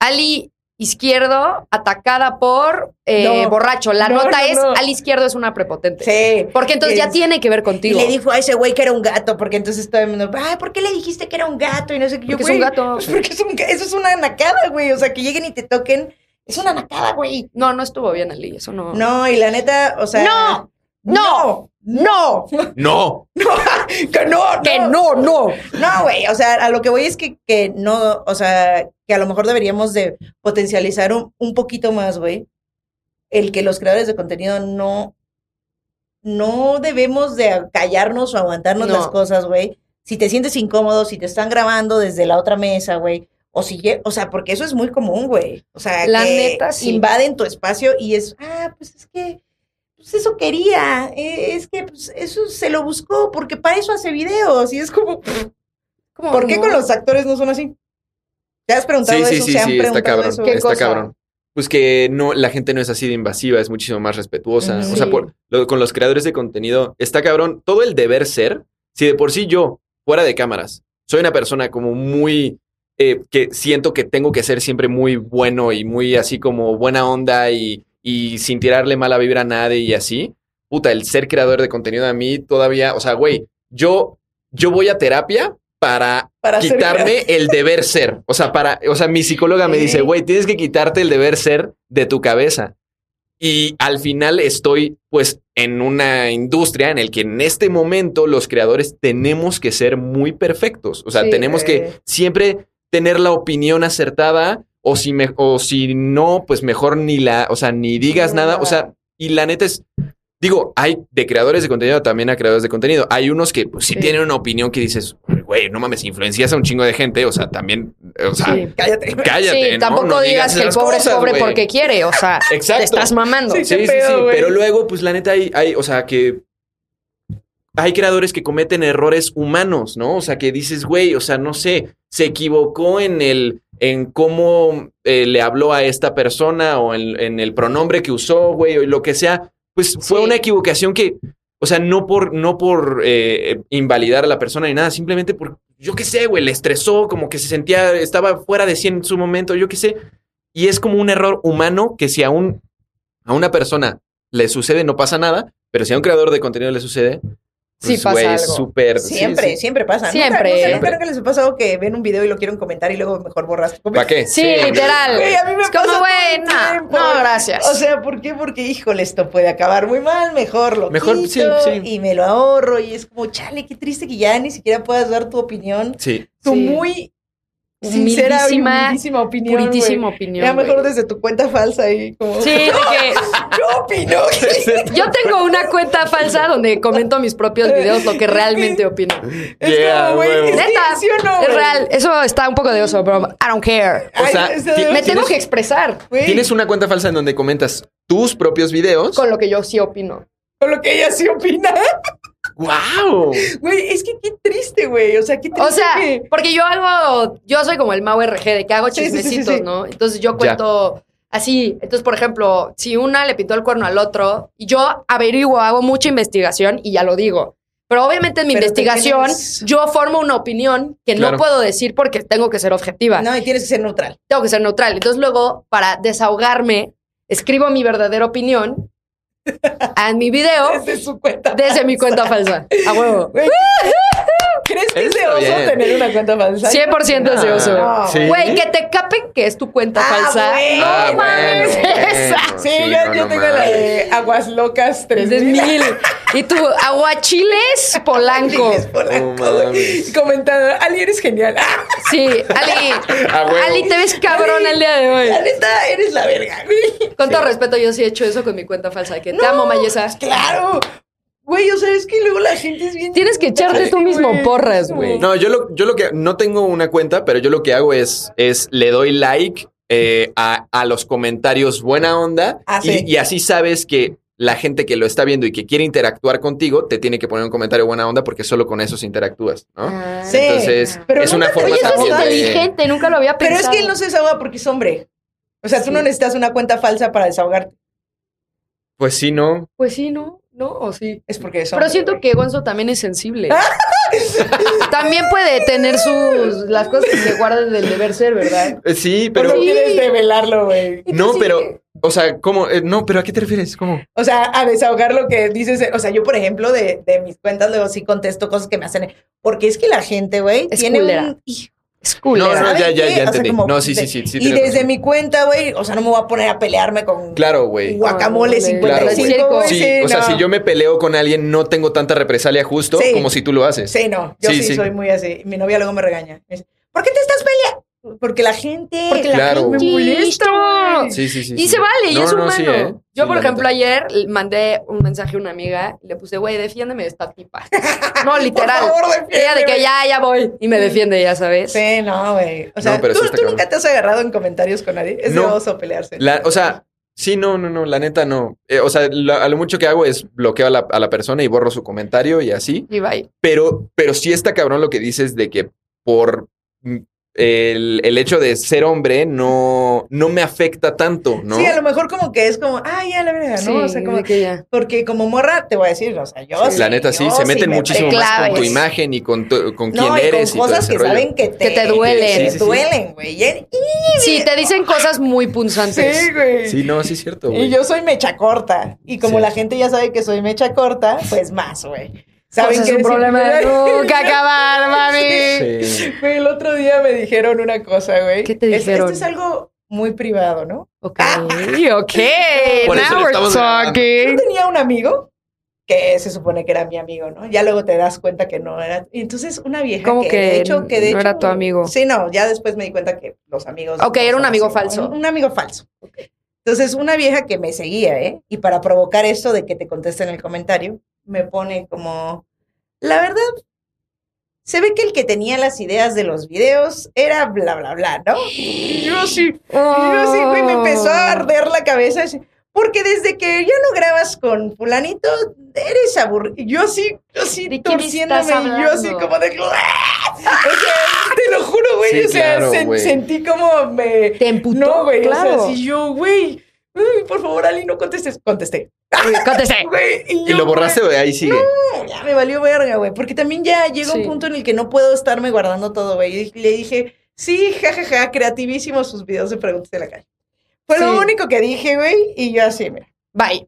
[SPEAKER 3] Ali Izquierdo atacada por eh,
[SPEAKER 5] No.
[SPEAKER 3] borracho. La
[SPEAKER 5] No,
[SPEAKER 3] nota
[SPEAKER 5] no,
[SPEAKER 3] es
[SPEAKER 5] no.
[SPEAKER 3] Ali Izquierdo es una prepotente.
[SPEAKER 5] Sí.
[SPEAKER 3] Porque entonces ya
[SPEAKER 5] Es-
[SPEAKER 3] tiene que ver
[SPEAKER 5] Y
[SPEAKER 3] contigo.
[SPEAKER 5] le dijo a ese güey que era un gato, porque entonces todo el mundo, ay, ¿por qué le dijiste que era un gato? Y no sé qué. Yo,
[SPEAKER 3] Porque es un
[SPEAKER 5] güey,
[SPEAKER 3] gato.
[SPEAKER 5] pues porque es un ga- eso es una nacada, güey. O sea, que lleguen y te toquen, es una nacada, güey.
[SPEAKER 3] No, no estuvo bien Ali, eso no.
[SPEAKER 5] No, y la neta, o sea.
[SPEAKER 3] No,
[SPEAKER 5] ¡No! ¡No!
[SPEAKER 4] No,
[SPEAKER 5] ¡Que no!
[SPEAKER 3] Que no, no.
[SPEAKER 5] No, güey. O sea, a lo que voy es que, que no, o sea, que a lo mejor deberíamos de potencializar un, un poquito más, güey. El que los creadores de contenido no, no debemos de callarnos o aguantarnos
[SPEAKER 3] No.
[SPEAKER 5] las cosas, güey. Si te sientes incómodo, si te están grabando desde la otra mesa, güey. O si, lle- o sea, porque eso es muy común, güey. O sea,
[SPEAKER 3] La
[SPEAKER 5] que
[SPEAKER 3] neta, sí.
[SPEAKER 5] invaden tu espacio y es, ah, pues es que, pues eso quería, eh, es que pues, eso se lo buscó, porque para eso hace videos y es como,
[SPEAKER 3] ¿Cómo
[SPEAKER 5] ¿Por qué
[SPEAKER 3] no?
[SPEAKER 5] con los actores no son así? ¿Te has preguntado
[SPEAKER 4] sí, sí,
[SPEAKER 5] eso?
[SPEAKER 4] sí,
[SPEAKER 5] ¿Se han
[SPEAKER 4] sí, está
[SPEAKER 5] preguntado
[SPEAKER 4] cabrón,
[SPEAKER 5] eso?
[SPEAKER 3] ¿Qué
[SPEAKER 4] está
[SPEAKER 3] cosa?
[SPEAKER 4] cabrón. Pues que no, la gente no es así de invasiva, es muchísimo más respetuosa.
[SPEAKER 5] Ujú.
[SPEAKER 4] O sea,
[SPEAKER 3] Sí.
[SPEAKER 4] por- lo- con los creadores de contenido, está cabrón todo el deber ser. Si de por sí yo, fuera de cámaras, soy una persona como muy, eh, que siento que tengo que ser siempre muy bueno y muy así como buena onda y, y sin tirarle mala vibra a nadie y así. Puta, el ser creador de contenido a mí todavía, o sea, güey, yo, yo voy a terapia para
[SPEAKER 5] Para ser
[SPEAKER 4] quitarme el deber ser. O sea, para, o sea, mi psicóloga me dice,
[SPEAKER 5] Ey.
[SPEAKER 4] güey, tienes que quitarte el deber ser de tu cabeza. Y al final estoy, pues, en una industria en el que en este momento los creadores tenemos que ser muy perfectos. O sea,
[SPEAKER 3] Sí,
[SPEAKER 4] tenemos
[SPEAKER 5] eh.
[SPEAKER 4] que siempre tener la opinión acertada o si, me- o si no, pues mejor ni la, o sea, ni digas nada. O sea, y la neta es, Digo, hay de creadores de contenido también a creadores de contenido. Hay unos que pues, sí,
[SPEAKER 3] Sí.
[SPEAKER 4] tienen una opinión que dices, güey, no mames, influencias a un chingo de gente. O sea, también, o sea,
[SPEAKER 3] Sí.
[SPEAKER 5] Cállate.
[SPEAKER 4] cállate.
[SPEAKER 3] sí,
[SPEAKER 4] ¿no?
[SPEAKER 3] tampoco
[SPEAKER 4] No
[SPEAKER 3] digas que el
[SPEAKER 4] esas
[SPEAKER 3] pobre es
[SPEAKER 4] cosas,
[SPEAKER 3] pobre
[SPEAKER 4] güey.
[SPEAKER 3] porque quiere, o sea,
[SPEAKER 4] Exacto.
[SPEAKER 3] te estás mamando.
[SPEAKER 5] Sí,
[SPEAKER 4] Sí, sí,
[SPEAKER 5] qué
[SPEAKER 4] sí.
[SPEAKER 5] pedo, güey.
[SPEAKER 4] Pero luego, pues la neta, hay, hay, o sea, que hay creadores que cometen errores humanos, ¿no? O sea, que dices, güey, o sea, no sé, se equivocó en el, en cómo eh, le habló a esta persona o en, en el pronombre que usó, güey, o lo que sea. Pues fue
[SPEAKER 3] Sí.
[SPEAKER 4] una equivocación que, o sea, no por, no por eh, invalidar a la persona ni nada, simplemente por, yo qué sé, güey, le estresó, como que se sentía, estaba fuera de sí en su momento, yo qué sé. Y es como un error humano que si a, un, a una persona le sucede no pasa nada, pero si a un creador de contenido le sucede, pues,
[SPEAKER 3] Sí pasa
[SPEAKER 4] güey,
[SPEAKER 3] algo.
[SPEAKER 4] es súper... sí,
[SPEAKER 5] Siempre,
[SPEAKER 4] sí.
[SPEAKER 5] siempre pasa. Nunca-
[SPEAKER 3] Siempre.
[SPEAKER 5] Nunca, nunca,
[SPEAKER 4] Siempre.
[SPEAKER 5] nunca les ha pasado que ven un video y lo quieren comentar y luego mejor borras.
[SPEAKER 4] ¿Para qué?
[SPEAKER 3] Sí,
[SPEAKER 4] güey.
[SPEAKER 3] literal.
[SPEAKER 5] Güey, a mí me
[SPEAKER 3] Es como,
[SPEAKER 5] pasa
[SPEAKER 3] güey,
[SPEAKER 5] todo el
[SPEAKER 3] no,
[SPEAKER 5] tiempo.
[SPEAKER 3] no, gracias.
[SPEAKER 5] O sea, ¿por qué? Porque, híjole, esto puede acabar muy mal. Mejor lo
[SPEAKER 4] Mejor, sí,
[SPEAKER 5] quito
[SPEAKER 4] sí.
[SPEAKER 5] y me lo ahorro. Y es como, chale, qué triste que ya ni siquiera puedas dar tu opinión.
[SPEAKER 4] Sí,
[SPEAKER 5] Tu
[SPEAKER 3] Sí.
[SPEAKER 5] muy sincera y
[SPEAKER 3] Humildísima,
[SPEAKER 5] humildísima opinión. güey.
[SPEAKER 3] Puritísima opinión.
[SPEAKER 5] Ya mejor
[SPEAKER 3] güey.
[SPEAKER 5] desde tu cuenta falsa ahí, como,
[SPEAKER 3] Sí, de que
[SPEAKER 5] yo opino.
[SPEAKER 3] yo tengo una cuenta falsa donde comento mis propios videos, lo que realmente opino.
[SPEAKER 5] Es
[SPEAKER 4] Yeah,
[SPEAKER 5] como, güey,
[SPEAKER 4] huevo.
[SPEAKER 5] ¿es
[SPEAKER 3] Neta,
[SPEAKER 5] sí o no,
[SPEAKER 3] Es
[SPEAKER 5] güey?
[SPEAKER 3] real. Eso está un poco de oso, pero I don't care.
[SPEAKER 4] O
[SPEAKER 5] Ay,
[SPEAKER 4] sea,
[SPEAKER 5] es-
[SPEAKER 4] ti-
[SPEAKER 3] Me
[SPEAKER 4] ¿Tienes-
[SPEAKER 3] tengo que expresar
[SPEAKER 5] güey,
[SPEAKER 4] tienes una cuenta falsa en donde comentas tus propios videos.
[SPEAKER 3] con lo que yo sí opino.
[SPEAKER 5] con lo que ella sí opina.
[SPEAKER 4] ¡Wow!
[SPEAKER 5] Güey, es que qué triste, güey. O sea, qué triste.
[SPEAKER 3] O sea,
[SPEAKER 5] que-
[SPEAKER 3] porque yo hago, yo soy como el Mau RG, de que hago
[SPEAKER 5] Sí, sí, sí, sí,
[SPEAKER 3] chismecitos,
[SPEAKER 5] sí.
[SPEAKER 3] ¿no? Entonces yo
[SPEAKER 4] Ya.
[SPEAKER 3] cuento así. Entonces, por ejemplo, si una le pintó el cuerno al otro, yo averiguo, hago mucha investigación y ya lo digo. Pero obviamente en mi
[SPEAKER 5] Pero te
[SPEAKER 3] investigación
[SPEAKER 5] tienes-
[SPEAKER 3] yo formo una opinión que
[SPEAKER 4] Claro.
[SPEAKER 3] no puedo decir porque tengo que ser objetiva.
[SPEAKER 5] No, y tienes que ser neutral.
[SPEAKER 3] Tengo que ser neutral. Entonces luego, para desahogarme, escribo mi verdadera opinión en mi video
[SPEAKER 5] Desde su cuenta.
[SPEAKER 3] desde mi cuenta falsa. A huevo.
[SPEAKER 5] Güey, ¿Crees que es de
[SPEAKER 4] Está
[SPEAKER 5] oso
[SPEAKER 4] bien.
[SPEAKER 5] tener una cuenta falsa?
[SPEAKER 3] 100% es de oso.
[SPEAKER 5] No,
[SPEAKER 4] Ah, Sí.
[SPEAKER 3] Güey, que te capen que es tu cuenta
[SPEAKER 5] Ah,
[SPEAKER 3] falsa.
[SPEAKER 5] güey.
[SPEAKER 3] No
[SPEAKER 5] Ah,
[SPEAKER 3] mames,
[SPEAKER 4] bueno,
[SPEAKER 3] esa.
[SPEAKER 4] bueno,
[SPEAKER 5] Sí,
[SPEAKER 4] sí,
[SPEAKER 5] yo,
[SPEAKER 4] no,
[SPEAKER 5] yo
[SPEAKER 4] no
[SPEAKER 5] tengo
[SPEAKER 4] mames.
[SPEAKER 5] la de Aguas Locas 3000.
[SPEAKER 3] 3000. Y tu aguachiles polanco.
[SPEAKER 5] Chiles polaco,
[SPEAKER 4] No mames.
[SPEAKER 5] güey. Comentando, Ali, eres genial. Ah,
[SPEAKER 3] Sí, Ali.
[SPEAKER 4] A Ah, huevo.
[SPEAKER 3] Ali, te ves cabrón el día de
[SPEAKER 5] la
[SPEAKER 3] hoy.
[SPEAKER 5] neta, eres la verga, güey.
[SPEAKER 3] Con todo respeto, yo sí he hecho eso con mi cuenta falsa. Que te
[SPEAKER 5] No,
[SPEAKER 3] amo, Mayesa.
[SPEAKER 5] Claro. Güey, o sea, es que luego la gente es bien.
[SPEAKER 3] Tienes que echarte tú mismo
[SPEAKER 5] Güey,
[SPEAKER 3] porras,
[SPEAKER 5] es como-
[SPEAKER 3] güey.
[SPEAKER 4] No, yo lo, yo lo que no tengo una cuenta, pero yo lo que hago es, es le doy like eh, a, a los comentarios buena onda
[SPEAKER 5] Ah,
[SPEAKER 4] y,
[SPEAKER 5] sí.
[SPEAKER 4] y así sabes que la gente que lo está viendo y que quiere interactuar contigo te tiene que poner un comentario buena onda porque solo con esos interactúas, ¿no?
[SPEAKER 5] Ah, Sí,
[SPEAKER 4] Ah. Entonces
[SPEAKER 5] pero
[SPEAKER 4] es
[SPEAKER 5] no
[SPEAKER 4] una
[SPEAKER 5] te-
[SPEAKER 4] forma
[SPEAKER 3] Oye, eso es
[SPEAKER 4] también de-
[SPEAKER 3] inteligente, nunca lo había
[SPEAKER 5] Pero
[SPEAKER 3] pensado.
[SPEAKER 5] es que él no se desahoga porque es hombre. O sea, tú
[SPEAKER 3] Sí.
[SPEAKER 5] no necesitas una cuenta falsa para desahogarte.
[SPEAKER 4] Pues sí, no.
[SPEAKER 3] Pues sí, ¿no? ¿No? ¿O sí?
[SPEAKER 5] Es porque es hombre.
[SPEAKER 3] Pero siento
[SPEAKER 5] güey.
[SPEAKER 3] que Gonzo también es sensible. también puede tener sus las cosas que se guardan del deber ser, ¿verdad?
[SPEAKER 4] Eh, Sí,
[SPEAKER 5] Pero
[SPEAKER 4] pero
[SPEAKER 5] no quieres develarlo, güey.
[SPEAKER 4] no, pero o sea, ¿cómo? Eh, no, pero ¿a qué te refieres? ¿Cómo?
[SPEAKER 5] O sea, a desahogar lo que dices. O sea, yo, por ejemplo, de, de mis cuentas luego sí contesto cosas que me hacen. Porque es que la gente, güey,
[SPEAKER 3] Es
[SPEAKER 5] tiene
[SPEAKER 3] culera.
[SPEAKER 5] un. hijo,
[SPEAKER 3] Es
[SPEAKER 4] No,
[SPEAKER 3] culera.
[SPEAKER 4] no, ya,
[SPEAKER 5] ¿saben
[SPEAKER 4] ya,
[SPEAKER 5] qué? O
[SPEAKER 4] ya
[SPEAKER 5] sea,
[SPEAKER 4] entendí.
[SPEAKER 5] como
[SPEAKER 4] no, sí,
[SPEAKER 5] de-
[SPEAKER 4] sí, sí. sí
[SPEAKER 5] Y
[SPEAKER 4] tienes
[SPEAKER 5] desde
[SPEAKER 4] razón.
[SPEAKER 5] mi cuenta, güey, o sea, no me voy a poner a pelearme con
[SPEAKER 4] Claro, güey.
[SPEAKER 5] guacamole
[SPEAKER 3] Claro,
[SPEAKER 5] 55.
[SPEAKER 3] güey.
[SPEAKER 5] güey,
[SPEAKER 4] Sí, o sea,
[SPEAKER 5] Pues no.
[SPEAKER 4] si yo me peleo con alguien, no tengo tanta represalia justo
[SPEAKER 5] Sí.
[SPEAKER 4] como si tú lo haces.
[SPEAKER 5] Sí, no, yo
[SPEAKER 4] Sí,
[SPEAKER 5] sí,
[SPEAKER 4] sí.
[SPEAKER 5] soy muy así. Mi novia luego me regaña. Me dice, ¿Por qué te estás peleando? Porque la gente.
[SPEAKER 3] Porque la
[SPEAKER 4] Claro.
[SPEAKER 3] gente
[SPEAKER 4] Me
[SPEAKER 5] molesta, güey.
[SPEAKER 4] Sí, sí, sí.
[SPEAKER 3] Y
[SPEAKER 4] sí.
[SPEAKER 3] se vale, y
[SPEAKER 4] No,
[SPEAKER 3] es
[SPEAKER 4] no,
[SPEAKER 3] humano.
[SPEAKER 4] sí, ¿eh? Sí,
[SPEAKER 3] Yo, por
[SPEAKER 4] la
[SPEAKER 3] ejemplo,
[SPEAKER 4] neta.
[SPEAKER 3] ayer mandé un mensaje a una amiga y le puse, güey, defiéndeme de esta tipa. No,
[SPEAKER 5] Por
[SPEAKER 3] literal.
[SPEAKER 5] favor, defiéndeme.
[SPEAKER 3] Ella de que ya, ya voy. Y me defiende, ya sabes.
[SPEAKER 5] Sí, no, güey. O sea,
[SPEAKER 4] No, pero
[SPEAKER 5] tú,
[SPEAKER 4] sí está
[SPEAKER 5] tú
[SPEAKER 4] cabrón.
[SPEAKER 5] nunca te has agarrado en comentarios con nadie. Es de
[SPEAKER 4] No.
[SPEAKER 5] oso pelearse.
[SPEAKER 4] La- o sea, sí, no, no, no, la neta no. Eh, o sea, lo- a lo mucho que hago es bloqueo a la, a la persona y borro su comentario y así.
[SPEAKER 3] Y bye.
[SPEAKER 4] Pero, pero sí está cabrón lo que dices de que por mm, el, el hecho de ser hombre no, no me afecta tanto, ¿no?
[SPEAKER 5] Sí, a lo mejor como que es como, ah, ya la verdad, ¿no? o sea, como,
[SPEAKER 3] que ya.
[SPEAKER 5] porque como morra, te voy a decir, o sea, yo.
[SPEAKER 3] Sí,
[SPEAKER 4] la neta sí,
[SPEAKER 5] yo
[SPEAKER 4] se meten
[SPEAKER 5] me
[SPEAKER 4] muchísimo
[SPEAKER 5] pego.
[SPEAKER 4] más con tu
[SPEAKER 3] claves.
[SPEAKER 4] imagen y con, tu- con quién
[SPEAKER 5] No, y
[SPEAKER 4] eres.
[SPEAKER 5] con cosas que saben que te,
[SPEAKER 3] Que te duelen.
[SPEAKER 5] que te
[SPEAKER 4] Sí, sí, sí.
[SPEAKER 5] duelen, güey. Y-
[SPEAKER 3] Sí, te dicen cosas muy
[SPEAKER 5] y-
[SPEAKER 3] punzantes.
[SPEAKER 5] Sí, güey.
[SPEAKER 4] Sí, no, sí es cierto. güey.
[SPEAKER 5] y yo soy mecha corta. Y como
[SPEAKER 4] Sí.
[SPEAKER 5] la gente ya sabe que soy mecha corta, pues más, güey.
[SPEAKER 3] Pues
[SPEAKER 5] ¿Saben
[SPEAKER 3] es
[SPEAKER 5] qué
[SPEAKER 3] un
[SPEAKER 5] decir?
[SPEAKER 3] problema de nunca acabar, mami.
[SPEAKER 4] Sí.
[SPEAKER 5] Güey, el otro día me dijeron una cosa, güey.
[SPEAKER 3] ¿Qué te
[SPEAKER 5] Es-
[SPEAKER 3] dijeron?
[SPEAKER 5] Esto es algo muy privado, ¿no?
[SPEAKER 3] Ok, ok.
[SPEAKER 4] Por eso
[SPEAKER 3] Now
[SPEAKER 4] lo
[SPEAKER 3] we're
[SPEAKER 4] estamos grabando.
[SPEAKER 5] Yo
[SPEAKER 3] talking.
[SPEAKER 5] tenía un amigo que se supone que era mi amigo, ¿no? Ya luego te das cuenta que no era. Y entonces una vieja
[SPEAKER 3] ¿Cómo
[SPEAKER 5] que,
[SPEAKER 3] que
[SPEAKER 5] de hecho que de
[SPEAKER 3] no
[SPEAKER 5] hecho-
[SPEAKER 3] era tu amigo?
[SPEAKER 5] Sí, no, ya después me di cuenta que los amigos
[SPEAKER 3] Ok, era un
[SPEAKER 5] son
[SPEAKER 3] amigo
[SPEAKER 5] así,
[SPEAKER 3] falso.
[SPEAKER 5] ¿no? Un, un amigo falso. Entonces, una vieja que me seguía, ¿eh? Y para provocar esto de que te contesten el comentario, me pone como, la verdad, se ve que el que tenía las ideas de los videos era bla, bla, bla, ¿no? Y yo así, y yo así, güey, me empezó
[SPEAKER 3] Oh.
[SPEAKER 5] a arder la cabeza. así, Porque desde que ya no grabas con fulanito, eres aburrido. Yo así, yo así,
[SPEAKER 3] ¿De quién
[SPEAKER 5] torciéndome,
[SPEAKER 3] estás
[SPEAKER 5] y yo así
[SPEAKER 3] hablando?
[SPEAKER 5] como de... O sea, te lo juro, güey,
[SPEAKER 4] Sí,
[SPEAKER 5] o sea,
[SPEAKER 4] claro,
[SPEAKER 5] sen-
[SPEAKER 4] güey.
[SPEAKER 5] sentí como me...
[SPEAKER 3] Te emputó,
[SPEAKER 5] No, güey,
[SPEAKER 3] claro.
[SPEAKER 5] o sea, si yo, güey, uy, por favor, Ali, no contestes. Contesté.
[SPEAKER 3] Contesté.
[SPEAKER 5] Güey,
[SPEAKER 4] Y lo borraste, güey, ahí sigue.
[SPEAKER 5] güey, ya me valió verga, güey, porque también ya llega
[SPEAKER 3] Sí.
[SPEAKER 5] un punto en el que no puedo estarme guardando todo, güey. Y le dije, sí, jajaja, creativísimos sus videos de preguntas de la calle. Fue
[SPEAKER 3] Sí.
[SPEAKER 5] lo único que dije, güey, y yo así, mira.
[SPEAKER 3] Bye.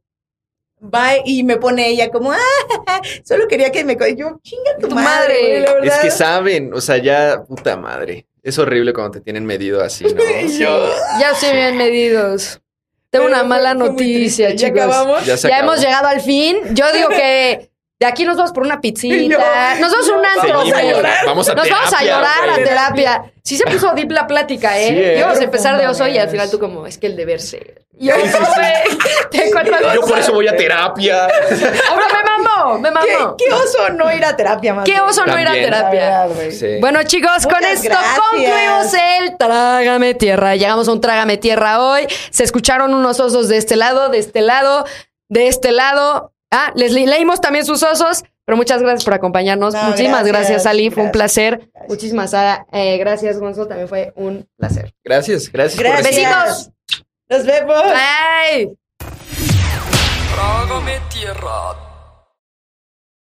[SPEAKER 5] Va y me pone ella como, ah, solo quería que me... co-". Y Yo, chinga tu,
[SPEAKER 3] Tu
[SPEAKER 5] madre,
[SPEAKER 3] madre.
[SPEAKER 5] güey, la
[SPEAKER 4] Es
[SPEAKER 5] verdad.
[SPEAKER 4] que saben, o sea, ya, puta madre. Es horrible cuando te tienen medido así, ¿no?
[SPEAKER 5] Y yo,
[SPEAKER 3] Ya estoy bien medidos. Tengo
[SPEAKER 5] pero
[SPEAKER 3] una
[SPEAKER 5] fue-
[SPEAKER 3] mala
[SPEAKER 5] fue muy
[SPEAKER 3] noticia,
[SPEAKER 5] triste.
[SPEAKER 3] chicos.
[SPEAKER 5] Ya acabamos.
[SPEAKER 4] Ya se
[SPEAKER 3] ya
[SPEAKER 4] acabó.
[SPEAKER 3] hemos llegado al fin. Yo digo que de aquí nos vamos por una pizzita.
[SPEAKER 5] No,
[SPEAKER 3] nos vamos a un
[SPEAKER 5] no,
[SPEAKER 3] antro.
[SPEAKER 5] vamos a
[SPEAKER 3] güey.
[SPEAKER 5] llorar.
[SPEAKER 4] Vamos a
[SPEAKER 3] Nos vamos a
[SPEAKER 4] terapia,
[SPEAKER 3] llorar a
[SPEAKER 4] güey.
[SPEAKER 3] terapia. Sí se puso deep la plática,
[SPEAKER 4] Sí,
[SPEAKER 3] ¿eh?
[SPEAKER 4] ¿eh?
[SPEAKER 3] Íbamos a empezar de
[SPEAKER 5] Profunda,
[SPEAKER 3] oso y al
[SPEAKER 5] ¿verdad?
[SPEAKER 3] final tú como, es que el deber ser. Y Yo, güey, te encuentro algo.
[SPEAKER 4] Yo por eso voy a terapia.
[SPEAKER 3] Ahora me mamó, me
[SPEAKER 5] ¿Qué,
[SPEAKER 3] mamó.
[SPEAKER 5] qué oso no ir a terapia, madre.
[SPEAKER 3] Qué oso no ir a
[SPEAKER 4] También.
[SPEAKER 5] La
[SPEAKER 3] terapia.
[SPEAKER 5] verdad, güey.
[SPEAKER 4] Sí.
[SPEAKER 3] Bueno, chicos, con
[SPEAKER 5] Muchas
[SPEAKER 3] esto
[SPEAKER 5] gracias.
[SPEAKER 3] concluimos el Trágame Tierra. Llegamos a un Trágame Tierra hoy. Se escucharon unos osos de este lado, de este lado, de este lado. Ah, les le- leímos también sus osos, pero muchas gracias por acompañarnos.
[SPEAKER 5] No,
[SPEAKER 3] Muchísimas gracias,
[SPEAKER 5] gracias,
[SPEAKER 3] Ali. Fue un
[SPEAKER 5] gracias.
[SPEAKER 3] placer.
[SPEAKER 5] Gracias.
[SPEAKER 3] Muchísimas ah, eh, gracias, Gonzo. También fue un placer.
[SPEAKER 4] Gracias, gracias. por
[SPEAKER 5] Gracias.
[SPEAKER 4] recibirme.
[SPEAKER 3] Besitos.
[SPEAKER 5] Nos vemos.
[SPEAKER 3] ¡Ay!
[SPEAKER 2] Trágame tierra,